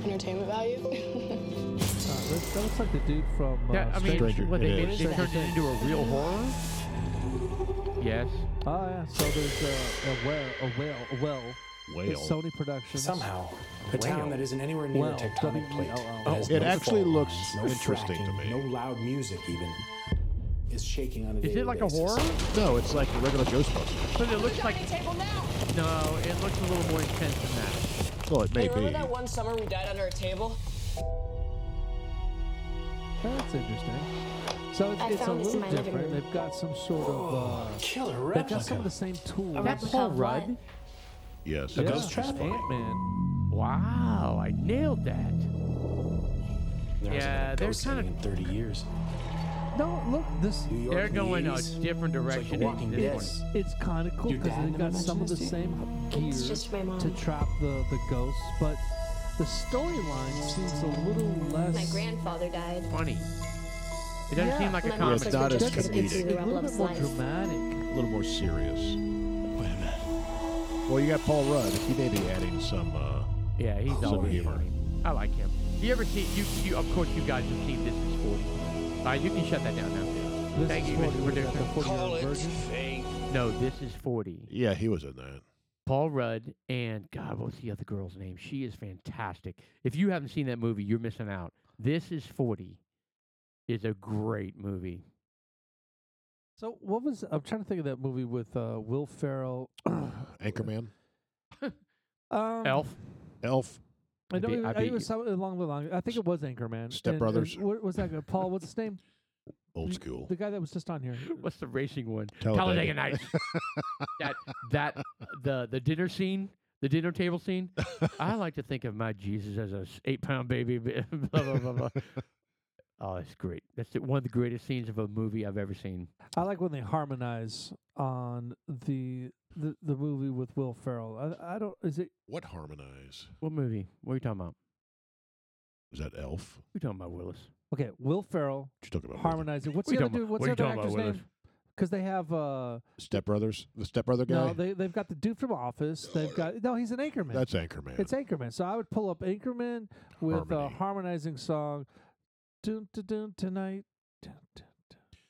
Speaker 5: Entertainment value?
Speaker 1: Uh, that, that looks like the dude from. Uh,
Speaker 3: That, I mean,
Speaker 1: Stranger-
Speaker 2: Stranger-
Speaker 3: what they
Speaker 2: it
Speaker 3: did,
Speaker 2: is.
Speaker 3: they turned it into a real horror. Yes.
Speaker 1: oh yeah. So there's uh, a well, a well, a well.
Speaker 2: Whale.
Speaker 1: It's Sony Productions.
Speaker 7: Somehow, a town that isn't anywhere near
Speaker 1: Well,
Speaker 7: a tectonic plate.
Speaker 1: W-E-L-L.
Speaker 7: that has
Speaker 2: It
Speaker 7: no
Speaker 2: actually
Speaker 7: fault
Speaker 2: looks
Speaker 7: lines, no
Speaker 2: interesting to
Speaker 7: fracking,
Speaker 2: me.
Speaker 7: No loud music, even, is shaking on a
Speaker 3: Is
Speaker 7: daily
Speaker 3: it like a
Speaker 7: basis.
Speaker 3: horror?
Speaker 2: No, it's like the regular Ghostbusters.
Speaker 3: But it looks like. No, it looks a little more intense than that.
Speaker 2: Well, it may
Speaker 6: Hey,
Speaker 2: be.
Speaker 6: remember that one summer we died under a table?
Speaker 1: That's interesting. So it's,
Speaker 5: I
Speaker 1: it's a
Speaker 5: found this
Speaker 1: little
Speaker 5: in my living
Speaker 1: different.
Speaker 5: room.
Speaker 1: They've got some sort of. Uh,
Speaker 7: Killer
Speaker 1: they've got some of
Speaker 7: replica.
Speaker 1: the same tools.
Speaker 3: That's Paul Rudd.
Speaker 2: Yes,
Speaker 1: yeah.
Speaker 2: that's just funny.
Speaker 1: Ant Man.
Speaker 3: Wow, I nailed that.
Speaker 7: There hasn't
Speaker 3: Yeah,
Speaker 7: been a
Speaker 3: they're
Speaker 7: ghost sighting
Speaker 3: kinda-
Speaker 7: in 30 years.
Speaker 1: No, look, this.
Speaker 7: New York
Speaker 3: They're
Speaker 7: in
Speaker 3: going
Speaker 7: the
Speaker 3: a
Speaker 7: 80s.
Speaker 3: different
Speaker 7: It's like
Speaker 3: direction
Speaker 7: the
Speaker 3: in
Speaker 7: Walking
Speaker 3: this
Speaker 7: Dead.
Speaker 3: one.
Speaker 1: It's kind of cool
Speaker 7: Your
Speaker 1: because
Speaker 7: dad
Speaker 1: they've
Speaker 7: never
Speaker 1: got some of the
Speaker 7: mentioned this to
Speaker 1: same
Speaker 7: you?
Speaker 1: gear
Speaker 5: It's just my mom.
Speaker 1: to trap the, the ghosts, but the storyline seems a little less.
Speaker 8: My grandfather died.
Speaker 3: Funny. It doesn't
Speaker 1: Yeah,
Speaker 3: seem like a
Speaker 8: my mom's
Speaker 2: It's
Speaker 3: comedy.
Speaker 8: like
Speaker 2: not
Speaker 8: the
Speaker 2: as
Speaker 8: chicken
Speaker 2: comedic.
Speaker 8: into
Speaker 1: a
Speaker 8: the
Speaker 1: little bit
Speaker 8: Roblox
Speaker 1: more
Speaker 8: life.
Speaker 1: dramatic.
Speaker 2: A little more serious.
Speaker 7: Wait a minute.
Speaker 2: Well, you got Paul Rudd. He may be adding some. Uh,
Speaker 3: Yeah, he's
Speaker 2: Some
Speaker 3: always
Speaker 2: humor.
Speaker 3: funny. I like him. You ever see you, you? Of course, you guys have seen this is forty. All right, you can shut that down now.
Speaker 1: This
Speaker 3: Thank
Speaker 1: is
Speaker 3: you,
Speaker 1: 40,
Speaker 3: Mr.
Speaker 1: what is that,
Speaker 3: Producer.
Speaker 1: the 40
Speaker 6: Call
Speaker 1: year
Speaker 6: it
Speaker 1: version?
Speaker 6: fate.
Speaker 3: No, this is forty.
Speaker 2: yeah, he was in that.
Speaker 3: Paul Rudd and God, what's the other girl's name? She is fantastic. If you haven't seen that movie, you're missing out. This is 40 is a great movie.
Speaker 1: So what was I'm trying to think of that movie with uh, Will Ferrell?
Speaker 2: Anchorman,
Speaker 1: Um,
Speaker 3: Elf.
Speaker 2: Elf.
Speaker 1: I know
Speaker 3: Be-
Speaker 1: it,
Speaker 3: I
Speaker 1: it
Speaker 3: beat
Speaker 1: was
Speaker 3: you.
Speaker 1: some, along the line. I think it was Anchorman.
Speaker 2: Step
Speaker 1: And-
Speaker 2: Brothers.
Speaker 1: And, what was that guy? Paul? What's his name?
Speaker 2: Old
Speaker 1: You-
Speaker 2: school.
Speaker 1: The guy that was just on here.
Speaker 3: What's the racing one?
Speaker 2: Talladega.
Speaker 3: Nights. that that the the dinner scene, the The dinner table scene. I like to think of my Jesus as a s- eight pound baby. b- Blah blah blah. blah. oh, it's great. That's the, one of the greatest scenes of a movie I've ever seen.
Speaker 1: I like when they harmonize on the the, the movie with Will Ferrell. I, I don't. Is it?
Speaker 2: What harmonize?
Speaker 3: What movie? What are you talking about?
Speaker 2: Is that Elf?
Speaker 3: We're talking about Willis.
Speaker 1: Okay, Will Ferrell
Speaker 2: What you talking about? Willis?
Speaker 1: harmonizing. What's
Speaker 3: What you
Speaker 1: the
Speaker 3: talking
Speaker 1: other dude?
Speaker 3: about?
Speaker 1: What's
Speaker 3: What
Speaker 1: the
Speaker 3: you
Speaker 1: other
Speaker 3: talking
Speaker 1: actor's
Speaker 3: about,
Speaker 1: name?
Speaker 3: Willis?
Speaker 1: Because they have uh
Speaker 2: Step Brothers, the Step Brother guy.
Speaker 1: no, they they've got the dude from Office. They've got no, he's an anchorman.
Speaker 2: That's Anchorman.
Speaker 1: It's Anchorman. So I would pull up Anchorman with a
Speaker 2: Harmony.
Speaker 1: harmonizing song. Dun, dun, dun, tonight. Dun, dun, dun.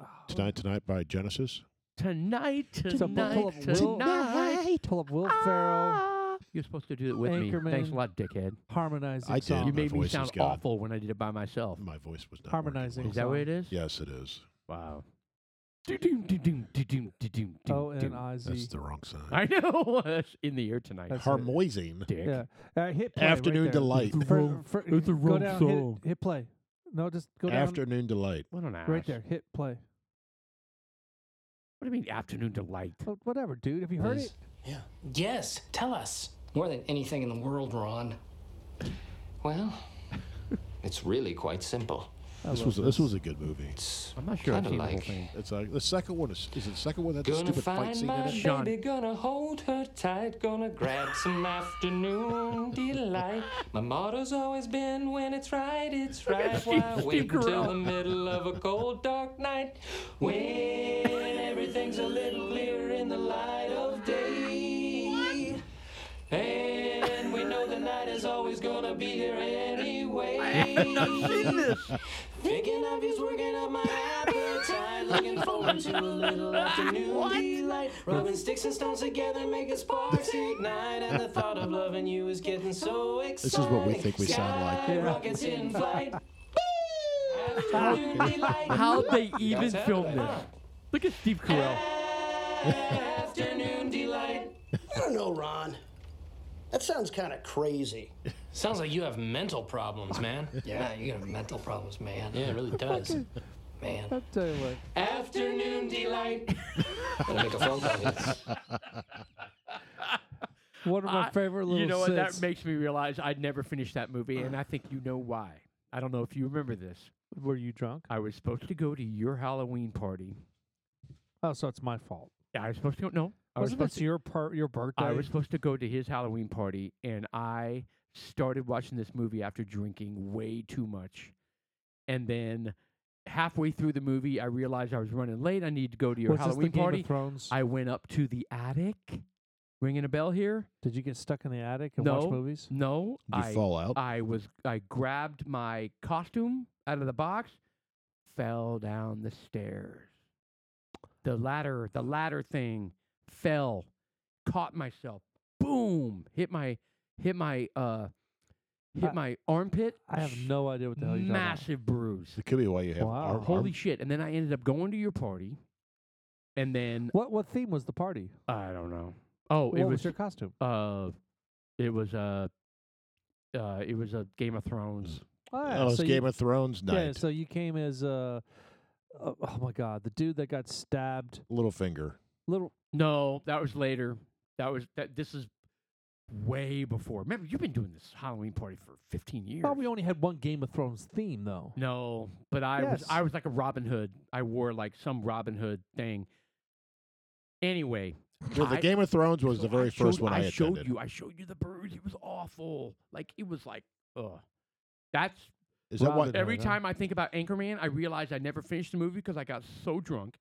Speaker 1: Oh,
Speaker 2: Tonight, tonight by Genesis.
Speaker 3: Tonight,
Speaker 1: So pull- pull
Speaker 3: tonight,
Speaker 1: up Will-
Speaker 3: tonight.
Speaker 1: Pull up Will Ferrell
Speaker 3: You're supposed to do it with me. Thanks
Speaker 1: Anchorman.
Speaker 3: a lot, dickhead.
Speaker 1: harmonizing
Speaker 2: I did.
Speaker 1: song.
Speaker 2: Oh,
Speaker 3: you
Speaker 2: my
Speaker 3: made me
Speaker 2: voice is
Speaker 3: sound
Speaker 2: gone.
Speaker 3: awful when I did it by myself.
Speaker 2: My voce was not working
Speaker 1: Harmonizing.
Speaker 2: well.
Speaker 3: Is that what it is?
Speaker 2: Yes, it is.
Speaker 3: Wow. Do-doom, do-doom, do-doom, do-doom,
Speaker 1: O
Speaker 3: do-doom.
Speaker 1: N I Z.
Speaker 2: That's the wrong sign.
Speaker 3: I know. It's in the air tonight.
Speaker 1: That's it.
Speaker 2: Harmoizing.
Speaker 3: Dick.
Speaker 1: Yeah. Uh, hit play
Speaker 2: Afternoon
Speaker 1: right there.
Speaker 2: delight.
Speaker 3: It's a
Speaker 1: For-
Speaker 3: wrong-
Speaker 1: for-
Speaker 3: it's a
Speaker 1: go
Speaker 3: wrong
Speaker 1: down, hit it-
Speaker 3: song.
Speaker 1: Hit, play. No, just go down.
Speaker 2: Afternoon delight.
Speaker 3: What an ass.
Speaker 1: right there. Hit play.
Speaker 3: What do you mean afternoon delight?
Speaker 1: Oh, whatever, dude. Have you heard
Speaker 7: Liz.
Speaker 1: it?
Speaker 7: Yeah.
Speaker 6: Yes, tell us. More than anything in the world, Ron.
Speaker 8: Well, it's really quite simple.
Speaker 2: This was this was a good movie.
Speaker 8: It's
Speaker 3: I'm not sure I've
Speaker 8: kinda
Speaker 3: seen the
Speaker 8: like
Speaker 3: whole thing.
Speaker 2: It's like the second one is is it the second one that the
Speaker 8: Gonna
Speaker 2: stupid
Speaker 8: find
Speaker 2: fight scene
Speaker 8: my
Speaker 2: in
Speaker 8: baby,
Speaker 2: it?
Speaker 3: Sean.
Speaker 8: gonna hold her tight, gonna grab some afternoon delight. My motto's always been when it's right, it's right.
Speaker 3: Steve-
Speaker 8: Why
Speaker 3: Steve
Speaker 8: wait until
Speaker 3: Carell.
Speaker 8: the middle of a cold, dark night when everything's a little clearer in the light of day? And we know the night is always gonna be here anyway. Thinking of you's working up my appetite. Looking forward to a little afternoon delight. Rubbing sticks and stones together, making sparks ignite. And the thought of loving you is getting so exciting.
Speaker 2: This is what we think we sound like.
Speaker 8: Sky Rockets in flight. Afternoon delight.
Speaker 3: How'd they even
Speaker 8: have
Speaker 3: film
Speaker 8: it,
Speaker 3: this?
Speaker 8: huh?
Speaker 3: Look at Steve Carell.
Speaker 8: Afternoon delight.
Speaker 9: I don't know, Ron. That sounds kind of crazy.
Speaker 8: Sounds like you have mental problems, man.
Speaker 9: Yeah, you got mental problems, man.
Speaker 8: Yeah, it really does.
Speaker 9: Man.
Speaker 1: I'll tell you what.
Speaker 8: Afternoon delight. Gotta make a phone call.
Speaker 1: One of my
Speaker 3: I-
Speaker 1: favorite little
Speaker 3: You know what? That
Speaker 1: sits.
Speaker 3: makes me realize I'd never finished that movie, and I think you know why. I don't know if you remember this.
Speaker 1: Were you drunk?
Speaker 3: I was supposed to go to your Halloween party.
Speaker 1: Oh, so it's my fault.
Speaker 3: Yeah, I was supposed to go. No, I was
Speaker 1: Wasn't
Speaker 3: supposed
Speaker 1: this
Speaker 3: to.
Speaker 1: your part? Your birthday?
Speaker 3: I was supposed to go to his Halloween party, and I started watching this movie after drinking way too much, and then halfway through the movie, I realized I was running late. I need to go to your
Speaker 1: Was this the
Speaker 3: Halloween
Speaker 1: Game of
Speaker 3: party.
Speaker 1: Thrones?
Speaker 3: I went up to the attic. Ringing a bell here?
Speaker 1: Did you get stuck in the attic and
Speaker 3: no
Speaker 1: watch movies?
Speaker 3: No,
Speaker 2: You
Speaker 3: I
Speaker 2: fall out.
Speaker 3: I was I grabbed my costume out of the box, fell down the stairs. The ladder, the ladder thing fell, caught myself. Boom! Hit my hit my uh hit
Speaker 1: I-
Speaker 3: my armpit.
Speaker 1: I have no idea what the hell you're talking
Speaker 3: massive bruise.
Speaker 2: It could be why you have
Speaker 1: Wow.
Speaker 2: arm,
Speaker 3: Holy
Speaker 2: arm-
Speaker 3: shit. And then I ended up going to your party. And then
Speaker 1: about. What what theme was the party?
Speaker 3: I don't know. Oh,
Speaker 1: what
Speaker 3: it
Speaker 1: was,
Speaker 3: was
Speaker 1: your costume?
Speaker 3: uh it was uh uh it was a Game of Thrones.
Speaker 1: Oh, yeah,
Speaker 2: Oh, it's
Speaker 1: so you-
Speaker 2: Game of Thrones night.
Speaker 1: Yeah, so you came as uh, uh, oh my god, the dude that got stabbed.
Speaker 2: Littlefinger.
Speaker 1: Little
Speaker 3: No, that was later. That was that. This is way before. Remember, you've been doing this Halloween party for 15 years.
Speaker 1: Oh, we only had one Game of Thrones theme though.
Speaker 3: no, but I was I
Speaker 1: Yes.
Speaker 3: was like a Robin Hood. I wore like some Robin Hood thing. Anyway,
Speaker 2: Well, the
Speaker 3: I-
Speaker 2: Game of Thrones was the
Speaker 3: so I
Speaker 2: very first
Speaker 3: showed-
Speaker 2: one I,
Speaker 3: I showed
Speaker 2: attended.
Speaker 3: you. I showed you the bruise. It was awful. Like it was like, ugh. That's
Speaker 2: Is that why?
Speaker 1: Robin
Speaker 3: every
Speaker 1: Hood, huh?
Speaker 3: time I think about Anchorman, I realize I never finished the movie because I got so drunk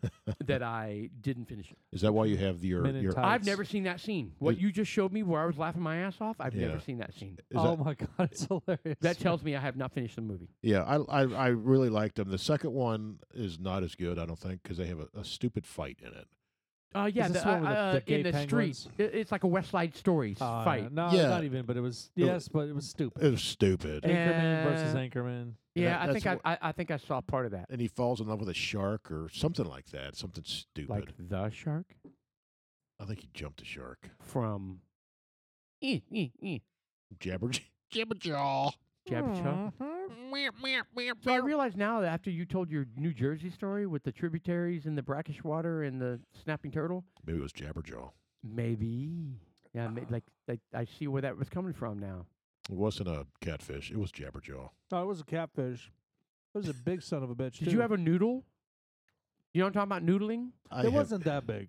Speaker 3: that I didn't finish it.
Speaker 2: Is that why you have your
Speaker 1: Men in
Speaker 2: your?
Speaker 1: Tights.
Speaker 3: I've
Speaker 1: Nice.
Speaker 3: never seen that scene. What
Speaker 2: Is-
Speaker 3: you just showed me, where I was laughing my ass off, I've
Speaker 2: Yeah.
Speaker 3: never seen that scene.
Speaker 2: Is
Speaker 1: oh
Speaker 2: that,
Speaker 1: my god, it's hilarious.
Speaker 3: That tells me I have not finished the movie.
Speaker 2: yeah, I, I I really liked them. The second one is not as good, I don't think, because they have a, a stupid fight in it.
Speaker 3: Uh, yeah,
Speaker 1: this
Speaker 3: the,
Speaker 1: the one
Speaker 3: uh,
Speaker 1: with the- the
Speaker 3: uh,
Speaker 1: gay
Speaker 3: in the streets.
Speaker 1: penguins?
Speaker 3: It, it's like a West Side Story s-
Speaker 1: Uh,
Speaker 3: fight.
Speaker 1: No,
Speaker 2: Yeah.
Speaker 1: not even. But it was yes, but it was stupid.
Speaker 2: It was stupid.
Speaker 3: And-
Speaker 1: Anchorman versus
Speaker 3: Uh,
Speaker 1: Anchorman.
Speaker 3: Yeah,
Speaker 2: that-
Speaker 3: I think I,
Speaker 2: that's
Speaker 3: I, I think I saw part of that.
Speaker 2: And he falls in love with a shark or something like that. Something stupid.
Speaker 3: Like the shark
Speaker 2: I think he jumped a shark.
Speaker 3: from eh, eh, eh,
Speaker 2: Jabber Jabberjaw.
Speaker 3: Jabberjaw. So I realize now that after you told your New Jersey story with the tributaries and the brackish water and the snapping turtle,
Speaker 2: Maybe it was Jabberjaw.
Speaker 3: maybe Yeah, I ma- like, like I see where that was coming from now.
Speaker 2: It wasn't a catfish. It was Jabberjaw.
Speaker 1: Oh, it was a catfish. It was a big son of a bitch.
Speaker 3: Did you have a noodle? You know what I'm talking about noodling?
Speaker 2: I
Speaker 1: It
Speaker 2: have-
Speaker 1: wasn't that big.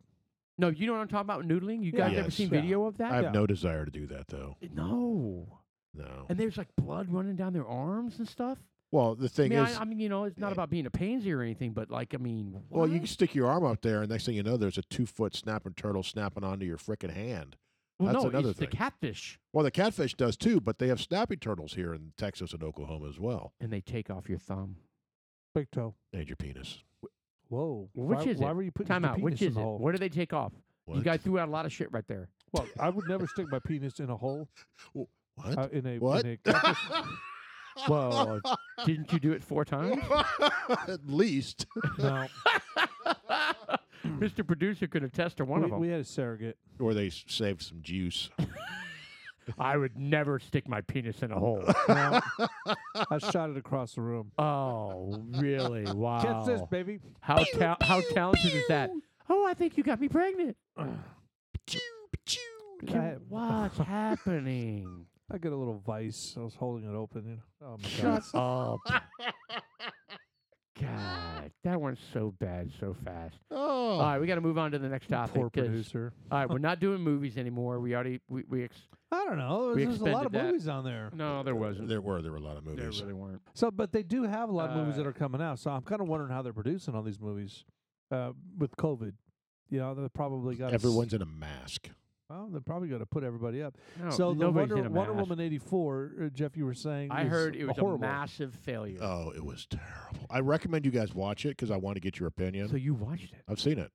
Speaker 3: No, you know what I'm talking about noodling. You
Speaker 1: Yeah.
Speaker 3: guys ever
Speaker 2: Yes.
Speaker 3: seen
Speaker 1: Yeah.
Speaker 3: video of
Speaker 2: I
Speaker 3: that?
Speaker 2: have
Speaker 1: yeah.
Speaker 2: no desire to do that though.
Speaker 3: No.
Speaker 2: No.
Speaker 3: And there's like blood running down their arms and stuff.
Speaker 2: Well, the thing
Speaker 3: I mean,
Speaker 2: is,
Speaker 3: I, I mean, you know, it's not
Speaker 2: Yeah.
Speaker 3: about being a pansy or anything, but like, I mean,
Speaker 2: well, you
Speaker 3: what?
Speaker 2: can stick your arm up there, and next thing you know, there's a two foot snapping turtle snapping onto your frickin' hand.
Speaker 3: well,
Speaker 2: that's
Speaker 3: no,
Speaker 2: another
Speaker 3: it's the
Speaker 2: thing.
Speaker 3: catfish,
Speaker 2: Well, the catfish does too, but they have snapping turtles here in Texas and Oklahoma as well.
Speaker 3: and they take off your thumb.
Speaker 1: Big toe.
Speaker 2: And your penis.
Speaker 1: Whoa.
Speaker 3: Which
Speaker 1: why,
Speaker 3: is
Speaker 1: why
Speaker 3: it?
Speaker 1: Were you putting
Speaker 3: Time
Speaker 1: your
Speaker 3: out. Which
Speaker 1: penis in
Speaker 3: is
Speaker 1: the
Speaker 3: it?
Speaker 1: hole?
Speaker 3: What do they take off? You
Speaker 2: What?
Speaker 3: guys threw out a lot of shit right there.
Speaker 1: Well, I would never stick my penis in a hole.
Speaker 2: What?
Speaker 1: Uh, in a
Speaker 2: what?
Speaker 1: In a catfish. well,
Speaker 3: Didn't you do it four times? Uh,
Speaker 2: At least.
Speaker 1: uh, no.
Speaker 3: Mr. Producer could attest to one
Speaker 1: we,
Speaker 3: of them.
Speaker 1: we had a surrogate.
Speaker 2: Or they s- saved some juice.
Speaker 3: I would never stick my penis in a hole.
Speaker 1: No. I shot it across the room.
Speaker 3: oh, really? Wow.
Speaker 1: Catch this, baby.
Speaker 3: How ta- how talented is that? Oh, I think you got me pregnant.
Speaker 1: I, had-
Speaker 3: What's happening?
Speaker 1: I got a little vice. I was holding it open. You know. Oh my
Speaker 3: Shut up. God, that went so bad so fast.
Speaker 2: Oh.
Speaker 3: All right, we got to move on to the next
Speaker 1: god.
Speaker 3: topic.
Speaker 1: Poor
Speaker 3: 'cause-
Speaker 1: producer.
Speaker 3: All right, we're not doing movies anymore. We already we, we ex-
Speaker 1: I don't know.
Speaker 3: We
Speaker 1: There's a lot
Speaker 3: expended
Speaker 1: of
Speaker 3: that.
Speaker 1: movies on there.
Speaker 3: no, there wasn't.
Speaker 2: There were there were a lot of
Speaker 3: There
Speaker 2: movies.
Speaker 3: really weren't.
Speaker 1: So, but they do have a lot of movies that
Speaker 3: Uh,
Speaker 1: are coming out. So I'm kind of wondering how they're producing all these movies uh, with COVID. You know, they're probably got
Speaker 2: Everyone's in a mask.
Speaker 1: Well, they're probably going to put everybody up.
Speaker 3: No,
Speaker 1: so the
Speaker 3: Oh, nobody's
Speaker 1: Wonder,
Speaker 3: in a
Speaker 1: Wonder
Speaker 3: mask.
Speaker 1: Woman '84, uh, Jeff, you were saying.
Speaker 3: I
Speaker 1: is
Speaker 3: heard it was a
Speaker 1: horrible.
Speaker 3: massive failure.
Speaker 2: Oh, it was terrible. I recommend you guys watch it because I want to get your opinion.
Speaker 3: so you watched it.
Speaker 2: I've seen it,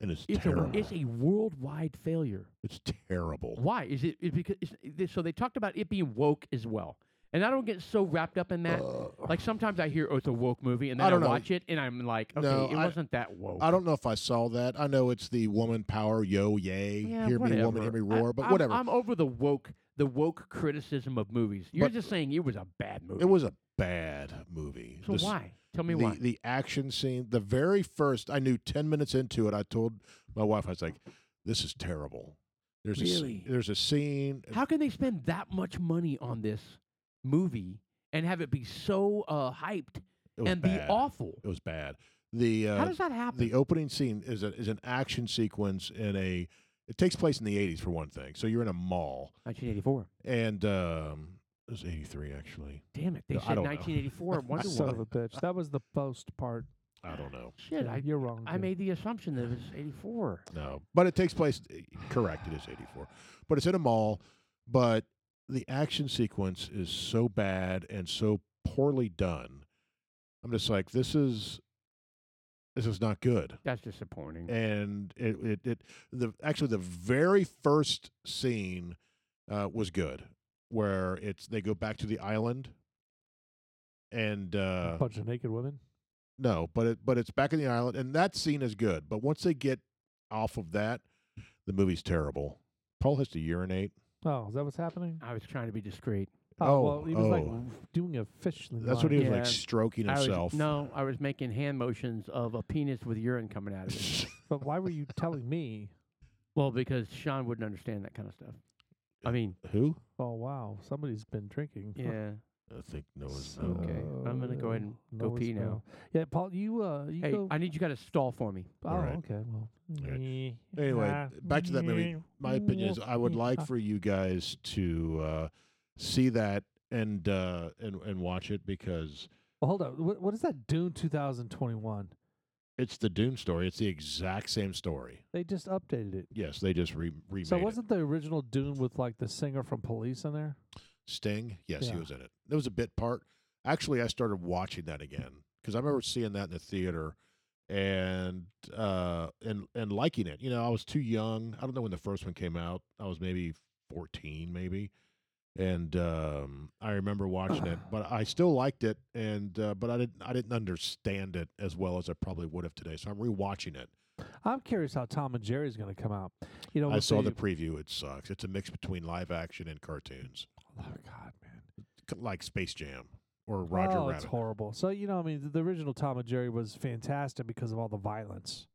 Speaker 2: and it's,
Speaker 3: It's a,
Speaker 2: terrible.
Speaker 3: it's a worldwide failure.
Speaker 2: It's terrible.
Speaker 3: Why is it? Is because is, they- so they talked about it being woke as well, and I don't get so wrapped up in that. like sometimes I hear oh, it's a woke movie, and then
Speaker 2: I
Speaker 3: I,
Speaker 2: don't know.
Speaker 3: watch it, and I'm like, okay,
Speaker 2: No,
Speaker 3: it
Speaker 2: I-
Speaker 3: wasn't that woke.
Speaker 2: I don't know if I saw that. I know it's the woman power, yo, yay,
Speaker 3: Yeah,
Speaker 2: hear me, woman,
Speaker 3: whatever.
Speaker 2: hear me
Speaker 3: I-
Speaker 2: roar, but
Speaker 3: I'm-
Speaker 2: whatever.
Speaker 3: I'm over the woke, the woke criticism of movies. You're
Speaker 2: But-
Speaker 3: just saying it was a bad movie.
Speaker 2: it was a bad movie.
Speaker 3: So
Speaker 2: This-
Speaker 3: why? Tell me
Speaker 2: the,
Speaker 3: why.
Speaker 2: The action scene, the very first, I knew 10 minutes into it, I told my wife, I was like, this is terrible. There's, a,
Speaker 3: Really?
Speaker 2: s- there's a scene.
Speaker 3: How can they spend that much money on this movie and have it be so uh, hyped
Speaker 2: It was
Speaker 3: and be
Speaker 2: bad.
Speaker 3: awful?
Speaker 2: It was bad. The uh,
Speaker 3: How does that happen?
Speaker 2: the opening scene is a, is an action sequence in a. It takes place in the 80s for one thing. So you're in a mall,
Speaker 3: 1984.
Speaker 2: and um, it was 83 actually.
Speaker 3: Damn it! They
Speaker 2: No, I
Speaker 3: said
Speaker 2: don't know.
Speaker 3: 1984. Wonder
Speaker 1: Son of
Speaker 3: Woman.
Speaker 1: a bitch. That was the post part.
Speaker 2: I don't know.
Speaker 3: Shit,
Speaker 1: Yeah,
Speaker 3: I,
Speaker 1: you're wrong.
Speaker 3: I
Speaker 1: dude.
Speaker 3: made the assumption that it was 84.
Speaker 2: No, but it takes place. eh, Correct, it is eighty four, but it's in a mall. But the action sequence is so bad and so poorly done. I'm just like, this is this is not good.
Speaker 3: That's disappointing.
Speaker 2: And it it, it the actually the very first scene uh, was good, where it's they go back to the island, and
Speaker 1: A
Speaker 2: uh,
Speaker 1: bunch of naked women.
Speaker 2: no, but it but it's back in the island, and that scene is good. But once they get off of that, the movie's terrible. Paul has to urinate.
Speaker 1: Oh, is that what's happening?
Speaker 3: I was trying to be discreet.
Speaker 2: Oh,
Speaker 1: well, he was like
Speaker 2: oh.
Speaker 1: doing a fish.
Speaker 2: That's what he was
Speaker 3: Yeah.
Speaker 2: like stroking
Speaker 3: I was,
Speaker 2: himself.
Speaker 3: No, I was making hand motions of a penis with urine coming out of it.
Speaker 1: But why were you telling me?
Speaker 3: well, because Sean wouldn't understand that kind of stuff. I mean,
Speaker 2: Who?
Speaker 1: Oh wow, somebody's been drinking.
Speaker 3: yeah.
Speaker 2: I think Noah's.
Speaker 1: So-
Speaker 3: Okay, I'm gonna go ahead and go
Speaker 1: Noah's
Speaker 3: pee now.
Speaker 1: now. Yeah, Paul, you uh, you
Speaker 3: Hey,
Speaker 1: go.
Speaker 3: I need you guys to stall for me.
Speaker 1: oh,
Speaker 2: Alright.
Speaker 1: okay. Well,
Speaker 2: Alright.
Speaker 1: meh,
Speaker 2: Anyway,
Speaker 1: ah,
Speaker 2: back to that movie.
Speaker 1: meh,
Speaker 2: My opinion is,
Speaker 1: meh,
Speaker 2: I would
Speaker 1: meh,
Speaker 2: like
Speaker 1: ah.
Speaker 2: for you guys to uh, see that and uh, and and watch it because
Speaker 1: Well, hold on. What, what is that? Dune 2021.
Speaker 2: it's the Dune story. It's the exact same story.
Speaker 1: They just updated it.
Speaker 2: Yes, they just re- remade
Speaker 1: So
Speaker 2: it.
Speaker 1: wasn't the original Dune with like the singer from Police in there?
Speaker 2: Sting. Yes,
Speaker 1: Yeah.
Speaker 2: he was in it. There was a bit part. Actually, I started watching that again because I remember seeing that in the theater and uh and and liking it. You know, I was too young. I don't know when the first one came out. I was maybe 14 maybe. And um I remember watching it, but I still liked it and uh, but I didn't I didn't understand it as well as I probably would have today. So I'm rewatching it.
Speaker 1: I'm curious how Tom and Jerry's going to come out. You know,
Speaker 2: I
Speaker 1: with
Speaker 2: saw the preview. It sucks. It's a mix between live action and cartoons.
Speaker 1: oh God, man.
Speaker 2: C- Like Space Jam or Roger
Speaker 1: oh,
Speaker 2: Rabbit.
Speaker 1: it's horrible. So you know, I mean, the, the original Tom and Jerry was fantastic because of all the violence.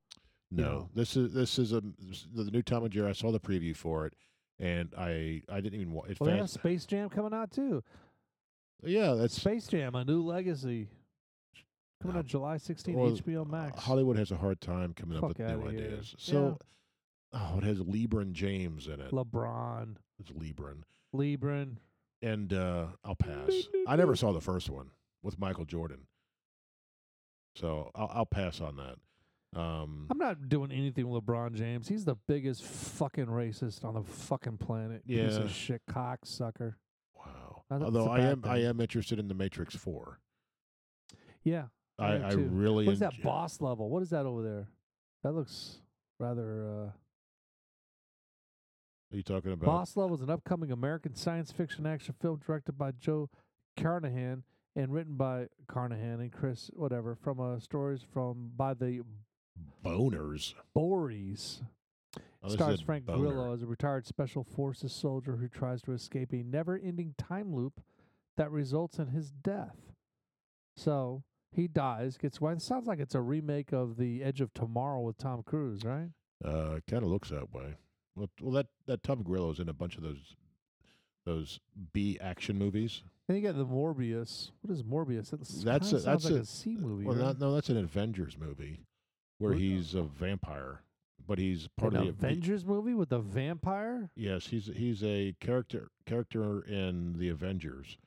Speaker 2: No,
Speaker 4: No.
Speaker 2: this is this is a this- the new Tom and Jerry. I saw the preview for it, and I I didn't even watch. It
Speaker 1: Well, they
Speaker 2: fan-
Speaker 1: have Space Jam coming out too.
Speaker 2: yeah, that's
Speaker 1: Space Jam: A New Legacy coming
Speaker 2: Uh,
Speaker 1: out July 16,
Speaker 2: well,
Speaker 1: HBO
Speaker 2: uh,
Speaker 1: Max.
Speaker 2: Hollywood has a hard time coming up
Speaker 1: Fuck
Speaker 2: with new
Speaker 1: outta here.
Speaker 2: ideas. So, oh, it has Lebron James in it.
Speaker 1: LeBron,
Speaker 2: It's Lebron,
Speaker 1: Lebron.
Speaker 2: and uh, I'll pass. I never saw the first one with Michael Jordan, so I'll, I'll pass on that. Um,
Speaker 1: I'm not doing anything with LeBron James. He's the biggest fucking racist on the fucking planet. Piece
Speaker 2: Yeah.
Speaker 1: of shit, cocksucker.
Speaker 2: wow.
Speaker 1: Uh, that's
Speaker 2: Although
Speaker 1: a
Speaker 2: I
Speaker 1: bad
Speaker 2: am I
Speaker 1: thing.
Speaker 2: am interested in the Matrix Four.
Speaker 1: Yeah. I
Speaker 2: I,
Speaker 1: am
Speaker 2: I
Speaker 1: too.
Speaker 2: really
Speaker 1: What's that
Speaker 2: enj-
Speaker 1: boss level? What is that over there? That looks rather. Uh,
Speaker 2: Are you talking about?
Speaker 1: Boss Level is an upcoming American science fiction action film directed by Joe Carnahan and written by Carnahan and Chris whatever from uh, stories from by the
Speaker 2: boners.
Speaker 1: Bories.
Speaker 2: Oh, this is
Speaker 1: Stars
Speaker 2: a
Speaker 1: Frank
Speaker 2: boner.
Speaker 1: Grillo as a retired special forces soldier who tries to escape a never-ending time loop that results in his death. So he dies, gets well, it sounds like it's a remake of The Edge of Tomorrow with Tom Cruise, right?
Speaker 2: Uh, kind of looks that way. Well, well, that that Tom Grillo's in a bunch of those those B action movies.
Speaker 1: Then you got the Morbius. What is Morbius? It
Speaker 2: That's
Speaker 1: kinda
Speaker 2: a-
Speaker 1: sounds
Speaker 2: that's
Speaker 1: like
Speaker 2: a-
Speaker 1: a C movie.
Speaker 2: well,
Speaker 1: right?
Speaker 2: not, no, that's an Avengers movie where
Speaker 1: Wh-
Speaker 2: he's a vampire, but he's part
Speaker 1: An
Speaker 2: of the Aven-
Speaker 1: Avengers movie with a vampire?
Speaker 2: Yes, he's he's a character character in the Avengers.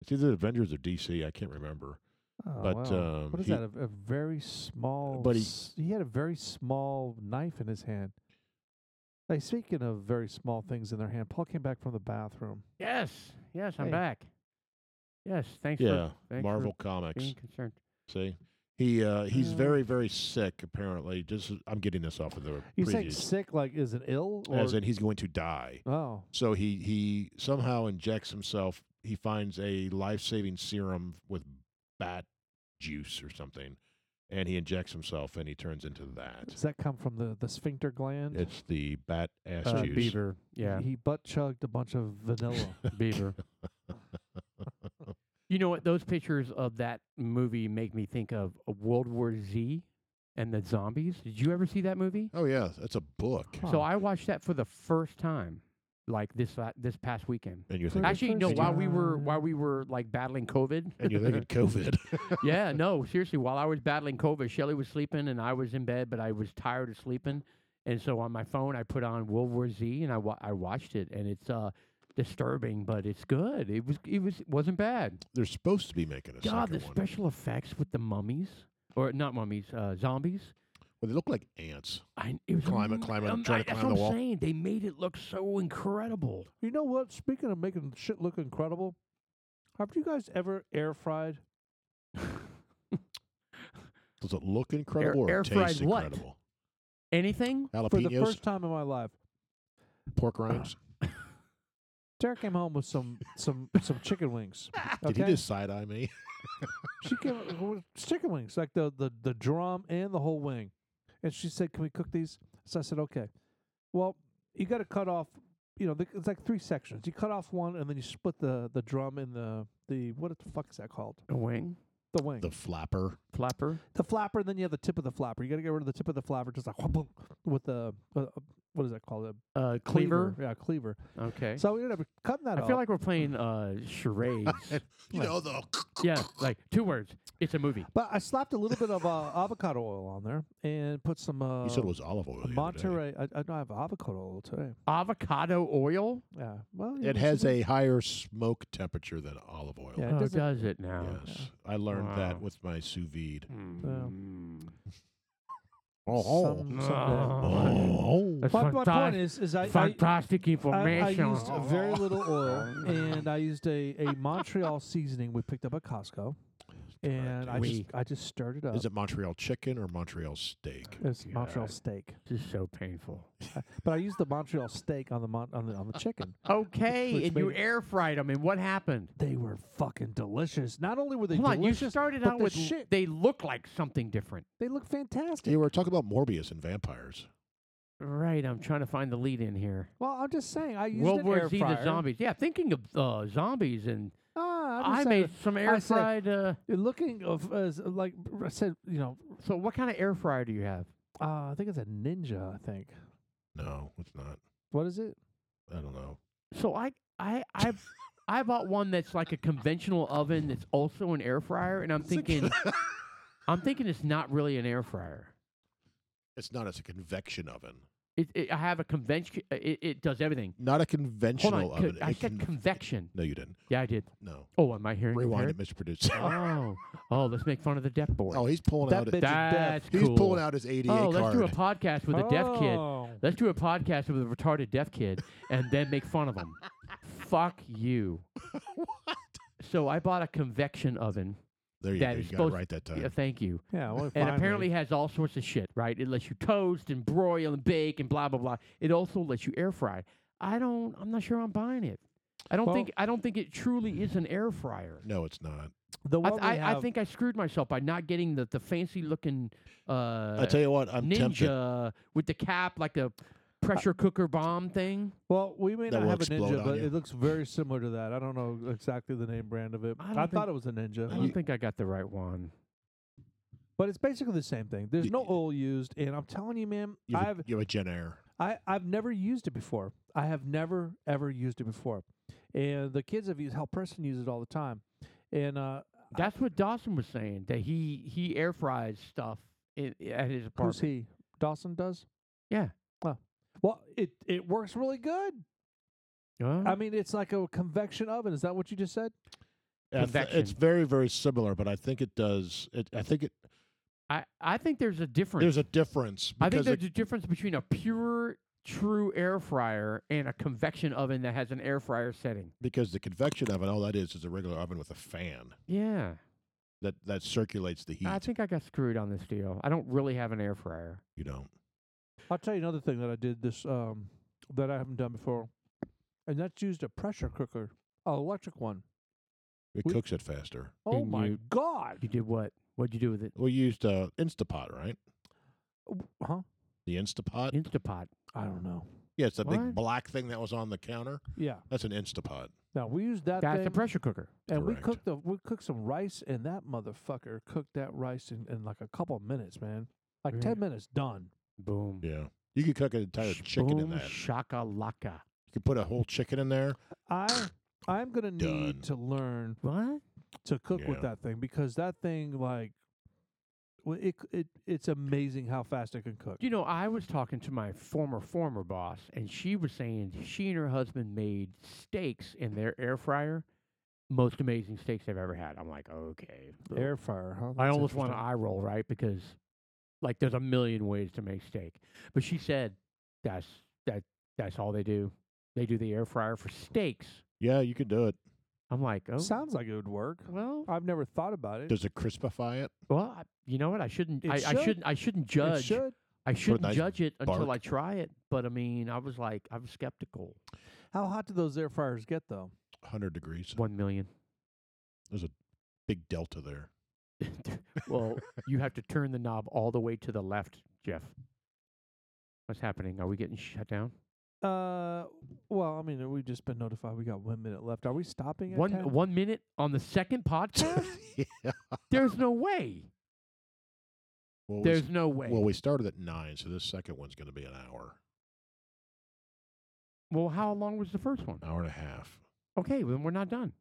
Speaker 2: It's either Avengers or DC. I can't remember.
Speaker 1: Oh,
Speaker 2: But,
Speaker 1: wow.
Speaker 2: um,
Speaker 1: what is
Speaker 2: he-
Speaker 1: that? A, a very small.
Speaker 2: But he-
Speaker 1: s- he had a very small knife in his hand. Like speaking of very small things in their hand, Paul came back from the bathroom.
Speaker 3: Yes, yes, I'm
Speaker 1: Hey.
Speaker 3: back. Yes, thanks
Speaker 2: yeah,
Speaker 3: for thanks for
Speaker 2: Marvel Comics.
Speaker 3: being concerned.
Speaker 2: See, he uh, he's
Speaker 1: Uh,
Speaker 2: very very sick. Apparently, just I'm getting this off of the
Speaker 1: You say
Speaker 2: previews.
Speaker 1: sick, like is it ill? Or,
Speaker 2: As in, he's going to die.
Speaker 1: oh,
Speaker 2: So he he somehow injects himself. He finds a life saving serum with bat juice or something, and he injects himself, and he turns into that.
Speaker 1: does that come from the the sphincter gland?
Speaker 2: It's the bat ass
Speaker 1: Uh,
Speaker 2: juice.
Speaker 3: Beaver,
Speaker 1: He-
Speaker 3: yeah,
Speaker 1: He butt chugged a bunch of vanilla.
Speaker 3: Beaver. You know what? Those pictures of that movie make me think of uh, World War Z and the zombies. Did you ever see that movie?
Speaker 2: oh yeah, that's a book.
Speaker 1: Huh.
Speaker 3: So I watched that for the first time, like this la- this past weekend.
Speaker 2: And you're
Speaker 1: For the
Speaker 2: thinking,
Speaker 3: Actually, no.
Speaker 1: first
Speaker 3: While we were
Speaker 1: time.
Speaker 3: while we were like battling COVID,
Speaker 2: and you're thinking COVID.
Speaker 3: yeah, no, seriously. While I was battling COVID, Shelly was sleeping and I was in bed, but I was tired of sleeping, and so on my phone I put on World War Z and I wa- I watched it, and it's uh disturbing, but it's good. It was it was wasn't bad.
Speaker 2: They're supposed to be making a
Speaker 3: God, the
Speaker 2: second one.
Speaker 3: special effects with the mummies or not mummies, uh, zombies.
Speaker 2: Well, they look like ants.
Speaker 3: I, it was
Speaker 2: Climb it,
Speaker 3: ama-
Speaker 2: climb it,
Speaker 3: um,
Speaker 2: try
Speaker 3: I-
Speaker 2: to
Speaker 3: that's
Speaker 2: climb the
Speaker 3: what I'm
Speaker 2: wall.
Speaker 3: Saying. They made it look so incredible.
Speaker 1: you know what? Speaking of making shit look incredible, have you guys ever air fried?
Speaker 2: Does it look incredible or
Speaker 3: air fried
Speaker 2: taste
Speaker 3: what?
Speaker 2: incredible?
Speaker 3: Anything?
Speaker 1: For the
Speaker 2: Jalapenos,
Speaker 1: first time in my life,
Speaker 2: pork rinds.
Speaker 1: Sarah came home with some some some chicken wings.
Speaker 2: Did
Speaker 1: okay?
Speaker 2: he just side eye me?
Speaker 1: She came up with chicken wings, like the, the the drum and the whole wing. And she said, "Can we cook these?" So I said, "Okay." Well, you got to cut off. You know, the, it's like three sections. You cut off one, and then you split the the drum and the the what the fuck is that called?
Speaker 3: A wing,
Speaker 1: The wing,
Speaker 2: The
Speaker 1: the,
Speaker 2: flapper.
Speaker 3: flapper.
Speaker 1: flapper. And then you have the tip of the flapper. You got to get rid of the tip of the flapper, just like boom, with the uh, what is that called? A
Speaker 3: Uh, cleaver.
Speaker 1: Yeah, cleaver.
Speaker 3: Okay.
Speaker 1: So we ended up cutting that.
Speaker 3: I
Speaker 1: off.
Speaker 3: feel like we're playing uh, charades.
Speaker 2: You know the
Speaker 3: yeah, like two words. It's a movie.
Speaker 1: But I slapped a little bit of uh, avocado oil on there and put some. Uh,
Speaker 2: You said it
Speaker 3: Um,
Speaker 2: was olive oil. the other day.
Speaker 1: Monterey. I, I don't have avocado oil today.
Speaker 3: Avocado oil.
Speaker 1: Yeah. Well, you
Speaker 2: It
Speaker 1: know,
Speaker 2: has
Speaker 1: some-
Speaker 2: a higher smoke temperature than olive oil.
Speaker 1: Yeah, it
Speaker 3: Oh,
Speaker 1: doesn't-
Speaker 3: does it now?
Speaker 2: Yes, I learned
Speaker 3: Wow.
Speaker 2: that with my sous vide.
Speaker 1: Hmm.
Speaker 3: Mm. Oh.
Speaker 1: some- some-
Speaker 2: Oh.
Speaker 3: That's
Speaker 1: My, my point
Speaker 3: fantastic-
Speaker 1: is, is I, I,
Speaker 3: fantastic
Speaker 1: I, I
Speaker 3: information.
Speaker 1: used very little oil,
Speaker 2: Oh,
Speaker 1: and I used a, a Montreal seasoning we picked up at Costco, and I just
Speaker 3: We.
Speaker 1: I just stirred it up.
Speaker 2: Is it Montreal chicken or Montreal steak?
Speaker 1: it's Montreal
Speaker 3: God.
Speaker 1: steak,
Speaker 3: this is so painful.
Speaker 1: but I used the Montreal steak on the mon- on the on the chicken.
Speaker 3: Okay,
Speaker 1: Which
Speaker 3: and you
Speaker 1: made it-
Speaker 3: air fried them, and what happened?
Speaker 1: They were fucking delicious. Not only were they
Speaker 3: Hold on, you
Speaker 1: delicious,
Speaker 3: started
Speaker 1: but
Speaker 3: out
Speaker 1: the
Speaker 3: with l-
Speaker 1: shit.
Speaker 3: they look like something different.
Speaker 1: They look fantastic.
Speaker 2: You were talking about Morbius and vampires.
Speaker 3: Right, I'm trying to find the lead in here.
Speaker 1: Well, I'm just saying, I used
Speaker 3: World
Speaker 1: an
Speaker 3: War
Speaker 1: air
Speaker 3: Z,
Speaker 1: fryer.
Speaker 3: the zombies. Yeah, thinking of uh, zombies, and
Speaker 1: Ah, I'm
Speaker 3: I
Speaker 1: just saying
Speaker 3: made some air
Speaker 1: said-
Speaker 3: fried. Uh,
Speaker 1: that- looking of as like I said, you know,
Speaker 3: so, what kind of air fryer do you have?
Speaker 1: Uh, I think it's a ninja. I think.
Speaker 2: No, it's not.
Speaker 1: What is it?
Speaker 2: I don't know.
Speaker 3: So I I I I bought one that's like a conventional oven that's also an air fryer, and I'm thinking I'm thinking it's not really an air fryer.
Speaker 2: It's not. It's a convection oven.
Speaker 3: It, it, I have a convention. uh, It, it does everything.
Speaker 2: Not a
Speaker 3: Hold
Speaker 2: conventional
Speaker 3: on, co-
Speaker 2: oven.
Speaker 3: I
Speaker 2: a
Speaker 3: said
Speaker 2: con-
Speaker 3: convection.
Speaker 2: No, you didn't.
Speaker 3: Yeah, I did.
Speaker 2: No.
Speaker 3: Oh, am I hearing?
Speaker 2: Rewind it,
Speaker 3: compared?
Speaker 2: Mr. Producer.
Speaker 3: Oh, oh, let's make fun of the deaf boy.
Speaker 2: Oh, he's pulling
Speaker 1: That
Speaker 2: out.
Speaker 1: bitch-
Speaker 2: His,
Speaker 3: That's
Speaker 2: he's
Speaker 3: cool.
Speaker 2: pulling out his ADA
Speaker 3: Oh, let's
Speaker 2: card.
Speaker 3: do a podcast with a deaf kid.
Speaker 1: Oh.
Speaker 3: Let's do a podcast with a retarded deaf kid and then make fun of him. Fuck you. So I bought a convection oven.
Speaker 2: there you go.
Speaker 3: that
Speaker 2: You
Speaker 3: is
Speaker 2: got it
Speaker 3: supposed-
Speaker 2: right that time.
Speaker 3: Yeah, thank you.
Speaker 1: Yeah. Well,
Speaker 3: And
Speaker 1: finally.
Speaker 3: apparently has all sorts of shit, right? It lets you toast and broil and bake and blah blah blah. It also lets you air fry. I don't. I'm not sure I'm buying it. I don't
Speaker 1: Well-
Speaker 3: think. I don't think it truly is an air fryer.
Speaker 2: No, it's not.
Speaker 1: the
Speaker 3: I,
Speaker 1: one
Speaker 3: th-
Speaker 1: we
Speaker 3: I, I
Speaker 1: have-
Speaker 3: think I screwed myself by not getting the, the fancy looking
Speaker 2: I
Speaker 3: uh,
Speaker 2: tell you what, I'm tempted.
Speaker 3: ninja with the cap like a pressure cooker bomb thing.
Speaker 1: Well, we may
Speaker 2: That
Speaker 1: not
Speaker 2: will
Speaker 1: have a
Speaker 2: explode
Speaker 1: ninja,
Speaker 2: on
Speaker 1: but
Speaker 2: you.
Speaker 1: it looks very similar to that. I don't know exactly the name brand of it.
Speaker 3: I
Speaker 1: I,
Speaker 3: don't
Speaker 1: thought
Speaker 3: think-
Speaker 1: it was a ninja,
Speaker 3: I don't think I got the right one.
Speaker 1: but it's basically the same thing. There's
Speaker 2: You-
Speaker 1: no oil used, and I'm telling you, man,
Speaker 2: You have,
Speaker 1: I've
Speaker 2: a- you have a Gen Air.
Speaker 1: I, I've never used it before. I have never ever used it before, and the kids have used. Hal Preston uses it all the time, and uh,
Speaker 3: That's what Dawson was saying that he he air fries stuff in, at his apartment.
Speaker 1: who's he? Dawson does.
Speaker 3: Yeah.
Speaker 1: Well, it it works really good.
Speaker 3: Huh?
Speaker 1: I mean, it's like a convection oven. Is that what you just said?
Speaker 2: I th- It's
Speaker 3: Convection.
Speaker 2: very, very similar, but I think it does. It, I think it.
Speaker 3: I, I think there's a difference.
Speaker 2: There's a difference
Speaker 3: I think
Speaker 2: because
Speaker 3: there's
Speaker 2: it-
Speaker 3: a difference between a pure true air fryer and a convection oven that has an air fryer setting.
Speaker 2: because the convection oven, all that is, is a regular oven with a fan
Speaker 3: Yeah.
Speaker 2: that that circulates the heat.
Speaker 3: I think I got screwed on this deal. I don't really have an air fryer.
Speaker 2: you don't.
Speaker 1: I'll tell you another thing that I did this um, that I haven't done before, and that's used a pressure cooker, an electric one.
Speaker 2: It
Speaker 1: We-
Speaker 2: cooks it faster.
Speaker 1: Oh
Speaker 3: And
Speaker 1: my
Speaker 3: you-
Speaker 1: god!
Speaker 3: You did what? What'd you do with it?
Speaker 2: We used uh, Instapot, right?
Speaker 1: W- Huh?
Speaker 2: The Instapot.
Speaker 3: Instapot.
Speaker 1: I don't know.
Speaker 2: yeah, it's that
Speaker 3: What?
Speaker 2: big black thing that was on the counter.
Speaker 1: Yeah.
Speaker 2: That's an Instapot.
Speaker 1: Now we used that
Speaker 3: That's
Speaker 1: thing,
Speaker 3: a pressure cooker.
Speaker 1: and we
Speaker 2: Correct.
Speaker 1: cooked the we cooked some rice, and that motherfucker cooked that rice in, in like a couple of minutes, man. Like ten minutes, done.
Speaker 3: Boom.
Speaker 2: Yeah. You could cook an entire chicken in
Speaker 3: Boom
Speaker 2: that.
Speaker 3: shakalaka.
Speaker 2: You could put a whole chicken in there.
Speaker 1: I I'm gonna
Speaker 2: Done.
Speaker 1: need to learn
Speaker 3: What?
Speaker 1: to cook
Speaker 2: Yeah.
Speaker 1: with that thing because that thing like, well, it c- it it's amazing how fast it can cook.
Speaker 3: You know, I was talking to my former former boss, and she was saying she and her husband made steaks in their air fryer. Most amazing steaks I've ever had. I'm like, okay.
Speaker 1: Air fryer, huh?
Speaker 3: I
Speaker 1: That's
Speaker 3: almost want an
Speaker 1: interesting.
Speaker 3: eye roll, right? Because like there's a million ways to make steak. But she said that's that that's all they do. They do the air fryer for steaks.
Speaker 2: Yeah, you could do it.
Speaker 3: I'm like, oh
Speaker 1: Sounds like it would work.
Speaker 3: well,
Speaker 1: I've never thought about it.
Speaker 2: Does it crispify it?
Speaker 3: well, I, you know what? I shouldn't.
Speaker 1: It
Speaker 3: I, I
Speaker 1: should.
Speaker 3: shouldn't. I shouldn't
Speaker 1: it
Speaker 3: judge.
Speaker 1: should.
Speaker 3: I shouldn't
Speaker 2: nice
Speaker 3: judge it until
Speaker 2: bark.
Speaker 3: I try it. But I mean, I was like, I'm skeptical.
Speaker 1: How hot do those air fryers get though?
Speaker 2: 100 degrees.
Speaker 3: One million.
Speaker 2: There's a big delta there.
Speaker 3: well, you have to turn the knob all the way to the left, Jeff. What's happening? Are we getting shut down?
Speaker 1: Uh, well, I mean, we've just been notified we got one minute left. Are we stopping at
Speaker 3: One
Speaker 1: 10?
Speaker 3: one minute on the second podcast?
Speaker 2: yeah.
Speaker 3: There's no way.
Speaker 2: Well, we,
Speaker 3: There's no way.
Speaker 2: well, we started at 9, so this second one's going to be an hour,
Speaker 3: Well, how long was the first one?
Speaker 2: hour and a half.
Speaker 3: Okay, then we're not done.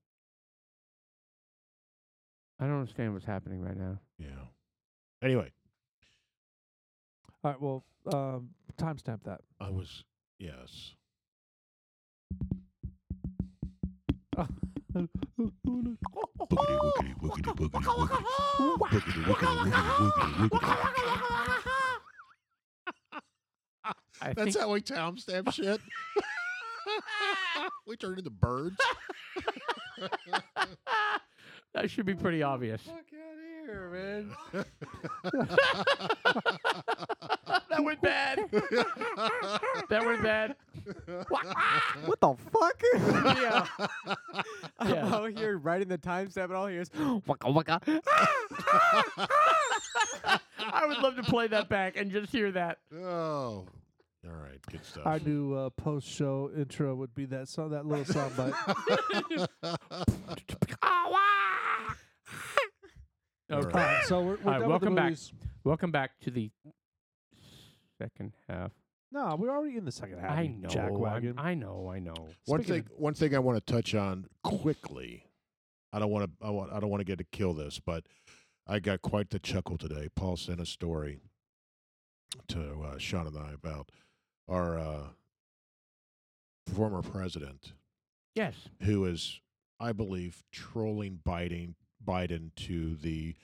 Speaker 3: I don't understand what's happening right now.
Speaker 2: Yeah. Anyway,
Speaker 1: All right. Well, um, timestamp that.
Speaker 2: I was, yes. Boogity, woogity, woogity, boogity, woogity. Woogity, woogity, woogity, woogity, woogity.
Speaker 3: I
Speaker 2: That's
Speaker 3: think
Speaker 2: how we timestamp shit. we turn into birds.
Speaker 3: that should be pretty obvious. that went bad. that went bad.
Speaker 4: What the fuck?
Speaker 3: Yeah.
Speaker 4: I'm
Speaker 3: Yeah.
Speaker 4: out here writing the timestamp, and all here is waka waka.
Speaker 3: I would love to play that back and just hear that.
Speaker 2: Oh. All right. Good stuff.
Speaker 1: Our new uh, post-show intro would be that song, that little song, but
Speaker 2: All
Speaker 3: Okay.
Speaker 2: right.
Speaker 1: so we're, we're
Speaker 3: All
Speaker 1: done with
Speaker 3: right,
Speaker 1: the
Speaker 3: welcome back.
Speaker 1: movies.
Speaker 3: Welcome back to the second half.
Speaker 1: No, we're already in the second half.
Speaker 3: I
Speaker 1: you
Speaker 3: know.
Speaker 1: Jackwagon.
Speaker 3: I'm- I know. I know.
Speaker 2: One
Speaker 1: Speaking
Speaker 2: thing, one thing I want to touch on quickly. I don't want to. I want. I don't want to get to kill this, but I got quite the chuckle today. Paul sent a story to uh, Sean and I about our uh, former president,
Speaker 3: Yes.
Speaker 2: who is, I believe, trolling Biden, Biden to the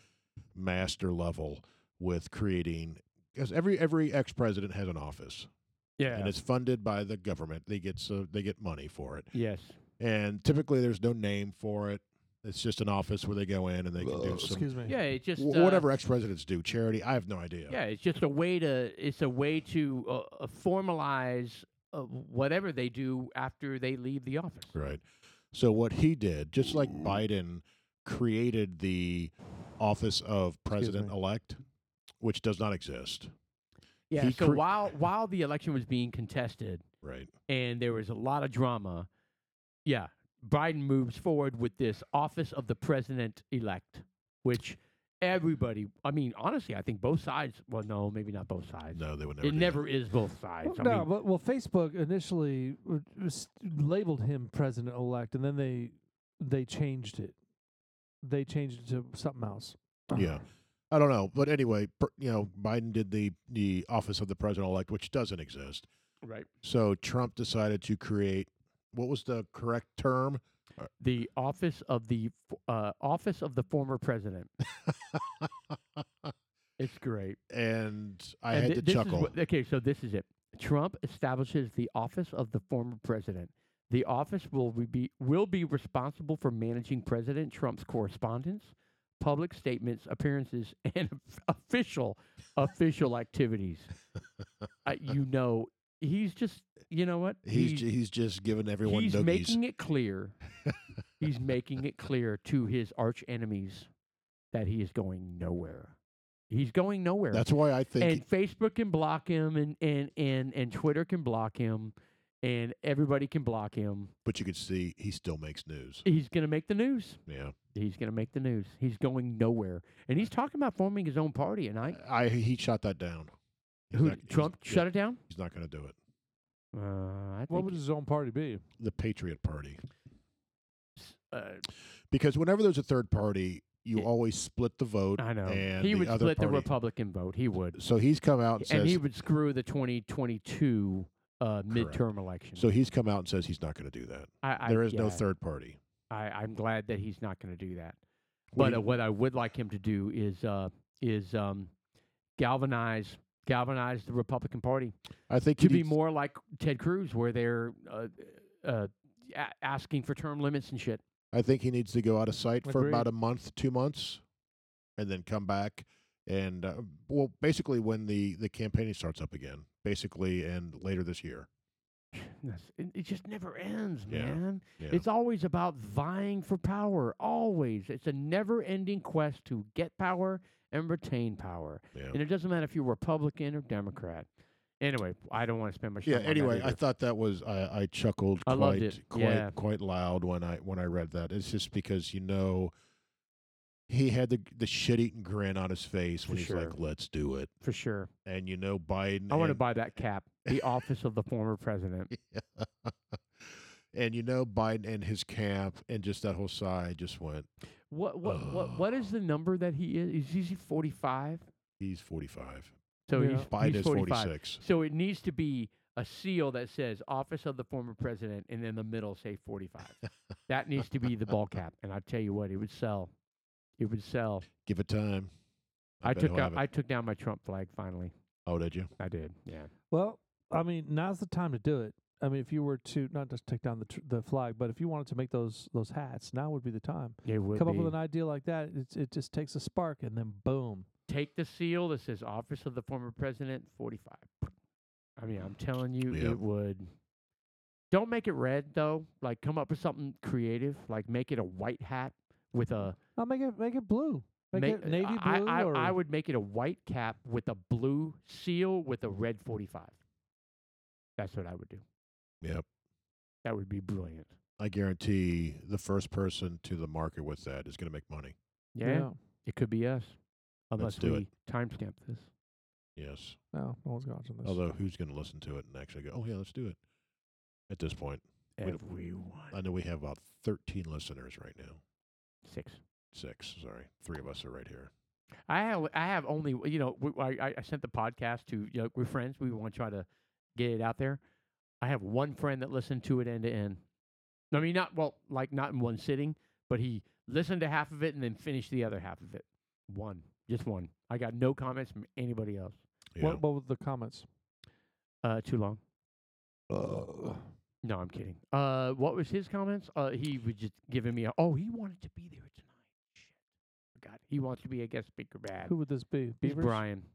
Speaker 2: master level with creating. Because every every ex president has an office,
Speaker 3: Yeah.
Speaker 2: and it's funded by the government. They get so they get money for it
Speaker 3: yes.
Speaker 2: and typically there's no name for it. It's just an office where they go in and they can do some
Speaker 1: Excuse me.
Speaker 3: Yeah. It's just
Speaker 2: wh-
Speaker 3: uh,
Speaker 2: whatever ex presidents do, charity. I have no idea.
Speaker 3: Yeah. It's just a way to. It's a way to uh, uh, formalize uh, whatever they do after they leave the office.
Speaker 2: Right. So what he did, just like
Speaker 3: Mm.
Speaker 2: Biden created the office of president elect, which does not exist.
Speaker 3: Yeah.
Speaker 2: He
Speaker 3: so
Speaker 2: cre-
Speaker 3: while while the election was being contested
Speaker 2: Right.
Speaker 3: and there was a lot of drama, yeah, Biden moves forward with this office of the president elect, which everybody. I mean, honestly, I think both sides. Well, no, maybe not both sides.
Speaker 2: No, they would never.
Speaker 3: It
Speaker 2: do that.
Speaker 3: never is both sides.
Speaker 1: Well,
Speaker 3: I
Speaker 1: no,
Speaker 3: mean,
Speaker 1: but well, Facebook initially uh, s- labeled him president elect, and then they they changed it. They changed it to something else.
Speaker 2: Yeah. I don't know, but anyway, per, you know, Biden did the the office of the president elect, which doesn't exist.
Speaker 3: Right.
Speaker 2: So Trump decided to create what was the correct term?
Speaker 3: the office of the f- uh, office of the former president. It's great.
Speaker 2: and I
Speaker 3: And
Speaker 2: had
Speaker 3: thi-
Speaker 2: to
Speaker 3: this is
Speaker 2: chuckle.
Speaker 3: what- okay, so this is it. Trump establishes the office of the former president. The office will re- be will be responsible for managing President Trump's correspondence, public statements, appearances, and official official activities. uh, you know, he's just you know what
Speaker 2: he's
Speaker 3: He-
Speaker 2: ju- he's just giving everyone
Speaker 3: he's
Speaker 2: noogies.
Speaker 3: making it clear. he's making it clear to his arch enemies that he is going nowhere. He's going nowhere.
Speaker 2: That's why I think
Speaker 3: and Facebook can block him, and and and and Twitter can block him, and everybody can block him.
Speaker 2: but you could see he still makes news.
Speaker 3: He's gonna make the news.
Speaker 2: Yeah.
Speaker 3: He's gonna make the news. He's going nowhere, and he's talking about forming his own party. And I,
Speaker 2: I he shot that down. He's
Speaker 3: who
Speaker 2: not- he's-
Speaker 3: Trump
Speaker 2: yeah,
Speaker 3: shut it down?
Speaker 2: He's not going to do it.
Speaker 3: Uh, I
Speaker 1: What
Speaker 3: think.
Speaker 1: would his own party be?
Speaker 2: The Patriot Party.
Speaker 3: uh,
Speaker 2: Because whenever there's a third party, you
Speaker 3: Yeah.
Speaker 2: always split the vote
Speaker 3: I know
Speaker 2: and
Speaker 3: he
Speaker 2: the
Speaker 3: would
Speaker 2: other
Speaker 3: split the
Speaker 2: party-
Speaker 3: Republican vote. He would.
Speaker 2: So he's come out and,
Speaker 3: and
Speaker 2: says
Speaker 3: he would screw the 2022 uh, midterm election.
Speaker 2: so he's come out and says he's not going to do that.
Speaker 3: I, I,
Speaker 2: there is no
Speaker 3: yeah,
Speaker 2: third party.
Speaker 3: I, I'm glad that he's not going to do that.
Speaker 2: What do
Speaker 3: but
Speaker 2: you-
Speaker 3: uh, what I would like him to do is uh, is um, galvanize galvanize the Republican Party
Speaker 2: I think
Speaker 3: to
Speaker 2: he
Speaker 3: be
Speaker 2: needs-
Speaker 3: more like Ted Cruz, where they're uh, uh, a- asking for term limits and shit.
Speaker 2: I think he needs to go out of sight for
Speaker 1: Agreed.
Speaker 2: about a month, two months, and then come back. And uh, well, basically, when the the campaigning starts up again, basically, and later this year.
Speaker 3: That's- It, it just never ends,
Speaker 2: Yeah,
Speaker 3: man.
Speaker 2: Yeah.
Speaker 3: It's always about vying for power. Always, it's a never-ending quest to get power and retain power.
Speaker 2: yeah.
Speaker 3: And it doesn't matter if you're Republican or Democrat. Anyway, I don't want to spend much
Speaker 2: Yeah,
Speaker 3: time. on that
Speaker 2: Anyway, I
Speaker 3: either.
Speaker 2: thought that was I, I chuckled
Speaker 3: I
Speaker 2: quite
Speaker 3: loved it,
Speaker 2: quite
Speaker 3: yeah.
Speaker 2: quite loud when I when I read that. It's just because you know he had the the shit eating grin on his face when
Speaker 3: For
Speaker 2: he's
Speaker 3: sure.
Speaker 2: like, "Let's do it,"
Speaker 3: for sure.
Speaker 2: and you know Biden.
Speaker 3: I want to
Speaker 2: and-
Speaker 3: buy that cap, the office of the former president.
Speaker 2: and you know Biden and his camp and just that whole side just went.
Speaker 3: What what what what is the number that he is? Is he 45?
Speaker 2: He's forty five.
Speaker 3: So
Speaker 1: Yeah.
Speaker 3: he's,
Speaker 2: Biden
Speaker 3: he's
Speaker 2: is
Speaker 3: 45.
Speaker 2: 46.
Speaker 3: So it needs to be a seal that says office of the former president and in the middle say 45. that needs to be the ball cap and I tell you what, it would sell. It would sell.
Speaker 2: Give it time.
Speaker 3: I,
Speaker 2: bet
Speaker 3: took
Speaker 2: he'll
Speaker 3: out,
Speaker 2: have
Speaker 3: I
Speaker 2: it.
Speaker 3: took down my Trump flag finally.
Speaker 2: Oh, did you?
Speaker 3: I did. Yeah.
Speaker 1: Well, I mean, now's the time to do it. I mean, if you were to not just take down the tr- the flag, but if you wanted to make those those hats, now would be the time.
Speaker 3: It would
Speaker 1: Come
Speaker 3: be.
Speaker 1: up with an idea like that. It's, it just takes a spark, and then boom.
Speaker 3: take the seal that says office of the former president 45 i mean i'm telling you
Speaker 2: Yeah.
Speaker 3: it would don't make it red though like come up with something creative like make it a white hat with a
Speaker 1: I'll make it make it blue. Make
Speaker 3: ma-
Speaker 1: it navy
Speaker 3: I,
Speaker 1: blue.
Speaker 3: I,
Speaker 1: or
Speaker 3: I would make it a white cap with a blue seal with a red 45 that's what i would do
Speaker 2: Yep.
Speaker 3: that would be brilliant
Speaker 2: I guarantee the first person to the market with that is going to make money.
Speaker 3: yeah, it could be us unless
Speaker 2: do
Speaker 3: we
Speaker 2: it.
Speaker 3: timestamp this
Speaker 2: Yeah. this.
Speaker 1: No, no one's watching this.
Speaker 2: Although, who's going to listen to it and actually go, "Oh yeah, let's do it"? At this point, we don't- I know we have about thirteen listeners right now.
Speaker 3: Six.
Speaker 2: Six, sorry, three of us are right here.
Speaker 3: I have I have only you know w- I I- I sent the podcast to you know, we're friends. We want to try to get it out there. I have one friend that listened to it end to end. I mean, not well, like not in one sitting, but he listened to half of it and then finished the other half of it. One, just one. I got no comments from anybody else.
Speaker 2: Yeah.
Speaker 1: What, what were the comments?
Speaker 3: Uh, too long. No, I'm kidding. Uh, what was his comments? Uh, he was just giving me a, oh, he wanted to be there tonight. Shit, forgot. He wants to be a guest speaker bad.
Speaker 1: Who would this be?
Speaker 3: He's
Speaker 1: Beavers?
Speaker 3: Brian.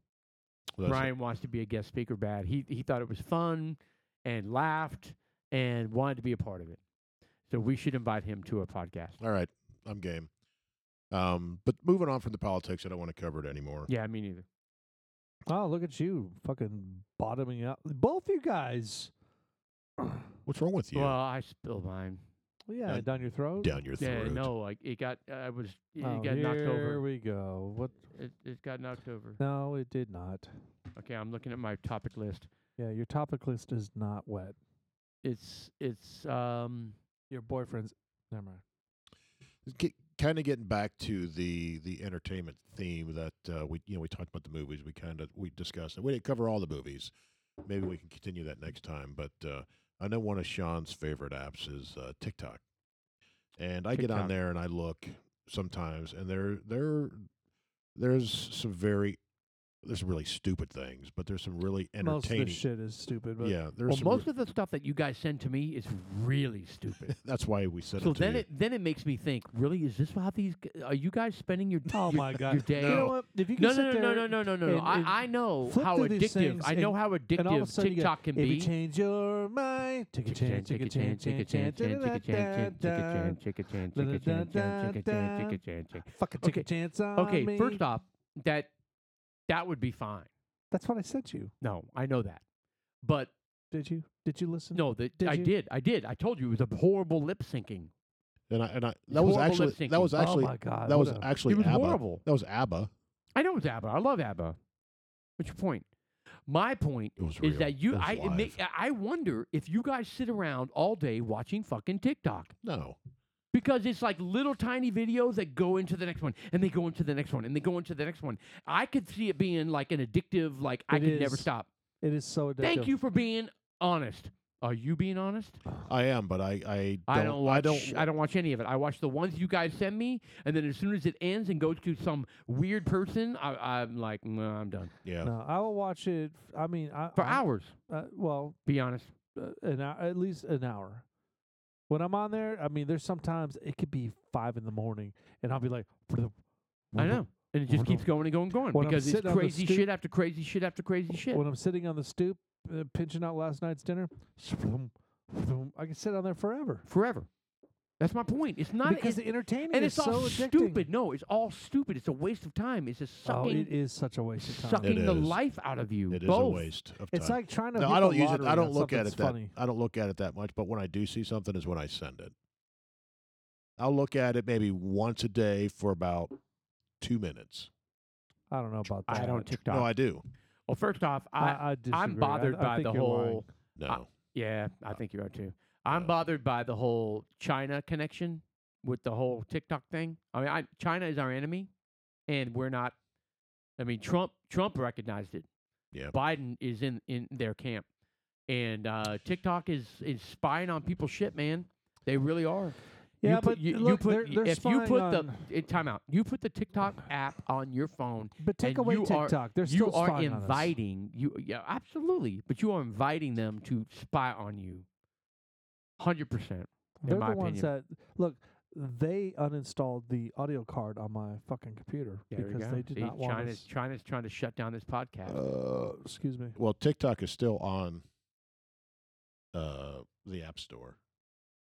Speaker 2: Well, that's
Speaker 3: Brian wants to be a guest speaker bad. He he thought it was fun and laughed and wanted to be a part of it. So we should invite him to a podcast.
Speaker 2: All right, I'm game. Um, but moving on from the politics, I don't want to cover it anymore.
Speaker 3: Yeah, me neither.
Speaker 1: Oh, look at you, fucking bottoming out. Both you guys.
Speaker 2: What's wrong with you?
Speaker 3: Well, I spilled mine.
Speaker 1: Yeah,
Speaker 2: Uh,
Speaker 1: down your throat.
Speaker 2: Down your
Speaker 3: Yeah,
Speaker 2: throat.
Speaker 3: no, like it got. I was. It
Speaker 1: Oh,
Speaker 3: got
Speaker 1: here
Speaker 3: knocked over.
Speaker 1: we go. What?
Speaker 3: It, it got knocked over.
Speaker 1: No, it did not.
Speaker 3: Okay, I'm looking at my topic list.
Speaker 1: Yeah, your topic list is not wet.
Speaker 3: It's it's um.
Speaker 1: Your boyfriend's. Never mind.
Speaker 2: kind of getting back to the the entertainment theme that uh, we you know we talked about the movies. We kind of we discussed it. We didn't cover all the movies. Maybe we can continue that next time. But uh, I know one of Sean's favorite apps is uh, TikTok, and I get on
Speaker 3: TikTok.
Speaker 2: there and I look sometimes, and there there there's some very there's some really stupid things, but there's some really
Speaker 1: Most of
Speaker 2: entertaining.
Speaker 1: this shit is stupid, but
Speaker 2: yeah, there's
Speaker 3: Well,
Speaker 2: some re-
Speaker 3: most of the stuff that you guys send to me is really stupid.
Speaker 2: that's why we said
Speaker 3: so
Speaker 2: it. To
Speaker 3: then
Speaker 2: you.
Speaker 3: it then it makes me think. Really, is this how these? g- Are you guys spending your?
Speaker 1: Oh
Speaker 3: your-
Speaker 1: my God.
Speaker 3: Your day.
Speaker 1: You know what? If you can
Speaker 3: No,
Speaker 1: sit
Speaker 3: no, no,
Speaker 1: there
Speaker 3: no, no, no, no, no, no.
Speaker 1: and- and
Speaker 3: I, I know
Speaker 1: flip
Speaker 3: how
Speaker 1: through these
Speaker 3: addictive.
Speaker 1: things
Speaker 3: I know
Speaker 1: and- and all
Speaker 3: how
Speaker 1: of a
Speaker 3: addictive
Speaker 1: sudden you go,
Speaker 3: TikTok can
Speaker 1: if
Speaker 3: be.
Speaker 1: you change your mind, take a chance, take a chance, take a chance, take a chance, fucking take a
Speaker 3: Okay.
Speaker 1: chance on
Speaker 3: Okay,
Speaker 1: me.
Speaker 3: first off, that that would be fine.
Speaker 1: that's what I sent you.
Speaker 3: No, I know that, but
Speaker 1: Did you? Did you listen?
Speaker 3: no, that
Speaker 1: Did
Speaker 3: I
Speaker 1: you?
Speaker 3: did, I did. I told you it was a horrible lip syncing.
Speaker 2: and I, and I that was
Speaker 3: horrible lip
Speaker 2: actually that
Speaker 3: syncing.
Speaker 2: was
Speaker 1: Oh
Speaker 2: actually
Speaker 1: my God,
Speaker 2: that
Speaker 1: what
Speaker 2: was
Speaker 1: a-
Speaker 2: actually
Speaker 3: It was
Speaker 2: ABBA.
Speaker 3: horrible.
Speaker 2: That was ABBA.
Speaker 3: I know it's ABBA. I love ABBA. What's your point? My point
Speaker 2: It was
Speaker 3: is
Speaker 2: real.
Speaker 3: that you,
Speaker 2: It was
Speaker 3: I, it
Speaker 2: live.
Speaker 3: ma- I wonder if you guys sit around all day watching fucking TikTok.
Speaker 2: No,
Speaker 3: Because it's like little tiny videos that go into the next one, and they go into the next one, and they go into the next one. I could see it being like an addictive, like I
Speaker 1: It
Speaker 3: could never
Speaker 1: is.
Speaker 3: stop.
Speaker 1: It is so addictive.
Speaker 3: Thank you for being honest. Are you being honest?
Speaker 2: I am, but I I don't
Speaker 3: I don't watch.
Speaker 2: I don't,
Speaker 3: I don't watch any of it. I watch the ones you guys send me, and then as soon as it ends and goes to some weird person, I, I'm like, "Nah, I'm done
Speaker 2: yeah.
Speaker 1: No, I will watch it. f- I mean, I,
Speaker 3: for
Speaker 1: I,
Speaker 3: hours.
Speaker 1: Uh, well,
Speaker 3: Be honest.
Speaker 1: uh, an hour, at least an hour. When I'm on there, I mean, there's sometimes it could be five in the morning, and I'll be like,
Speaker 3: I know, and it just
Speaker 1: When
Speaker 3: keeps
Speaker 1: I'm-
Speaker 3: going and going and going
Speaker 1: when I'm
Speaker 3: because it's
Speaker 1: sitting on the
Speaker 3: crazy
Speaker 1: stoop-
Speaker 3: shit after crazy shit after crazy shit.
Speaker 1: When I'm sitting on the stoop, uh, pinching out last night's dinner, I can sit on there forever
Speaker 3: forever. That's my point. It's not
Speaker 1: because
Speaker 3: it's,
Speaker 1: the entertainment
Speaker 3: and
Speaker 1: is
Speaker 3: it's
Speaker 1: so
Speaker 3: all
Speaker 1: addicting.
Speaker 3: stupid. No, it's all stupid. It's a waste of time. It's just
Speaker 1: Oh,
Speaker 3: sucking,
Speaker 1: it is such a waste of time.
Speaker 3: sucking
Speaker 2: It
Speaker 3: the
Speaker 2: is.
Speaker 3: life out of you.
Speaker 2: It is
Speaker 3: Both.
Speaker 2: a waste of
Speaker 1: It's
Speaker 2: time.
Speaker 1: like trying to.
Speaker 2: no,
Speaker 1: hit
Speaker 2: I
Speaker 1: the
Speaker 2: don't use it.
Speaker 1: lottery
Speaker 2: I
Speaker 1: on
Speaker 2: don't look
Speaker 1: something
Speaker 2: at
Speaker 1: that's
Speaker 2: it that.
Speaker 1: funny.
Speaker 2: I don't look at it that much. But when I do see something, is when I send it. I'll look at it maybe once a day for about two minutes.
Speaker 1: I don't know about that.
Speaker 3: I don't TikTok.
Speaker 2: No, I do.
Speaker 3: well, first off, I,
Speaker 1: I, I
Speaker 3: am
Speaker 1: disagree.
Speaker 3: bothered
Speaker 1: I, I
Speaker 3: by
Speaker 1: think
Speaker 3: the
Speaker 1: you're lying. Uh,
Speaker 3: whole.
Speaker 2: No,
Speaker 1: Ah,
Speaker 3: Yeah, I think you are too. I'm
Speaker 2: No.
Speaker 3: bothered by the whole China connection with the whole TikTok thing. I mean, I, China is our enemy, and we're not. I mean, Trump Trump recognized it.
Speaker 2: Yep.
Speaker 3: Biden is in in their camp, and uh, TikTok is is spying on people's shit, man. They really are.
Speaker 1: Yeah,
Speaker 3: you put,
Speaker 1: but
Speaker 3: you, you
Speaker 1: look,
Speaker 3: put,
Speaker 1: they're- they're
Speaker 3: if you
Speaker 1: spying
Speaker 3: put
Speaker 1: on-
Speaker 3: the eh, time out, you put the TikTok app on your phone.
Speaker 1: But take
Speaker 3: and
Speaker 1: away
Speaker 3: you
Speaker 1: TikTok.
Speaker 3: Are,
Speaker 1: They're
Speaker 3: you
Speaker 1: still
Speaker 3: are
Speaker 1: spying on us.
Speaker 3: inviting you. Yeah, absolutely. But you are inviting them to spy on you. Hundred percent.
Speaker 1: They're
Speaker 3: my
Speaker 1: the ones
Speaker 3: opinion.
Speaker 1: that look. They uninstalled the audio card on my fucking computer
Speaker 3: There you
Speaker 1: because
Speaker 3: go.
Speaker 1: they did
Speaker 3: See,
Speaker 1: not want
Speaker 3: China's, China's trying to shut down this
Speaker 1: us.
Speaker 3: podcast.
Speaker 1: Uh, excuse me.
Speaker 2: Well, TikTok is still on uh, the App Store.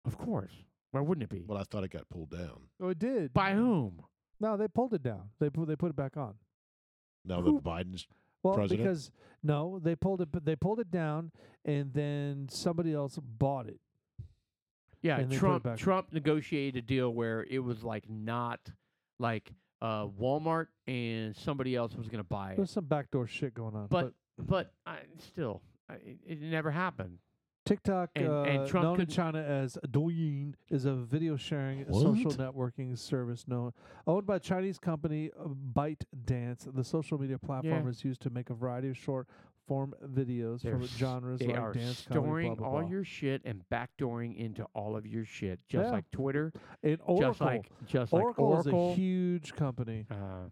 Speaker 3: of course. Why wouldn't it be?
Speaker 2: Well, I thought it got pulled down.
Speaker 1: Oh, it did.
Speaker 3: By whom?
Speaker 1: No, they pulled it down. They pu- they put it back on.
Speaker 2: Now
Speaker 1: Who-
Speaker 2: that Biden's
Speaker 1: Well,
Speaker 2: President?
Speaker 1: because no, they pulled it. But they pulled it down, and then somebody else bought it.
Speaker 3: Yeah,
Speaker 1: And they put it
Speaker 3: Trump.
Speaker 1: back.
Speaker 3: Trump negotiated a deal where it was like not like uh, Walmart and somebody else was going to buy it.
Speaker 1: There's some backdoor shit going on.
Speaker 3: But but I, still, I, it, it never happened.
Speaker 1: TikTok,
Speaker 3: And-
Speaker 1: uh,
Speaker 3: and Trump
Speaker 1: known in
Speaker 3: couldn't-
Speaker 1: China as Douyin, is a video sharing social networking service known owned by Chinese company uh, ByteDance. The social media platform
Speaker 3: Yeah.
Speaker 1: is used to make a variety of short form videos
Speaker 3: They're
Speaker 1: for
Speaker 3: s-
Speaker 1: genres
Speaker 3: They
Speaker 1: like
Speaker 3: are
Speaker 1: dance,
Speaker 3: storing
Speaker 1: comedy, blah, blah,
Speaker 3: all
Speaker 1: blah.
Speaker 3: your shit and backdooring into all of your shit, just
Speaker 1: Yeah.
Speaker 3: like Twitter,
Speaker 1: And Oracle.
Speaker 3: just like just
Speaker 1: Oracle,
Speaker 3: like Oracle,
Speaker 1: is a huge company,
Speaker 3: uh,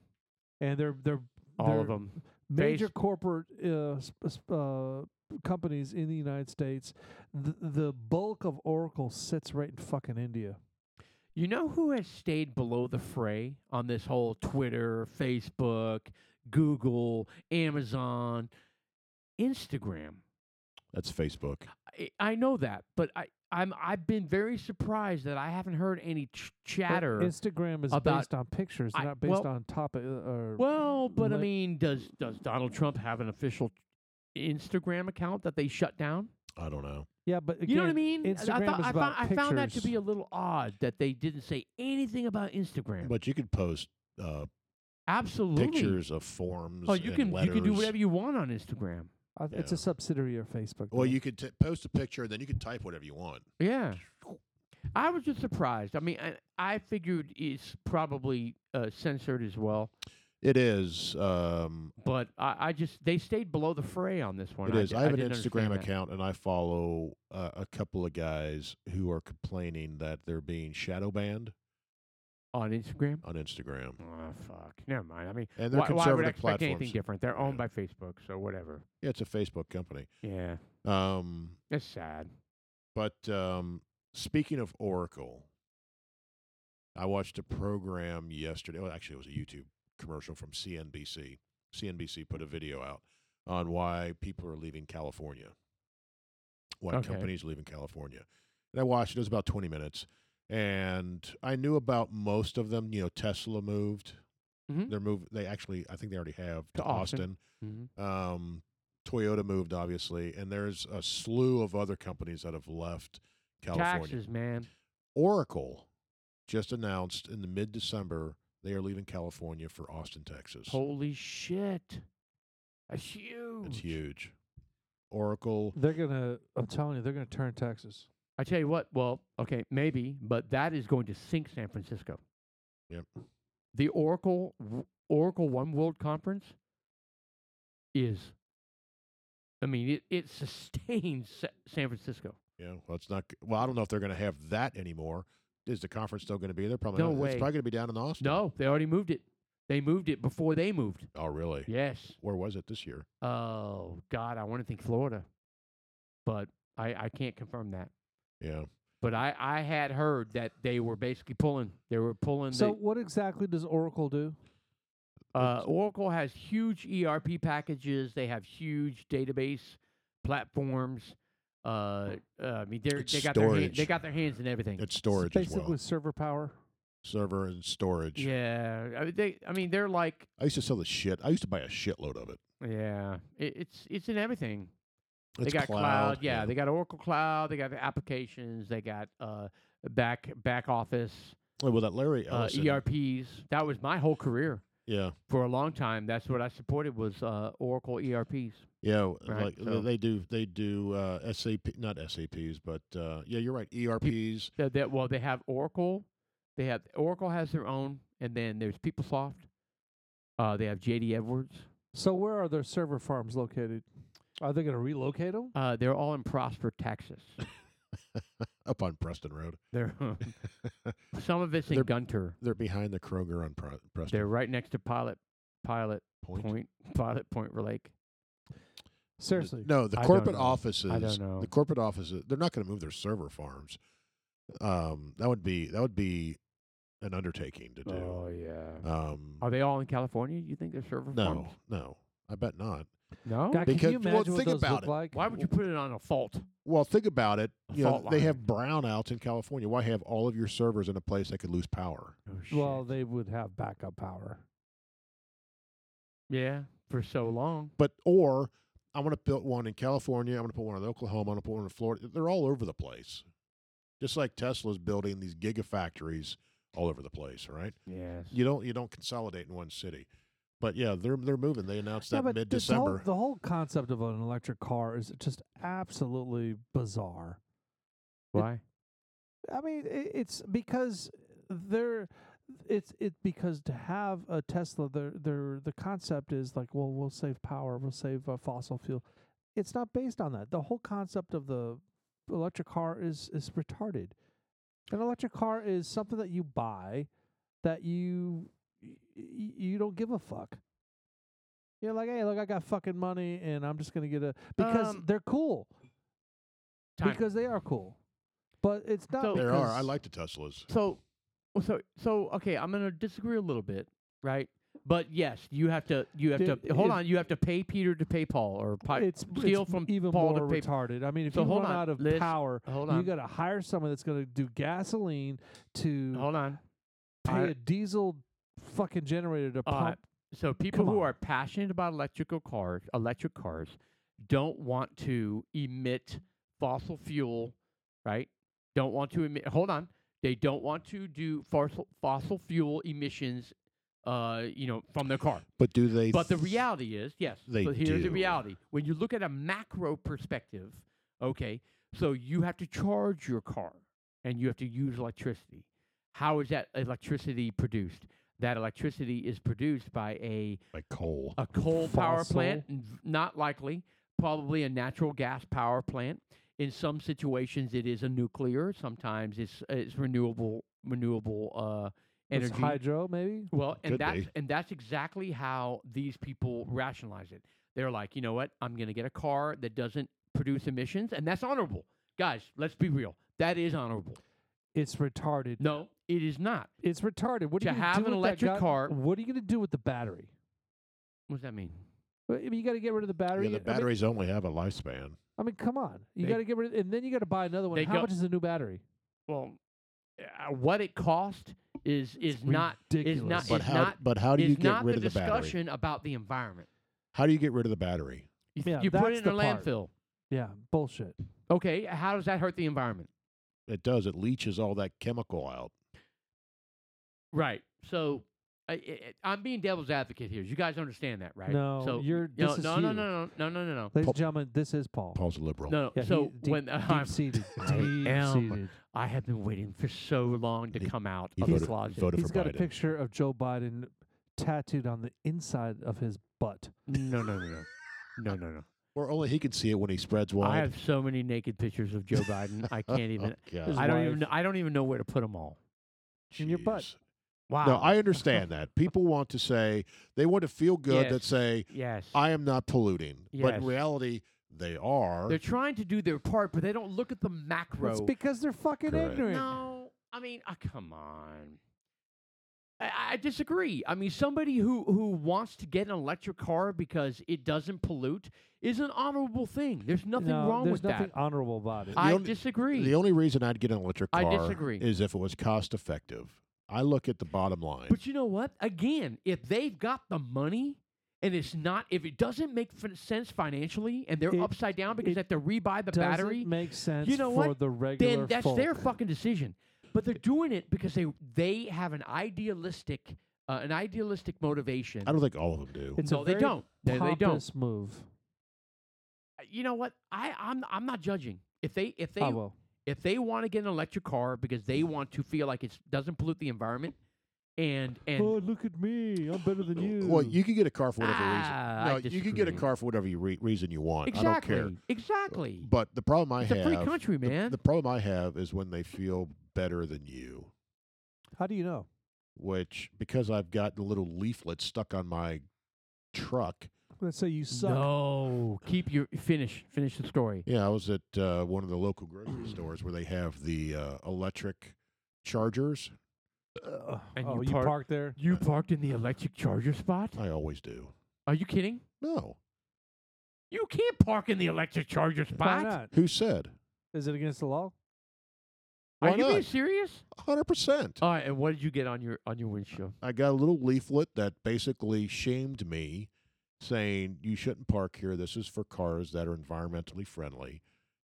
Speaker 1: and they're they're
Speaker 3: all
Speaker 1: They're-
Speaker 3: of them.
Speaker 1: major
Speaker 3: Face-
Speaker 1: corporate uh, s- s- uh, companies in the United States. The, the bulk of Oracle sits right in fucking India.
Speaker 3: You know who has stayed below the fray on this whole Twitter, Facebook, Google, Amazon, Instagram?
Speaker 2: That's Facebook.
Speaker 3: I, I know that, but I I'm I've been very surprised that I haven't heard any ch-
Speaker 1: But
Speaker 3: chatter.
Speaker 1: Instagram is
Speaker 3: about-
Speaker 1: based on pictures,
Speaker 3: I-
Speaker 1: not based
Speaker 3: well-
Speaker 1: on topic. uh, Or
Speaker 3: well, but I
Speaker 1: like-
Speaker 3: mean, does does Donald Trump have an official Instagram account that they shut down?
Speaker 2: I don't know.
Speaker 1: yeah, but again,
Speaker 3: you know what I mean? I
Speaker 1: Instagram
Speaker 3: thought-
Speaker 1: is
Speaker 3: I,
Speaker 1: about
Speaker 3: found, I found that to be
Speaker 1: pictures.
Speaker 3: a little odd that they didn't say anything about Instagram.
Speaker 2: But you could post uh,
Speaker 3: Absolutely.
Speaker 2: pictures of forms.
Speaker 3: Oh, you
Speaker 2: and
Speaker 3: can you
Speaker 2: letters.
Speaker 3: can do whatever you want on Instagram.
Speaker 1: Uh, It's
Speaker 2: yeah.
Speaker 1: a subsidiary of Facebook.
Speaker 2: Well,
Speaker 1: though.
Speaker 2: you could t- post a picture, and then you could type whatever you want.
Speaker 3: Yeah. I was just surprised. I mean, I, I figured it's probably uh, censored as well,
Speaker 2: It is. Um,
Speaker 3: but I, I just they stayed below the fray on this one.
Speaker 2: it is.
Speaker 3: Oh, di-
Speaker 2: I have an
Speaker 3: didn't
Speaker 2: Instagram
Speaker 3: understand that.
Speaker 2: account, and I follow uh, a couple of guys who are complaining that they're being shadow banned
Speaker 3: on Instagram.
Speaker 2: on Instagram.
Speaker 3: Oh fuck, never mind. I mean,
Speaker 2: And they're
Speaker 3: why, why would I
Speaker 2: conservative
Speaker 3: expect anything
Speaker 2: platforms.
Speaker 3: different? They're owned
Speaker 2: Yeah.
Speaker 3: by Facebook, so whatever.
Speaker 2: Yeah, it's a Facebook company.
Speaker 3: Yeah,
Speaker 2: Um,
Speaker 3: that's sad.
Speaker 2: But um, speaking of Oracle, I watched a program yesterday. Well, actually, it was a YouTube commercial from CNBC. CNBC put a video out on why people are leaving California, why
Speaker 3: Okay.
Speaker 2: companies are leaving California. And I watched it. It was about 20 minutes. And I knew about most of them. You know, Tesla moved.
Speaker 3: Mhm.
Speaker 2: They're moved. They actually, I think they already have
Speaker 3: To
Speaker 2: to
Speaker 3: Austin.
Speaker 2: Austin.
Speaker 3: hmm
Speaker 2: Um, Toyota moved, obviously, and there's a slew of other companies that have left California.
Speaker 3: Taxes, man.
Speaker 2: Oracle just announced in the mid December they are leaving California for Austin, Texas.
Speaker 3: Holy shit, that's huge. Hmm.
Speaker 2: It's huge. Oracle,
Speaker 1: they're gonna. I'm telling you, they're gonna turn Texas.
Speaker 3: I tell you what, well, okay, maybe, but that is going to sink San Francisco.
Speaker 2: Yep.
Speaker 3: The Oracle w- Oracle One World Conference is I mean, it, it sustains Sa- San Francisco.
Speaker 2: yeah, well, it's not. g- Well, I don't know if they're going to have that anymore. Is the conference still going to be there? Probably
Speaker 3: No
Speaker 2: not.
Speaker 3: way.
Speaker 2: It's probably going to be down in Austin.
Speaker 3: No, they already moved it. They moved it before they moved.
Speaker 2: Oh, really?
Speaker 3: Yes.
Speaker 2: Where was it this year?
Speaker 3: Oh God, I want to think Florida. But I, I can't confirm that.
Speaker 2: Yeah.
Speaker 3: But I, I had heard that they were basically pulling. They were pulling
Speaker 1: So,
Speaker 3: the,
Speaker 1: what exactly does Oracle do?
Speaker 3: Uh, Oracle has huge ERP packages. They have huge database platforms. Uh, uh, I mean, they're,
Speaker 2: It's
Speaker 3: they got their hand, they
Speaker 2: storage.
Speaker 3: got their hands in everything.
Speaker 2: It's storage as
Speaker 1: Basically,
Speaker 2: well.
Speaker 1: server power.
Speaker 2: Server and storage.
Speaker 3: yeah, I mean, they. I mean, they're like
Speaker 2: I used to sell the shit. I used to buy a shitload of it.
Speaker 3: yeah. It, it's it's in everything.
Speaker 2: It's
Speaker 3: they got cloud. Yeah, they got Oracle Cloud. They got the applications. They got uh back back office
Speaker 2: Oh, well, that Larry
Speaker 3: uh,
Speaker 2: Ellison.
Speaker 3: ERPs. That was my whole career
Speaker 2: Yeah.
Speaker 3: for a long time. That's what I supported was uh, Oracle ERPs.
Speaker 2: Yeah, w-
Speaker 3: Right,
Speaker 2: like th-
Speaker 3: so-
Speaker 2: they do, they do uh, SAP, not SAPs, but uh, yeah, you're right, ERPs.
Speaker 3: that, that well they have Oracle, they have Oracle has their own, and then there's PeopleSoft. Uh, they have JD Edwards.
Speaker 1: So, where are their server farms located? Are they gonna relocate them?
Speaker 3: Uh, they're all in Prosper, Texas.
Speaker 2: Up on Preston Road,
Speaker 3: They're some of it's in
Speaker 2: They're-
Speaker 3: Gunter.
Speaker 2: they're behind the Kroger on Pro- Preston
Speaker 3: They're right next to Pilot Pilot
Speaker 2: Point.
Speaker 3: Point Pilot Point Lake.
Speaker 2: Th-
Speaker 1: Seriously,
Speaker 2: no, the
Speaker 3: I don't
Speaker 2: corporate
Speaker 3: know.
Speaker 2: offices.
Speaker 3: know.
Speaker 2: The corporate offices. They're not going to move their server farms. Um, that would be that would be an undertaking to do.
Speaker 3: Oh yeah.
Speaker 2: Um,
Speaker 3: Are they all in California? You think they're server farms?
Speaker 2: no, no, I bet not.
Speaker 3: No.
Speaker 1: God, can
Speaker 2: Because-
Speaker 1: you
Speaker 2: well,
Speaker 1: imagine what
Speaker 2: think
Speaker 1: those
Speaker 2: about
Speaker 1: look
Speaker 2: it.
Speaker 1: like?
Speaker 3: Why would you put it on a fault?
Speaker 2: Well, think about it.
Speaker 3: A
Speaker 2: You know,
Speaker 3: fault
Speaker 2: they have brownouts in California. Why have all of your servers in a place that could lose power?
Speaker 3: Oh,
Speaker 1: Well,
Speaker 3: shit.
Speaker 1: they would have backup power.
Speaker 3: yeah, for so long.
Speaker 2: but or I want to build one in California. I want to put one in Oklahoma. I want to put one in Florida. They're all over the place. Just like Tesla's building these gigafactories all over the place, right?
Speaker 3: Yes.
Speaker 2: You don't you don't consolidate in one city. But yeah, they're they're moving. They announced
Speaker 1: Yeah,
Speaker 2: that
Speaker 1: but
Speaker 2: mid
Speaker 1: this whole-
Speaker 2: December.
Speaker 1: The whole concept of an electric car is just absolutely bizarre.
Speaker 3: Why?
Speaker 1: I mean, i it's because they're it's it because to have a Tesla, they're, they're, the concept is like, well, we'll save power, we'll save uh, fossil fuel. It's not based on that. The whole concept of the electric car is is retarded. An electric car is something that you buy that you y- y- you don't give a fuck. You're like, hey, look, I got fucking money, and I'm just gonna get a because
Speaker 3: Um,
Speaker 1: they're cool
Speaker 3: Time.
Speaker 1: because they are cool. But it's not.
Speaker 3: So-
Speaker 2: there are. I
Speaker 1: because-
Speaker 2: like the Teslas.
Speaker 3: so, so, so, okay, I'm gonna disagree a little bit, right? But yes, you have to, you have
Speaker 1: Dude,
Speaker 3: to hold
Speaker 1: if-
Speaker 3: on. You have to pay Peter to pay Paul, or pi-
Speaker 1: it's
Speaker 3: steal
Speaker 1: it's
Speaker 3: from
Speaker 1: even
Speaker 3: Paul
Speaker 1: more
Speaker 3: to pay.
Speaker 1: retarded. I mean, if
Speaker 3: So
Speaker 1: you
Speaker 3: hold
Speaker 1: run
Speaker 3: on,
Speaker 1: out of
Speaker 3: Liz,
Speaker 1: power,
Speaker 3: Hold
Speaker 1: you
Speaker 3: on,
Speaker 1: got to hire someone that's going to do gasoline to
Speaker 3: hold on.
Speaker 1: pay
Speaker 3: I-
Speaker 1: a diesel fucking generator to
Speaker 3: Uh,
Speaker 1: pump.
Speaker 3: So people
Speaker 1: Come
Speaker 3: who
Speaker 1: on.
Speaker 3: are passionate about electrical cars, electric cars, don't want to emit fossil fuel, right? Don't want to emit. Hold on, they don't want to do fossil fossil fuel emissions, uh, you know, from their car.
Speaker 2: But do they?
Speaker 3: But the reality is, yes.
Speaker 2: They
Speaker 3: but here's the
Speaker 2: do.
Speaker 3: reality: when you look at a macro perspective, okay, so you have to charge your car, and you have to use electricity. How is that electricity produced? That electricity is produced by a
Speaker 2: like coal.
Speaker 3: a coal power
Speaker 1: Fossil.
Speaker 3: plant, n- v- not likely, probably a natural gas power plant. In some situations, it is a nuclear. Sometimes it's it's renewable renewable uh,
Speaker 1: It's
Speaker 3: energy.
Speaker 1: hydro, maybe.
Speaker 3: Well,
Speaker 2: Could
Speaker 3: and that's
Speaker 2: be.
Speaker 3: and that's exactly how these people rationalize it. They're like, you know what? I'm going to get a car that doesn't produce emissions, and that's honorable, guys. Let's be real. That is honorable.
Speaker 1: It's retarded.
Speaker 3: No, it is not.
Speaker 1: It's retarded. What
Speaker 3: To
Speaker 1: are you gonna
Speaker 3: have
Speaker 1: do
Speaker 3: an
Speaker 1: with that
Speaker 3: electric
Speaker 1: gun-
Speaker 3: car-
Speaker 1: What are you going to do with the battery?
Speaker 3: What does that mean?
Speaker 1: I mean, you got to get rid of the battery.
Speaker 2: Yeah, the
Speaker 1: I mean,
Speaker 2: batteries only have a lifespan.
Speaker 1: I mean, come on. You
Speaker 3: They-
Speaker 1: got to get rid, and then you got to buy another one.
Speaker 3: they
Speaker 1: How
Speaker 3: go-
Speaker 1: much is a new battery?
Speaker 3: Well, uh, what it cost is is not is
Speaker 1: ridiculous.
Speaker 3: not
Speaker 2: But
Speaker 3: is
Speaker 2: how?
Speaker 3: not
Speaker 2: but how do
Speaker 3: is
Speaker 2: you get
Speaker 3: not
Speaker 2: rid
Speaker 3: the
Speaker 2: of the battery?
Speaker 3: discussion about the environment.
Speaker 2: How do you get rid of the battery?
Speaker 3: You,
Speaker 1: Yeah,
Speaker 3: you put
Speaker 1: that's
Speaker 3: it in a
Speaker 1: the part.
Speaker 3: landfill.
Speaker 1: Yeah, bullshit.
Speaker 3: Okay, how does that hurt the environment?
Speaker 2: It does. It leaches all that chemical out.
Speaker 3: Right. So I, I, I'm being devil's advocate here. You guys understand that, right?
Speaker 1: No,
Speaker 3: So
Speaker 1: you're-
Speaker 3: no,
Speaker 1: this is
Speaker 3: no, no,
Speaker 1: you.
Speaker 3: no, no, no, no, no, no.
Speaker 1: Ladies
Speaker 2: Paul-
Speaker 1: and gentlemen, this is Paul.
Speaker 2: Paul's a liberal.
Speaker 3: No, no.
Speaker 1: Yeah, he-
Speaker 3: so
Speaker 1: deep-
Speaker 3: when uh, I'm,
Speaker 1: deep seated,
Speaker 3: I
Speaker 1: deep
Speaker 3: am.
Speaker 1: seated.
Speaker 3: I have been waiting for so long to
Speaker 2: He-
Speaker 3: come out
Speaker 2: he
Speaker 3: of the
Speaker 2: voted-
Speaker 3: closet.
Speaker 2: voted
Speaker 1: He's
Speaker 2: for
Speaker 1: got
Speaker 2: Biden.
Speaker 1: a picture of Joe Biden tattooed on the inside of his butt.
Speaker 3: No, no, no, no, no, no, no.
Speaker 2: Or only he can see it when he spreads wide.
Speaker 3: I have so many naked pictures of Joe Biden. I can't even.
Speaker 2: Oh, God.
Speaker 3: I don't
Speaker 1: wife.
Speaker 3: even. Know, I don't even know where to put them all.
Speaker 1: in your butt.
Speaker 2: Jeez.
Speaker 3: Wow.
Speaker 2: No, I understand that. People want to say they want to feel good
Speaker 3: Yes.
Speaker 2: that say
Speaker 3: yes.
Speaker 2: I am not polluting, but
Speaker 3: Yes.
Speaker 2: in reality they are.
Speaker 3: They're trying to do their part, but they don't look at the macro.
Speaker 1: It's because they're fucking
Speaker 2: Correct.
Speaker 1: ignorant.
Speaker 3: No, I mean, uh, come on. I, I disagree. I mean, somebody who, who wants to get an electric car because it doesn't pollute is an honorable thing. There's nothing
Speaker 1: No,
Speaker 3: wrong
Speaker 1: there's
Speaker 3: with
Speaker 1: nothing
Speaker 3: that.
Speaker 1: honorable about it.
Speaker 2: The
Speaker 3: I
Speaker 2: only-
Speaker 3: disagree.
Speaker 2: The only reason I'd get an electric
Speaker 3: I
Speaker 2: car
Speaker 3: disagree.
Speaker 2: is if it was cost effective. I look at the bottom line.
Speaker 3: but you know what? Again, if they've got the money and it's not, if it doesn't make fin- sense financially and they're
Speaker 1: It-
Speaker 3: upside down because
Speaker 1: it
Speaker 3: they have to rebuy the
Speaker 1: Doesn't
Speaker 3: battery,
Speaker 1: make sense
Speaker 3: you know
Speaker 1: for
Speaker 3: what?
Speaker 1: the regular
Speaker 3: then that's
Speaker 1: folk.
Speaker 3: their fucking decision. But they're doing it because they they have an idealistic uh, an idealistic motivation.
Speaker 2: I don't think all of them do.
Speaker 1: It's
Speaker 3: no,
Speaker 1: a
Speaker 3: they
Speaker 1: very
Speaker 3: don't. They, they don't.
Speaker 1: pompous move.
Speaker 3: Uh, You know what? I I'm I'm not judging. If they if they
Speaker 1: I will.
Speaker 3: if they want to get an electric car because they want to feel like it doesn't pollute the environment, and and
Speaker 1: oh, look at me. I'm better than you.
Speaker 2: Well, you can get a car for whatever
Speaker 3: Ah, I
Speaker 2: reason. No, you can get a
Speaker 3: disagree.
Speaker 2: car for whatever you re- reason you want.
Speaker 3: exactly
Speaker 2: I don't care.
Speaker 3: exactly.
Speaker 2: But the problem I
Speaker 3: it's
Speaker 2: have
Speaker 3: a free country,
Speaker 2: the-
Speaker 3: man.
Speaker 2: The, problem I have is when they feel better than you,
Speaker 1: How do you know?
Speaker 2: which because I've got the little leaflet stuck on my truck.
Speaker 1: Let's say you suck.
Speaker 3: no, keep your finish finish the story.
Speaker 2: Yeah, I was at uh, one of the local grocery stores where they have the uh, electric chargers.
Speaker 1: Ugh.
Speaker 3: And
Speaker 1: oh,
Speaker 3: you
Speaker 1: you
Speaker 3: park-
Speaker 1: parked there.
Speaker 3: You parked in the electric charger spot?
Speaker 2: I always do.
Speaker 3: Are you kidding?
Speaker 2: No,
Speaker 3: You can't park in the electric charger
Speaker 1: Why
Speaker 3: spot.
Speaker 1: not?
Speaker 2: who said?
Speaker 1: Is it against the law?
Speaker 3: Are
Speaker 2: Why
Speaker 3: you being
Speaker 2: not?
Speaker 3: serious?
Speaker 2: Hundred percent.
Speaker 3: All right, and what did you get on your on your windshield?
Speaker 2: I got a little leaflet that basically shamed me, saying you shouldn't park here. This is for cars that are environmentally friendly,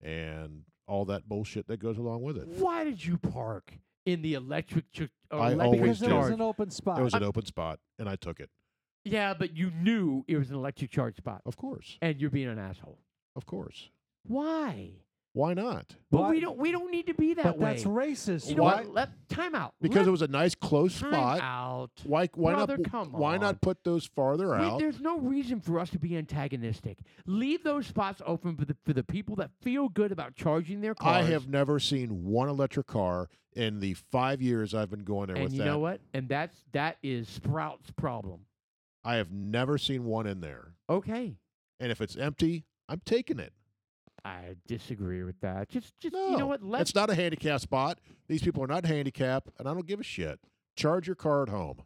Speaker 2: and all that bullshit that goes along with it.
Speaker 3: Why did you park in the electric? Ch- uh,
Speaker 2: I
Speaker 3: electric
Speaker 2: always
Speaker 1: Because
Speaker 2: do.
Speaker 1: there was
Speaker 3: charge?
Speaker 1: an open spot.
Speaker 2: It was an open spot, and I took it.
Speaker 3: Yeah, but you knew it was an electric charge spot,
Speaker 2: Of course.
Speaker 3: and you're being an asshole.
Speaker 2: Of course.
Speaker 3: Why?
Speaker 2: Why not?
Speaker 3: But
Speaker 1: Why-
Speaker 3: we don't. We don't need to be that
Speaker 1: but
Speaker 3: way.
Speaker 1: that's racist.
Speaker 3: You know
Speaker 1: Why?
Speaker 3: what? Let time out.
Speaker 2: Because
Speaker 3: Let
Speaker 2: it was a nice close
Speaker 3: time
Speaker 2: spot.
Speaker 3: out.
Speaker 2: Why why
Speaker 3: Brother,
Speaker 2: not
Speaker 3: come
Speaker 2: why
Speaker 3: on.
Speaker 2: not put those farther
Speaker 3: We-
Speaker 2: out?
Speaker 3: there's no reason for us to be antagonistic. Leave those spots open for the for the people that feel good about charging their
Speaker 2: I
Speaker 3: cars.
Speaker 2: have never seen one electric car in the five years I've been going there
Speaker 3: and
Speaker 2: with
Speaker 3: you
Speaker 2: that.
Speaker 3: know what? And that's that is Sprout's problem.
Speaker 2: I have never seen one in there.
Speaker 3: Okay,
Speaker 2: And if it's empty, I'm taking it.
Speaker 3: I disagree with that. Just just
Speaker 2: No,
Speaker 3: you know what? Let's
Speaker 2: it's not a handicap spot. These people are not handicapped, and I don't give a shit. Charge your car at home.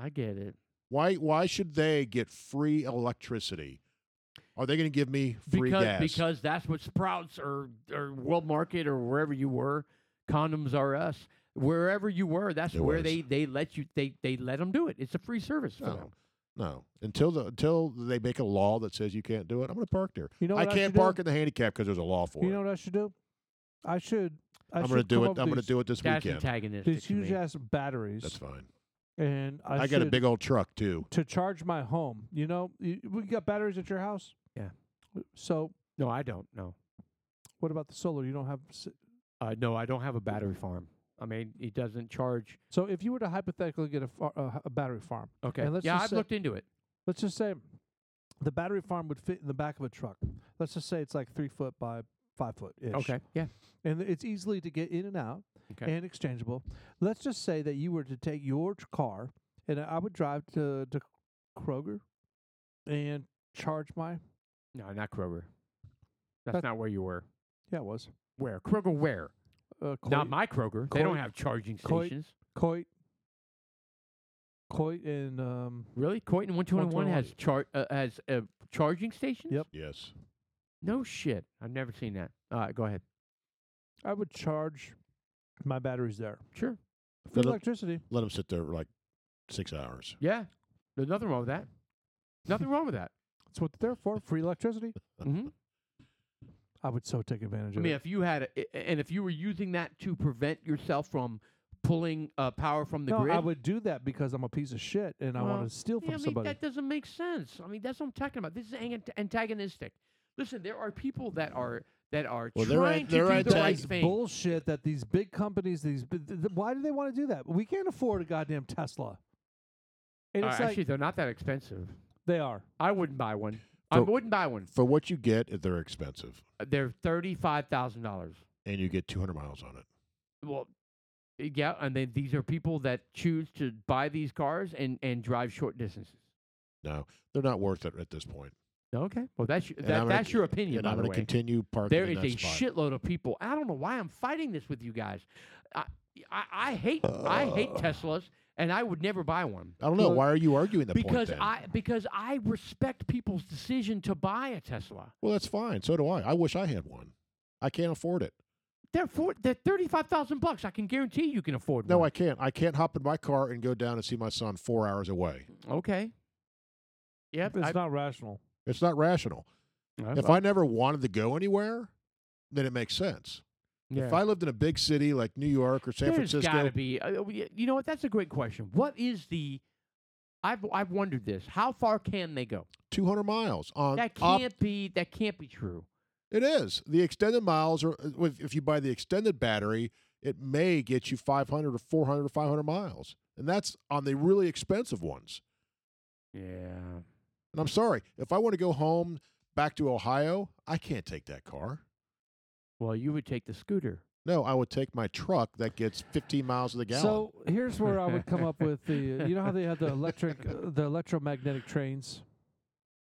Speaker 3: I get it.
Speaker 2: Why? Why should they get free electricity? Are they going to give me free
Speaker 3: because
Speaker 2: gas?
Speaker 3: because that's what Sprouts or or World Market or wherever you were, condoms are us. Wherever you were, that's
Speaker 2: It
Speaker 3: where
Speaker 2: was.
Speaker 3: they they let you they they let them do it. It's a free service for
Speaker 2: no,
Speaker 3: them.
Speaker 2: Oh, no. Until the until they make a law that says you can't do it, I'm going to park there.
Speaker 1: You know
Speaker 2: I
Speaker 1: what I
Speaker 2: can't
Speaker 1: should do?
Speaker 2: park in the handicap because there's a law for
Speaker 1: You
Speaker 2: it.
Speaker 1: know what I should do? I should. I
Speaker 2: I'm
Speaker 1: going to
Speaker 2: do it. I'm going to do it this
Speaker 3: That's
Speaker 2: weekend.
Speaker 3: antagonistic.
Speaker 1: These
Speaker 3: to me.
Speaker 1: huge ass batteries,
Speaker 2: That's fine.
Speaker 1: and I,
Speaker 2: I, got a
Speaker 1: should-
Speaker 2: big old truck too.
Speaker 1: to charge my home. You know, you, we got batteries at your house.
Speaker 3: Yeah.
Speaker 1: So
Speaker 3: No, I don't. No,
Speaker 1: what about the solar? You don't have. s-
Speaker 3: uh, no, I don't have a battery farm. I mean, it doesn't charge.
Speaker 1: So if you were to hypothetically get a, far, a, a battery farm,
Speaker 3: Okay.
Speaker 1: And let's
Speaker 3: yeah,
Speaker 1: just
Speaker 3: I've
Speaker 1: say-
Speaker 3: looked into it.
Speaker 1: let's just say the battery farm would fit in the back of a truck. Let's just say it's like three foot by five foot.
Speaker 3: Okay. Yeah.
Speaker 1: And it's easily to get in and out
Speaker 3: Okay.
Speaker 1: and exchangeable. Let's just say that you were to take your t- car and I would drive to, to Kroger and charge my.
Speaker 3: No, not Kroger. That's
Speaker 1: That-
Speaker 3: not where you were.
Speaker 1: Yeah, it was.
Speaker 3: Where Kroger? Where?
Speaker 1: Uh,
Speaker 3: Not
Speaker 1: Coit-
Speaker 3: my Kroger. they don't
Speaker 1: Coit-
Speaker 3: have charging
Speaker 1: Coit-
Speaker 3: stations.
Speaker 1: Coit. Coit and um,
Speaker 3: Really? Coit and 121 has
Speaker 1: 121.
Speaker 3: char- uh, has uh, charging stations?
Speaker 1: Yep.
Speaker 2: Yes.
Speaker 3: No shit. I've never seen that. All right, go ahead.
Speaker 1: I would charge my batteries there.
Speaker 3: Sure.
Speaker 1: Free
Speaker 2: Philip?
Speaker 1: electricity.
Speaker 2: Let them sit there for like six hours.
Speaker 3: Yeah. There's nothing wrong with that. Nothing wrong with that.
Speaker 1: That's what they're for. Free electricity.
Speaker 3: hmm
Speaker 1: I would so take advantage
Speaker 3: I
Speaker 1: of
Speaker 3: mean,
Speaker 1: it.
Speaker 3: if you had, a, i- and if you were using that to prevent yourself from pulling uh, power from the
Speaker 1: no,
Speaker 3: grid,
Speaker 1: I would do that because I'm a piece of shit and I
Speaker 3: Well,
Speaker 1: want to steal from
Speaker 3: yeah, I mean,
Speaker 1: somebody.
Speaker 3: That doesn't make sense. I mean, that's what I'm talking about. This is ang- antagonistic. Listen, there are people that are that are
Speaker 2: Well, they're
Speaker 3: trying
Speaker 2: an- they're
Speaker 3: to do the right
Speaker 2: antag-
Speaker 3: thing.
Speaker 1: bullshit that these big companies, these bi- th- th- why do they want to do that? We can't afford a goddamn Tesla. And
Speaker 3: Uh,
Speaker 1: it's like
Speaker 3: actually, they're not that expensive.
Speaker 1: they are.
Speaker 3: I wouldn't buy one. I
Speaker 2: For-
Speaker 3: wouldn't buy one.
Speaker 2: For what you get, they're expensive,
Speaker 3: Uh, They're thirty-five thousand dollars.
Speaker 2: and you get 200 miles on it.
Speaker 3: Well, yeah, and then these are people that choose to buy these cars and and drive short distances.
Speaker 2: No, they're not worth it at this point.
Speaker 3: Okay, well that's your-
Speaker 2: And I'm
Speaker 3: that,
Speaker 2: gonna
Speaker 3: that's your
Speaker 2: c-
Speaker 3: opinion.
Speaker 2: And
Speaker 3: by
Speaker 2: I'm
Speaker 3: the
Speaker 2: going
Speaker 3: way.
Speaker 2: to continue parking.
Speaker 3: There
Speaker 2: in
Speaker 3: is
Speaker 2: that
Speaker 3: a
Speaker 2: spot.
Speaker 3: shitload of people. I don't know why I'm fighting this with you guys. I I, I hate I hate Teslas, and I would never buy one
Speaker 2: Uh. I don't know.
Speaker 1: Look,
Speaker 2: Why are you arguing the point
Speaker 3: because
Speaker 2: then?
Speaker 3: I because I respect people's decision to buy a Tesla.
Speaker 2: well, that's fine. So do I. I wish I had one. I can't afford it.
Speaker 3: They're for, they're thirty five thousand bucks. I can guarantee you can afford
Speaker 2: No, I
Speaker 3: one.
Speaker 2: can't. I can't hop in my car and go down and see my son four hours away.
Speaker 3: No, I okay. Yep,
Speaker 1: It's
Speaker 3: I-
Speaker 1: not rational.
Speaker 2: It's not rational. if I never wanted to go anywhere, then it makes sense.
Speaker 3: yeah.
Speaker 2: If I lived in a big city like New York or San
Speaker 3: There's got
Speaker 2: Francisco,
Speaker 3: to be. uh, y- You know what? That's a great question. What is the? I've I've wondered this. How far can they go?
Speaker 2: 200 miles on
Speaker 3: That
Speaker 2: op-
Speaker 3: can't be. That can't be true.
Speaker 2: It is. The extended miles are uh, if if you buy the extended battery, it may get you 500 or 400 or 500 miles. And that's on the really expensive ones.
Speaker 3: Yeah.
Speaker 2: And I'm sorry, if I want to go home back to Ohio, I can't take that car.
Speaker 3: Well, you would take the scooter.
Speaker 2: No, I would take my truck that gets 15 miles to the gallon.
Speaker 1: So here's where I would come up with the. You know how they have the electric, uh, the electromagnetic trains.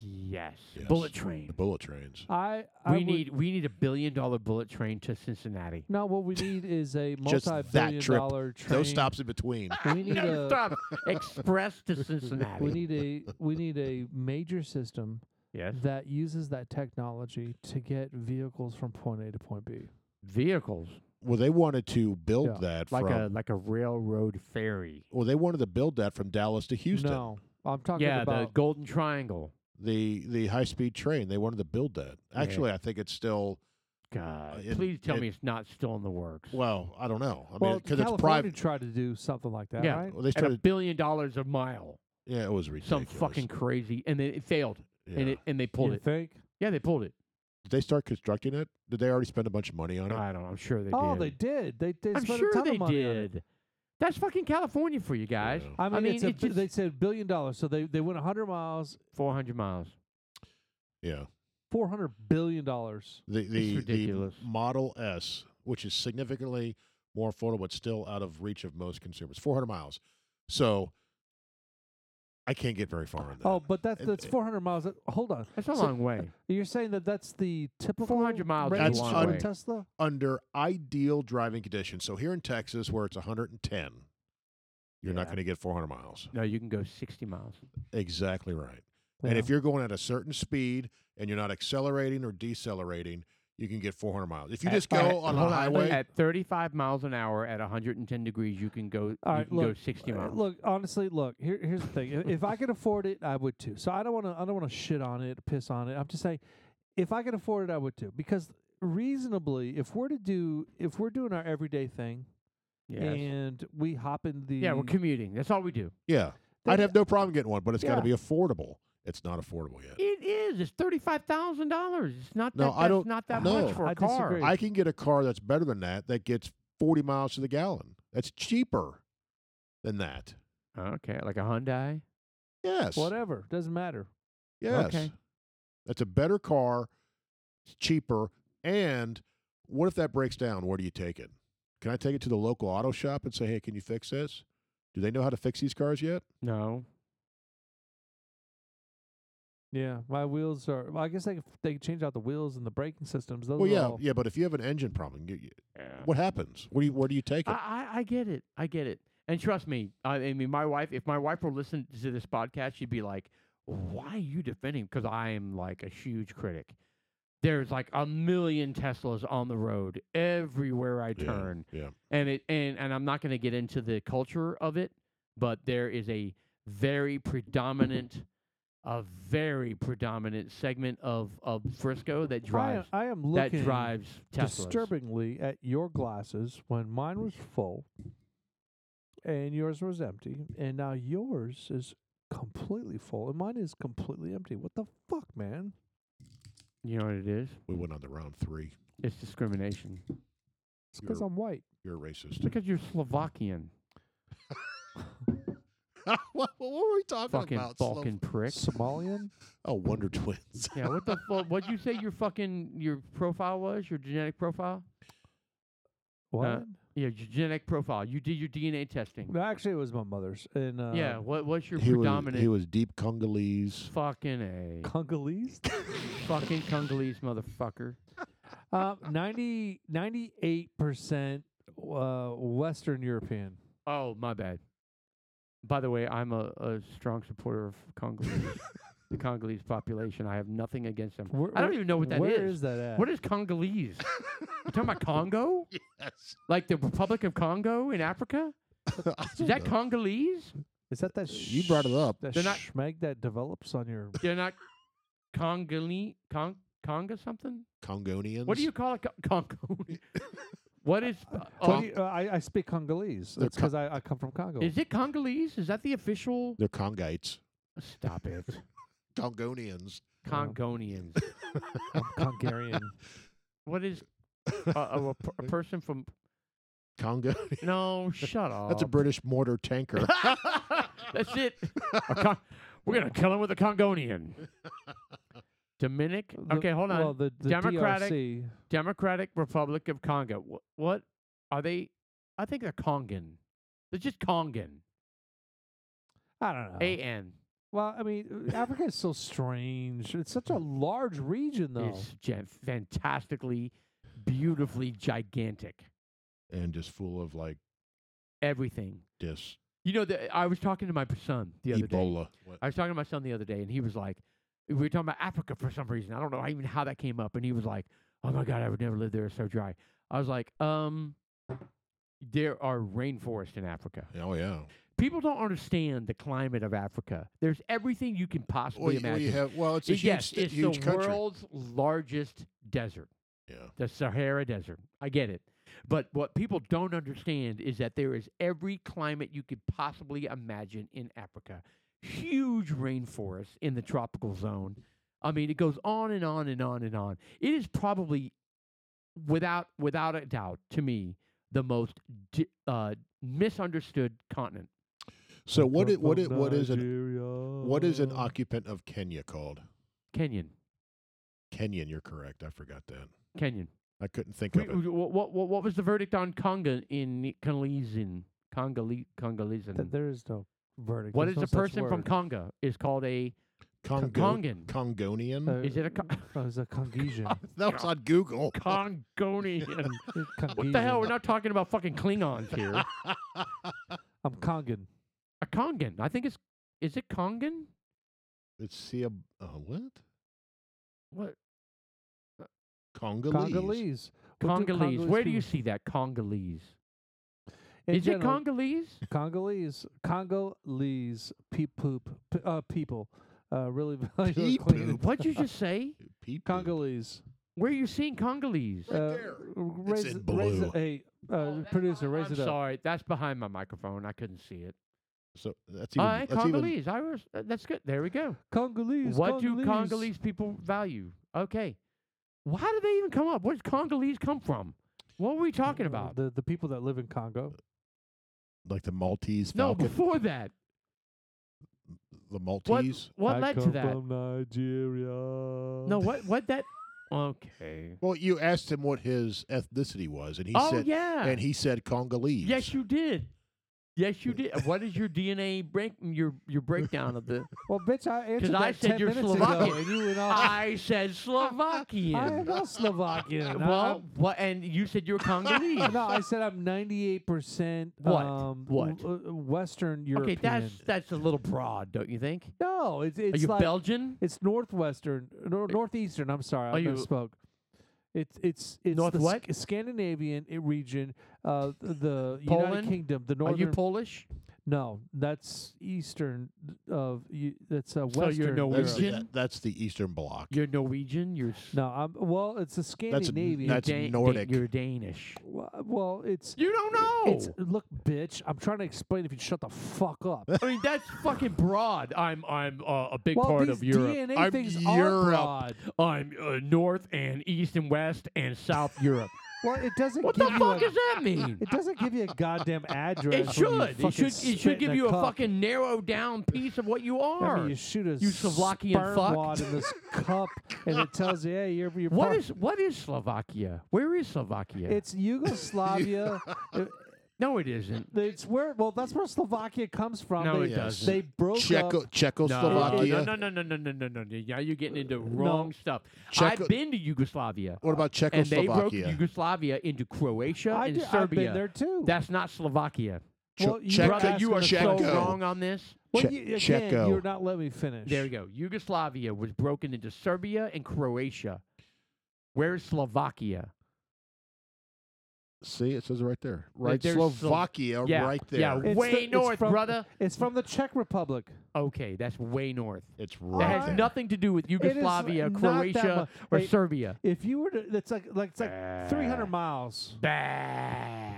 Speaker 3: Yes.
Speaker 2: Yes.
Speaker 3: Bullet train.
Speaker 2: the bullet trains.
Speaker 1: I, I
Speaker 3: we
Speaker 1: would-
Speaker 3: need we need a billion dollar bullet train to Cincinnati.
Speaker 1: No, what we need is a
Speaker 2: Just that
Speaker 1: multi-billion
Speaker 2: trip.
Speaker 1: dollar train.
Speaker 2: No stops in between.
Speaker 1: We need
Speaker 3: No,
Speaker 1: a.
Speaker 3: stop. Express to Cincinnati.
Speaker 1: We need a. We need a major system
Speaker 3: yes.
Speaker 1: that uses that technology to get vehicles from point A to point B.
Speaker 3: Vehicles
Speaker 2: Well, they wanted to build
Speaker 1: Yeah,
Speaker 2: that
Speaker 3: like
Speaker 2: from.
Speaker 3: a like a railroad ferry.
Speaker 2: well, they wanted to build that from Dallas to Houston.
Speaker 1: No, I'm talking
Speaker 3: yeah, the
Speaker 1: about
Speaker 3: Golden Triangle.
Speaker 2: The the high speed train. They wanted to build that.
Speaker 3: Yeah.
Speaker 2: Actually, I think it's still
Speaker 3: God,
Speaker 2: it-
Speaker 3: please tell
Speaker 2: it-
Speaker 3: me it's not still in the works.
Speaker 2: Well, I don't know. I
Speaker 1: well,
Speaker 2: mean, because it's
Speaker 1: California
Speaker 2: private.
Speaker 1: tried to do something like that,
Speaker 3: Yeah.
Speaker 1: right?
Speaker 2: Well, they
Speaker 3: At a
Speaker 2: started.
Speaker 3: billion dollars a mile.
Speaker 2: Yeah, it was ridiculous.
Speaker 3: Some fucking crazy, and then it failed,
Speaker 2: yeah.
Speaker 3: and it and they pulled
Speaker 1: you
Speaker 3: it.
Speaker 1: think?
Speaker 3: Yeah, they pulled it.
Speaker 2: Did they start constructing it? Did they already spend a bunch of money on it?
Speaker 3: I don't. know. I'm sure they
Speaker 1: oh,
Speaker 3: did.
Speaker 1: they did. They did
Speaker 3: I'm
Speaker 1: spend
Speaker 3: sure
Speaker 1: a ton
Speaker 3: they
Speaker 1: of money on it.
Speaker 3: did. That's fucking California for you guys.
Speaker 2: Yeah.
Speaker 1: I mean, it's a,
Speaker 3: it
Speaker 1: bi-
Speaker 3: just-
Speaker 1: they said billion dollars, so they, they went 100 miles,
Speaker 3: 400 miles.
Speaker 2: yeah.
Speaker 1: 400 billion dollars.
Speaker 2: The the, the
Speaker 3: ridiculous.
Speaker 2: Model S, which is significantly more affordable, but still out of reach of most consumers. Four hundred miles. So I can't get very far on that. eh,
Speaker 1: Oh, but that's
Speaker 2: it-
Speaker 1: that's
Speaker 2: it-
Speaker 1: 400 miles. Uh, Hold on,
Speaker 3: That's a
Speaker 1: So-
Speaker 3: long way.
Speaker 1: you're saying that that's the typical
Speaker 3: 400 miles is
Speaker 2: a
Speaker 1: range
Speaker 2: long
Speaker 1: for a
Speaker 2: way.
Speaker 1: Tesla?
Speaker 2: under ideal driving conditions. So here in Texas, where it's 110, you're not
Speaker 3: Yeah.
Speaker 2: going to get 400 miles.
Speaker 3: No, you can go 60 miles.
Speaker 2: Exactly right. And if you're going at a certain speed and you're not accelerating or decelerating, you can get 400 miles. If you
Speaker 3: At-
Speaker 2: just go
Speaker 3: at-
Speaker 2: on
Speaker 3: hold
Speaker 2: the highway,
Speaker 3: At 35 miles an hour at 110 degrees, you can go.
Speaker 1: All
Speaker 3: you
Speaker 1: right,
Speaker 3: can
Speaker 1: look,
Speaker 3: go 60
Speaker 1: uh,
Speaker 3: miles.
Speaker 1: Look, honestly, look. Here, here's the thing. If- if I could afford it, I would too. So I don't want to. I don't want to shit on it, piss on it. I'm just saying, if I could afford it, I would too. Because reasonably, if we're to do, if we're doing our everyday thing,
Speaker 3: yes.
Speaker 1: and we hop in the
Speaker 3: Yeah, we're commuting. That's all we do.
Speaker 2: yeah,
Speaker 1: Then-
Speaker 2: I'd have no problem getting one, but it's got to
Speaker 1: Yeah.
Speaker 2: be affordable. It's not affordable yet.
Speaker 3: It is. It's thirty-five thousand dollars. It's not.
Speaker 2: No,
Speaker 3: that,
Speaker 2: I
Speaker 3: that's
Speaker 2: don't-
Speaker 3: Not that
Speaker 2: no.
Speaker 3: much for a
Speaker 1: I
Speaker 3: car.
Speaker 1: disagree.
Speaker 2: I can get a car that's better than that that gets 40 miles to the gallon. That's cheaper than that.
Speaker 3: Okay, like a Hyundai.
Speaker 2: Yes.
Speaker 1: whatever doesn't matter.
Speaker 2: Yes.
Speaker 3: Okay.
Speaker 2: That's a better car, it's cheaper, and what if that breaks down? Where do you take it? Can I take it to the local auto shop and say, "Hey, can you fix this?" Do they know how to fix these cars yet?
Speaker 3: No.
Speaker 1: Yeah, my wheels are. Well, I guess they could- they could change out the wheels and the braking systems. Those
Speaker 2: well,
Speaker 1: are
Speaker 2: yeah,
Speaker 1: all-
Speaker 2: yeah, but if you have an engine problem, you, you, what happens? Where do you where do you take it?
Speaker 3: Uh, I, I I get it. I get it. And trust me. I, I mean, my wife. If my wife were listening to this podcast, she'd be like, "Why are you defending?" Because I am like a huge critic. There's like a million Teslas on the road everywhere I
Speaker 2: Yeah,
Speaker 3: turn.
Speaker 2: yeah.
Speaker 3: and it and and I'm not going to get into the culture of it, but there is a very predominant, a very predominant segment of of Frisco that drives
Speaker 1: I, I am looking
Speaker 3: that drives Teslas.
Speaker 1: disturbingly at your glasses when mine was full and yours was empty, and now yours is completely full and mine is completely empty. What the fuck, man?
Speaker 3: You know what it is?
Speaker 2: We went on to round three.
Speaker 3: It's discrimination
Speaker 1: It's because
Speaker 2: You're-
Speaker 1: I'm white.
Speaker 2: You're a racist.
Speaker 3: because you're Slovakian,
Speaker 2: what, what were we talking
Speaker 3: fucking
Speaker 2: about? Slow-
Speaker 3: Balkan prick.
Speaker 1: Somalian?
Speaker 2: Oh, Wonder Twins.
Speaker 3: yeah, what the fuck? What'd you say your fucking your profile was? Your genetic profile?
Speaker 1: What?
Speaker 3: Yeah, your genetic profile. You did your DNA testing.
Speaker 1: no, actually, it was my mother's. And uh,
Speaker 3: yeah, what what's your
Speaker 2: he was
Speaker 3: predominant?
Speaker 2: he was deep Congolese.
Speaker 3: fucking a
Speaker 1: Congolese?
Speaker 3: fucking Congolese motherfucker.
Speaker 1: uh, 90, 98% uh, Western European.
Speaker 3: Oh, my bad. By the way, I'm a, a strong supporter of Congolese, the Congolese population. I have nothing against them.
Speaker 1: Where-
Speaker 3: I don't
Speaker 1: where-
Speaker 3: even know what that is.
Speaker 1: Where is that at?
Speaker 3: What is Congolese? you talking about Congo?
Speaker 2: Yes.
Speaker 3: Like the Republic of Congo in Africa? Is that Congolese?
Speaker 1: Is that that?
Speaker 2: You brought it
Speaker 1: sh-
Speaker 2: up.
Speaker 1: That
Speaker 3: They're not-
Speaker 1: schmeg that develops on your.
Speaker 3: They're not Congolese, Cong, Congo something?
Speaker 2: Congonians.
Speaker 3: What do you call it? Con- Congo? what is, uh,
Speaker 1: What
Speaker 3: uh,
Speaker 1: do you- uh, I, I speak Congolese.
Speaker 2: They're
Speaker 1: That's because I, I come from Congo.
Speaker 3: oh, is it Congolese? Is that the official?
Speaker 2: They're Congites.
Speaker 3: Stop it.
Speaker 2: Congonians.
Speaker 3: Congonians.
Speaker 1: I'm Congarian.
Speaker 3: What is a, a, a per- a person from?
Speaker 2: Congo.
Speaker 3: No, shut up.
Speaker 2: That's a British mortar tanker.
Speaker 3: That's it. A Con- We're gonna kill him with a Congonian. Dominic.
Speaker 1: The-
Speaker 3: Okay, hold on.
Speaker 1: Well, the, the
Speaker 3: Democratic-
Speaker 1: DRC,
Speaker 3: Democratic Republic of Congo. What, what are they? I think they're Congan. They're just Congan.
Speaker 1: I don't know.
Speaker 3: A N.
Speaker 1: well, I mean, uh, Africa is so strange. It's such a large region, though.
Speaker 3: It's gen- fantastically, beautifully gigantic.
Speaker 2: and just full of like
Speaker 3: Everything.
Speaker 2: this
Speaker 3: You know, the, I was talking to my p- son the other day.
Speaker 2: Ebola. What?
Speaker 3: I was talking to my son the other day, and he was like, we were talking about Africa for some reason. I don't know even how that came up. And he was like, oh my God, I would never live there. It's so dry. I was like, um, there are rainforests in Africa.
Speaker 2: Oh yeah.
Speaker 3: People don't understand the climate of Africa. There's everything you can possibly
Speaker 2: Well, you, well,
Speaker 3: imagine.
Speaker 2: you have. Well, it's a
Speaker 3: It-
Speaker 2: huge,
Speaker 3: yes,
Speaker 2: st-
Speaker 3: it's
Speaker 2: huge
Speaker 3: the
Speaker 2: country.
Speaker 3: world's largest desert,
Speaker 2: Yeah.
Speaker 3: the Sahara Desert. I get it. But what people don't understand is that there is every climate you could possibly imagine in Africa. huge rainforest in the tropical zone. I mean, it goes on and on and on and on. It is probably, without without a doubt, to me, the most di- uh, misunderstood continent.
Speaker 2: So what it what it what is an what is an occupant of Kenya called?
Speaker 3: Kenyan,
Speaker 2: Kenyan, you're correct. I forgot that.
Speaker 3: Kenyan.
Speaker 2: I couldn't think
Speaker 3: We,
Speaker 2: of it.
Speaker 3: what, what what was the verdict on Congo in Congolesian Congolese Congolesian?
Speaker 1: Th- there is no verdict.
Speaker 3: What
Speaker 1: There's
Speaker 3: is
Speaker 1: no
Speaker 3: a
Speaker 1: such
Speaker 3: person from
Speaker 1: word.
Speaker 3: Congo is called a
Speaker 2: Congo-
Speaker 3: Congonian.
Speaker 2: Congonian.
Speaker 3: is it a con-
Speaker 1: Uh, it's a Congesian.
Speaker 2: that was on Google.
Speaker 3: Congonian. what the
Speaker 1: Congesian.
Speaker 3: hell? We're not talking about fucking Klingons here.
Speaker 1: I'm Congan.
Speaker 3: a Kongan. I think it's is it Kongan?
Speaker 2: Let's see a uh, what?
Speaker 3: What
Speaker 2: Congolese.
Speaker 1: Congolese. What do
Speaker 3: Congolese? Where do you
Speaker 1: people-
Speaker 3: see that Congolese?
Speaker 1: in
Speaker 3: is it
Speaker 1: general,
Speaker 3: Congolese?
Speaker 1: Congolese, Congolese pee poop p- uh, people. Uh, really, really
Speaker 2: Pee
Speaker 1: clean.
Speaker 2: poop?
Speaker 3: What'd you just say?
Speaker 2: People.
Speaker 1: Congolese.
Speaker 3: Where are you seeing Congolese?
Speaker 2: Right
Speaker 1: uh,
Speaker 2: there.
Speaker 1: Raise,
Speaker 2: in
Speaker 1: it- raise
Speaker 2: blue.
Speaker 1: it, hey, uh, producer, raise
Speaker 3: Oh, I'm
Speaker 1: it up.
Speaker 3: sorry, that's behind my microphone. I couldn't see it.
Speaker 2: So that's
Speaker 3: All
Speaker 2: even,
Speaker 3: right,
Speaker 2: that's even
Speaker 3: Congolese. I was, uh, that's good. There we go.
Speaker 1: Congolese.
Speaker 3: what
Speaker 1: Congolese.
Speaker 3: do Congolese people value? Okay. Why did they even come up? Where did Congolese come from? What were we talking
Speaker 1: Uh,
Speaker 3: about?
Speaker 1: The the people that live in Congo.
Speaker 2: like the Maltese
Speaker 3: No,
Speaker 2: Falcon.
Speaker 3: before that.
Speaker 2: the
Speaker 3: What,
Speaker 2: Maltese.
Speaker 3: what
Speaker 1: I
Speaker 3: led to
Speaker 1: come
Speaker 3: that?
Speaker 1: From Nigeria.
Speaker 3: No, what what that? Okay.
Speaker 2: Well, you asked him what his ethnicity was, and he
Speaker 3: oh
Speaker 2: said,
Speaker 3: yeah.
Speaker 2: and he said Congolese.
Speaker 3: yes, you did. Yes, you did. what is your DNA break? Your your breakdown of the?
Speaker 1: Well, bitch, I answered
Speaker 3: I
Speaker 1: that
Speaker 3: said
Speaker 1: 10
Speaker 3: you're
Speaker 1: minutes
Speaker 3: Slovakian.
Speaker 1: ago, and you went all.
Speaker 3: I said Slovakian.
Speaker 1: I am not Slovakian.
Speaker 3: well, what? And you said you were
Speaker 1: I'm-
Speaker 3: Congolese.
Speaker 1: no, I said I'm 98 percent
Speaker 3: What?
Speaker 1: um,
Speaker 3: What?
Speaker 1: w- uh, Western European.
Speaker 3: okay, that's that's a little broad, don't you think?
Speaker 1: no, it's it's
Speaker 3: Are you
Speaker 1: like
Speaker 3: Belgian?
Speaker 1: it's northwestern, nor- northeastern. I'm sorry,
Speaker 3: Are
Speaker 1: I
Speaker 3: you-
Speaker 1: misspoke. It's it's it's
Speaker 3: North
Speaker 1: the
Speaker 3: what?
Speaker 1: Sc- Scandinavian i- region, uh, th- the
Speaker 3: Poland?
Speaker 1: United Kingdom, the
Speaker 3: Are
Speaker 1: northern.
Speaker 3: you Polish?
Speaker 1: no, that's eastern of you. That's uh,
Speaker 3: So
Speaker 1: western.
Speaker 3: you're
Speaker 1: Europe.
Speaker 2: That's the,
Speaker 3: Norwegian?
Speaker 2: that- that's the Eastern Bloc.
Speaker 3: You're Norwegian. You're s-
Speaker 1: No, I'm well. It's a Scandinavian.
Speaker 3: you're
Speaker 2: that's Nordic.
Speaker 3: you're Danish.
Speaker 1: Wha- Well, it's
Speaker 3: You don't
Speaker 1: It's look, bitch. I'm trying to explain. If you shut the fuck up.
Speaker 3: I mean, that's fucking broad. I'm I'm uh, a big
Speaker 1: well,
Speaker 3: part
Speaker 1: these
Speaker 3: of Europe.
Speaker 1: DNA
Speaker 2: I'm
Speaker 1: things are
Speaker 2: Europe.
Speaker 1: broad.
Speaker 3: I'm uh, North and East and West and South Europe.
Speaker 1: Well, it doesn't.
Speaker 3: What the
Speaker 1: give you
Speaker 3: fuck
Speaker 1: a,
Speaker 3: does that mean?
Speaker 1: It doesn't give you a goddamn address.
Speaker 3: It
Speaker 1: when you
Speaker 3: should. It
Speaker 1: fucking
Speaker 3: should. It
Speaker 1: spit in
Speaker 3: should give you a
Speaker 1: cup.
Speaker 3: fucking narrow down piece of what you
Speaker 1: I
Speaker 3: are.
Speaker 1: mean, you shoot a
Speaker 3: you Slovakian
Speaker 1: sperm
Speaker 3: fuck.
Speaker 1: wad in this cup, and it tells you, "Hey, you're you're
Speaker 3: what
Speaker 1: part-
Speaker 3: is what is Slovakia? Where is Slovakia?
Speaker 1: It's Yugoslavia. It-
Speaker 3: no, it isn't.
Speaker 1: it's where. Well, that's where Slovakia comes from.
Speaker 3: No,
Speaker 1: they,
Speaker 3: it doesn't.
Speaker 1: They broke up.
Speaker 2: Czecho-
Speaker 3: No,
Speaker 2: Czechoslovakia.
Speaker 3: no, no, no, no, no, no, no, no. Now you're getting into
Speaker 1: Uh,
Speaker 3: wrong stuff.
Speaker 2: Czecho-
Speaker 3: I've been to Yugoslavia.
Speaker 2: What about
Speaker 3: And they broke
Speaker 2: Czechoslovakia?
Speaker 3: Yugoslavia into Croatia
Speaker 1: I
Speaker 3: and
Speaker 1: did, I've
Speaker 3: Serbia.
Speaker 1: been there too.
Speaker 3: That's not Slovakia.
Speaker 2: Che-
Speaker 1: Well, you
Speaker 2: Checo-
Speaker 1: were
Speaker 3: Brother, you are
Speaker 1: asking
Speaker 3: so
Speaker 1: us-
Speaker 3: wrong on this.
Speaker 1: Well,
Speaker 2: Che-
Speaker 1: you, again,
Speaker 2: Checo.
Speaker 1: you're not letting me finish.
Speaker 3: There you go. Yugoslavia was broken into Serbia and Croatia. Where's Slovakia?
Speaker 2: See, it says it right there. Right,
Speaker 3: there's Slo-
Speaker 2: Slovakia,
Speaker 3: yeah,
Speaker 2: right there.
Speaker 3: yeah.
Speaker 1: It's
Speaker 3: Way
Speaker 1: the- it's
Speaker 3: north,
Speaker 1: from-
Speaker 3: brother.
Speaker 1: It's from the Czech Republic.
Speaker 3: Okay, that's way north.
Speaker 2: It's
Speaker 3: That
Speaker 2: right
Speaker 3: has
Speaker 2: there.
Speaker 3: nothing to do with Yugoslavia,
Speaker 1: not that
Speaker 3: Croatia,
Speaker 1: mu-
Speaker 3: or
Speaker 1: Hey,
Speaker 3: Serbia.
Speaker 1: If you were to, it's like like it's like 300 miles.
Speaker 3: Bah.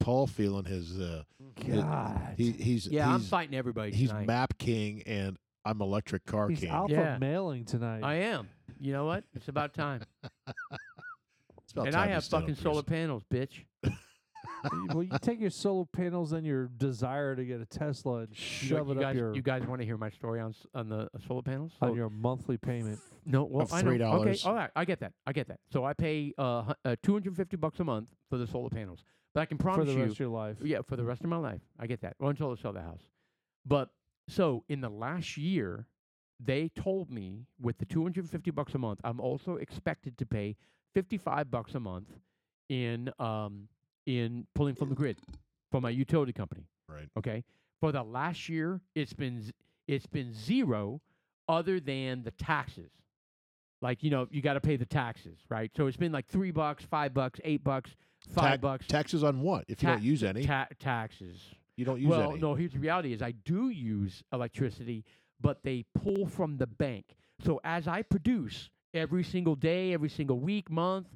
Speaker 2: Paul feeling his. Uh,
Speaker 1: God,
Speaker 2: he, he's
Speaker 3: Yeah, I'm
Speaker 2: he's,
Speaker 3: fighting everybody
Speaker 2: he's
Speaker 3: tonight.
Speaker 2: map king, and I'm electric car
Speaker 1: he's
Speaker 2: king.
Speaker 1: alpha
Speaker 3: Yeah.
Speaker 1: mailing tonight.
Speaker 3: I am. You know what? It's about time.
Speaker 2: It's about
Speaker 3: and
Speaker 2: time
Speaker 3: I
Speaker 2: to
Speaker 3: have
Speaker 2: stand up
Speaker 3: fucking
Speaker 2: for
Speaker 3: solar
Speaker 2: yourself.
Speaker 3: panels, bitch.
Speaker 1: well, you take your solar panels and your desire to get a Tesla and
Speaker 3: You know
Speaker 1: shove
Speaker 3: what,
Speaker 1: it
Speaker 3: you
Speaker 1: up
Speaker 3: guys,
Speaker 1: your
Speaker 3: you guys want to hear my story on s- on the uh, solar panels?
Speaker 1: on
Speaker 3: Oh,
Speaker 1: your monthly payment.
Speaker 3: No, well,
Speaker 2: Of
Speaker 3: I know. Okay,
Speaker 2: $3.
Speaker 3: all right, I get that. I get that. So I pay uh, hu- uh two hundred fifty bucks a month for the solar panels, but I can
Speaker 1: For
Speaker 3: promise
Speaker 1: the
Speaker 3: you,
Speaker 1: rest of your life,
Speaker 3: yeah, for the rest of my life, I get that well, until I sell the house. But so in the last year, they told me with the two hundred fifty bucks a month, I'm also expected to pay fifty five bucks a month in um in pulling from the grid from my utility company.
Speaker 2: Right.
Speaker 3: Okay. For the last year, it's been z- it's been zero, other than the taxes. Like you know, you got to pay the taxes, right? So it's been like three bucks, five bucks, eight bucks, five
Speaker 2: Ta-
Speaker 3: bucks.
Speaker 2: Taxes on what? If you
Speaker 3: Ta-
Speaker 2: don't use any,
Speaker 3: ta- taxes.
Speaker 2: you don't use
Speaker 3: well,
Speaker 2: any.
Speaker 3: no. Here's the reality: is I do use electricity, but they pull from the bank. So as I produce every single day, every single week, month,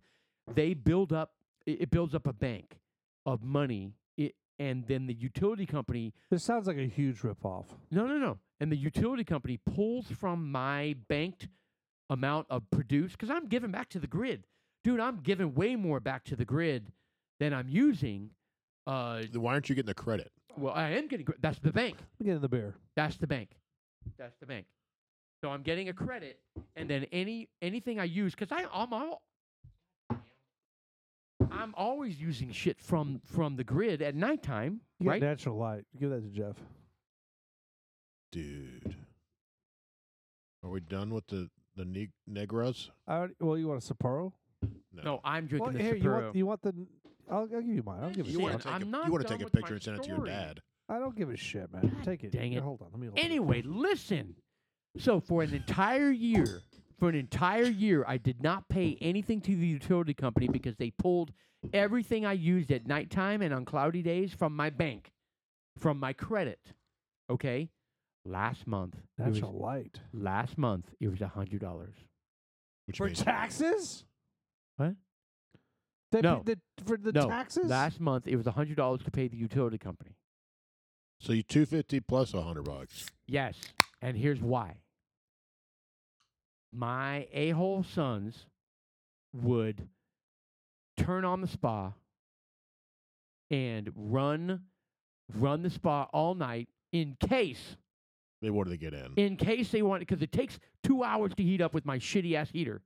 Speaker 3: they build up. It, it builds up a bank of money i- and then the utility company
Speaker 1: This sounds like a huge ripoff.
Speaker 3: no, no, no. And the utility company pulls from my banked amount of produce because I'm giving back to the grid. Dude, I'm giving way more back to the grid than I'm using. Uh,
Speaker 2: Then Why aren't you getting the credit?
Speaker 3: well, I am getting, cre- that's the bank.
Speaker 1: Let me get in the beer.
Speaker 3: That's the bank. That's the bank. So I'm getting a credit, and then any anything I use, because I I'm all, I'm always using shit from from the grid at nighttime,
Speaker 1: You get
Speaker 3: right?
Speaker 1: natural light. Give that to Jeff.
Speaker 2: Dude. Are we done with the, the ne- Negras?
Speaker 1: I already, well, you want a Sapporo?
Speaker 3: No, I'm
Speaker 1: Well,
Speaker 3: drinking
Speaker 1: here,
Speaker 3: the
Speaker 1: you want,
Speaker 3: Sapporo.
Speaker 1: you want the? I'll, I'll give you mine. I don't give a
Speaker 2: You
Speaker 1: shit.
Speaker 2: want
Speaker 3: Listen,
Speaker 2: to take,
Speaker 3: I'm
Speaker 2: a,
Speaker 3: not
Speaker 2: you wanna
Speaker 3: done
Speaker 2: take a
Speaker 3: with my
Speaker 2: picture and send it to your
Speaker 3: story.
Speaker 2: dad.
Speaker 1: I don't give a shit, man. Take it.
Speaker 3: dang
Speaker 1: Here,
Speaker 3: it.
Speaker 1: Hold on. Let me. Hold it.
Speaker 3: Anyway, listen. So for an entire year, for an entire year, I did not pay anything to the utility company because they pulled everything I used at nighttime and on cloudy days from my bank, from my credit. Okay, last month, it was-
Speaker 1: Natural light
Speaker 3: last month it was a hundred dollars.
Speaker 2: Which
Speaker 1: for
Speaker 2: means-
Speaker 1: taxes.
Speaker 3: What?
Speaker 1: They
Speaker 3: No.
Speaker 1: paid the- for the
Speaker 3: no,
Speaker 1: taxes.
Speaker 3: last month it was a hundred dollars to pay the utility company.
Speaker 2: So you 250 plus 100 bucks.
Speaker 3: Yes. And here's why. My a hole sons would turn on the spa and run run the spa all night in case
Speaker 2: They what do they get in?
Speaker 3: in case they want because it takes two hours to heat up with my shitty ass heater.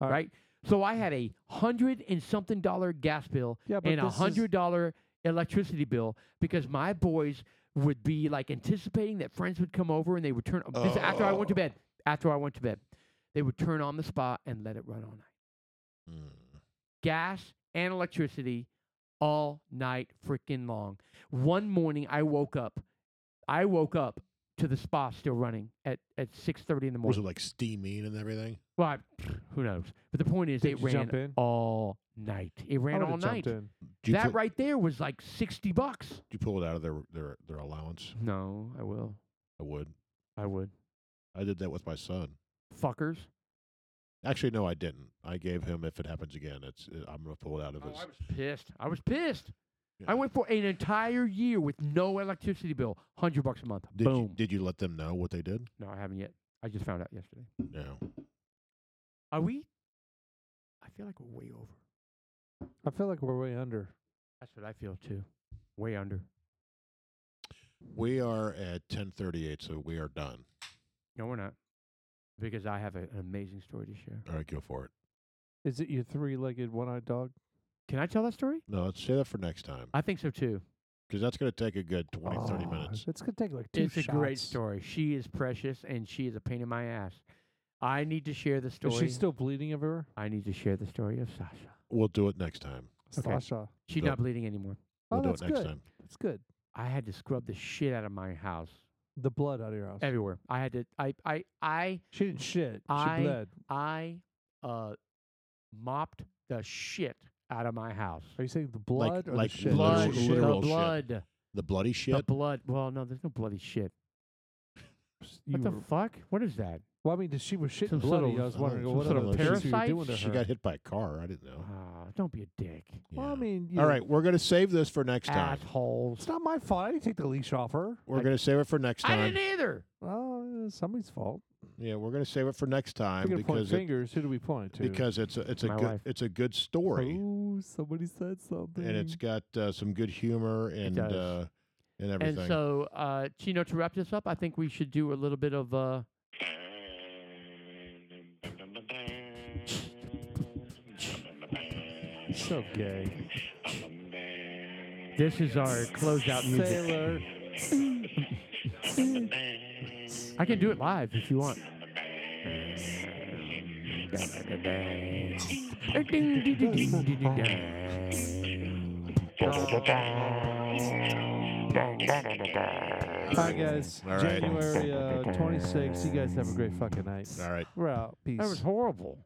Speaker 3: All right. So I had a hundred and something dollar gas bill
Speaker 1: Yeah, but
Speaker 3: and a
Speaker 1: this is-
Speaker 3: hundred dollar electricity bill because my boys would be like anticipating that friends would come over and they would turn this is after I went
Speaker 1: Oh.
Speaker 3: to bed. After I went to bed, they would turn on the spa and let it run all night.
Speaker 2: Mm.
Speaker 3: Gas and electricity all night freaking long. One morning I woke up. I woke up to the spa still running at, at six thirty in the morning.
Speaker 2: Was it like steaming and everything?
Speaker 3: Well, I, who knows? But the point is,
Speaker 1: Did
Speaker 3: it
Speaker 1: you jump
Speaker 3: ran
Speaker 1: in?
Speaker 3: all night. It
Speaker 1: I
Speaker 3: ran
Speaker 1: would've
Speaker 3: all night.
Speaker 1: jumped in.
Speaker 2: Did you
Speaker 3: that
Speaker 2: pull,
Speaker 3: right there was like sixty bucks.
Speaker 2: did you pull it out of their, their, their allowance?
Speaker 3: No, I will.
Speaker 2: I would.
Speaker 3: I would.
Speaker 2: I did that with my son.
Speaker 3: Fuckers.
Speaker 2: Actually, no, I didn't. I gave him if it happens again, it's I'm gonna pull it out of his.
Speaker 3: pissed. Oh, I was pissed.
Speaker 2: you
Speaker 3: I
Speaker 2: know.
Speaker 3: went for an entire year with no electricity bill, hundred bucks a month.
Speaker 2: Did
Speaker 3: Boom.
Speaker 2: you did you let them know what they did?
Speaker 3: no, I haven't yet. I just found out yesterday.
Speaker 2: No.
Speaker 3: Are we? I feel like we're way over.
Speaker 1: I feel like we're way under.
Speaker 3: That's what I feel too. Way under.
Speaker 2: We are at 10:38, so we are done.
Speaker 3: No, we're not. Because I have a- an amazing story to share.
Speaker 2: All right, go for it.
Speaker 1: Is it your three-legged, one-eyed dog?
Speaker 3: Can I tell that story?
Speaker 2: No, let's say that for next time
Speaker 3: I think so too.
Speaker 2: because that's gonna take a good 20, 30
Speaker 1: Aw,
Speaker 2: minutes.
Speaker 1: It's gonna take like two
Speaker 3: it's a great
Speaker 1: shots.
Speaker 3: story. She is precious and she is a pain in my ass. I need to share the story.
Speaker 1: Is she still bleeding everywhere?
Speaker 3: I need to share the story of Sasha.
Speaker 2: We'll do it next time.
Speaker 3: Okay.
Speaker 1: Sasha.
Speaker 3: She's
Speaker 2: Go.
Speaker 3: not bleeding anymore.
Speaker 2: We'll
Speaker 1: oh,
Speaker 2: do it
Speaker 1: that's
Speaker 2: next
Speaker 1: good.
Speaker 2: time.
Speaker 1: That's good.
Speaker 3: I had to scrub the shit out of my house
Speaker 1: The blood out of your house.
Speaker 3: everywhere. I had to. I. I. I.
Speaker 1: She didn't shit.
Speaker 3: I-
Speaker 1: she bled.
Speaker 3: I. Uh, mopped the shit out of my house.
Speaker 1: Are you saying the blood or
Speaker 2: like
Speaker 1: the shit?
Speaker 2: Literal-
Speaker 3: Blood.
Speaker 1: Shit.
Speaker 2: literal
Speaker 3: the
Speaker 2: shit.
Speaker 3: blood.
Speaker 2: The bloody
Speaker 3: The
Speaker 2: shit.
Speaker 3: blood. Well, no, there's no bloody shit.
Speaker 1: You
Speaker 3: what the
Speaker 1: were-
Speaker 3: fuck? What is that?
Speaker 1: well, I mean, 'cause she was shitting
Speaker 3: Some sort
Speaker 1: bloody.
Speaker 3: of-
Speaker 1: I was
Speaker 2: I don't
Speaker 1: wondering
Speaker 2: know,
Speaker 1: what
Speaker 2: some
Speaker 1: other
Speaker 2: sort of
Speaker 1: things you were
Speaker 3: parasite?
Speaker 1: doing to
Speaker 2: she
Speaker 1: her.
Speaker 2: got hit by a car. I didn't know.
Speaker 3: Ah, don't be a dick.
Speaker 1: uh-huh. well, I
Speaker 2: Yeah.
Speaker 1: mean, you Ah.
Speaker 2: All
Speaker 1: know,
Speaker 2: right, we're gonna save this for next time.
Speaker 1: It's
Speaker 3: Assholes.
Speaker 1: not my fault. I didn't take the leash off her.
Speaker 2: We're gonna save it for next
Speaker 3: I
Speaker 2: time.
Speaker 3: didn't either.
Speaker 1: Well, it's somebody's fault.
Speaker 2: Yeah, we're gonna save it for next time
Speaker 1: If We're gonna point
Speaker 2: because it,
Speaker 1: fingers. Who do we point to?
Speaker 2: because it's a, it's a
Speaker 3: My
Speaker 2: good
Speaker 3: wife.
Speaker 2: it's a good story.
Speaker 1: oh, somebody said something.
Speaker 2: and it's got uh, some good humor and
Speaker 3: does.
Speaker 2: uh, and everything.
Speaker 3: And so, uh, Chino, to wrap this up, I think we should do a little bit of. Uh,
Speaker 1: so gay.
Speaker 3: this is our closeout music.
Speaker 1: Sailor.
Speaker 3: I can do it live if you want.
Speaker 1: Hi guys.
Speaker 2: All right.
Speaker 1: January uh, 26th. You guys have a great fucking night.
Speaker 2: All right.
Speaker 1: We're out. Peace.
Speaker 3: That was horrible.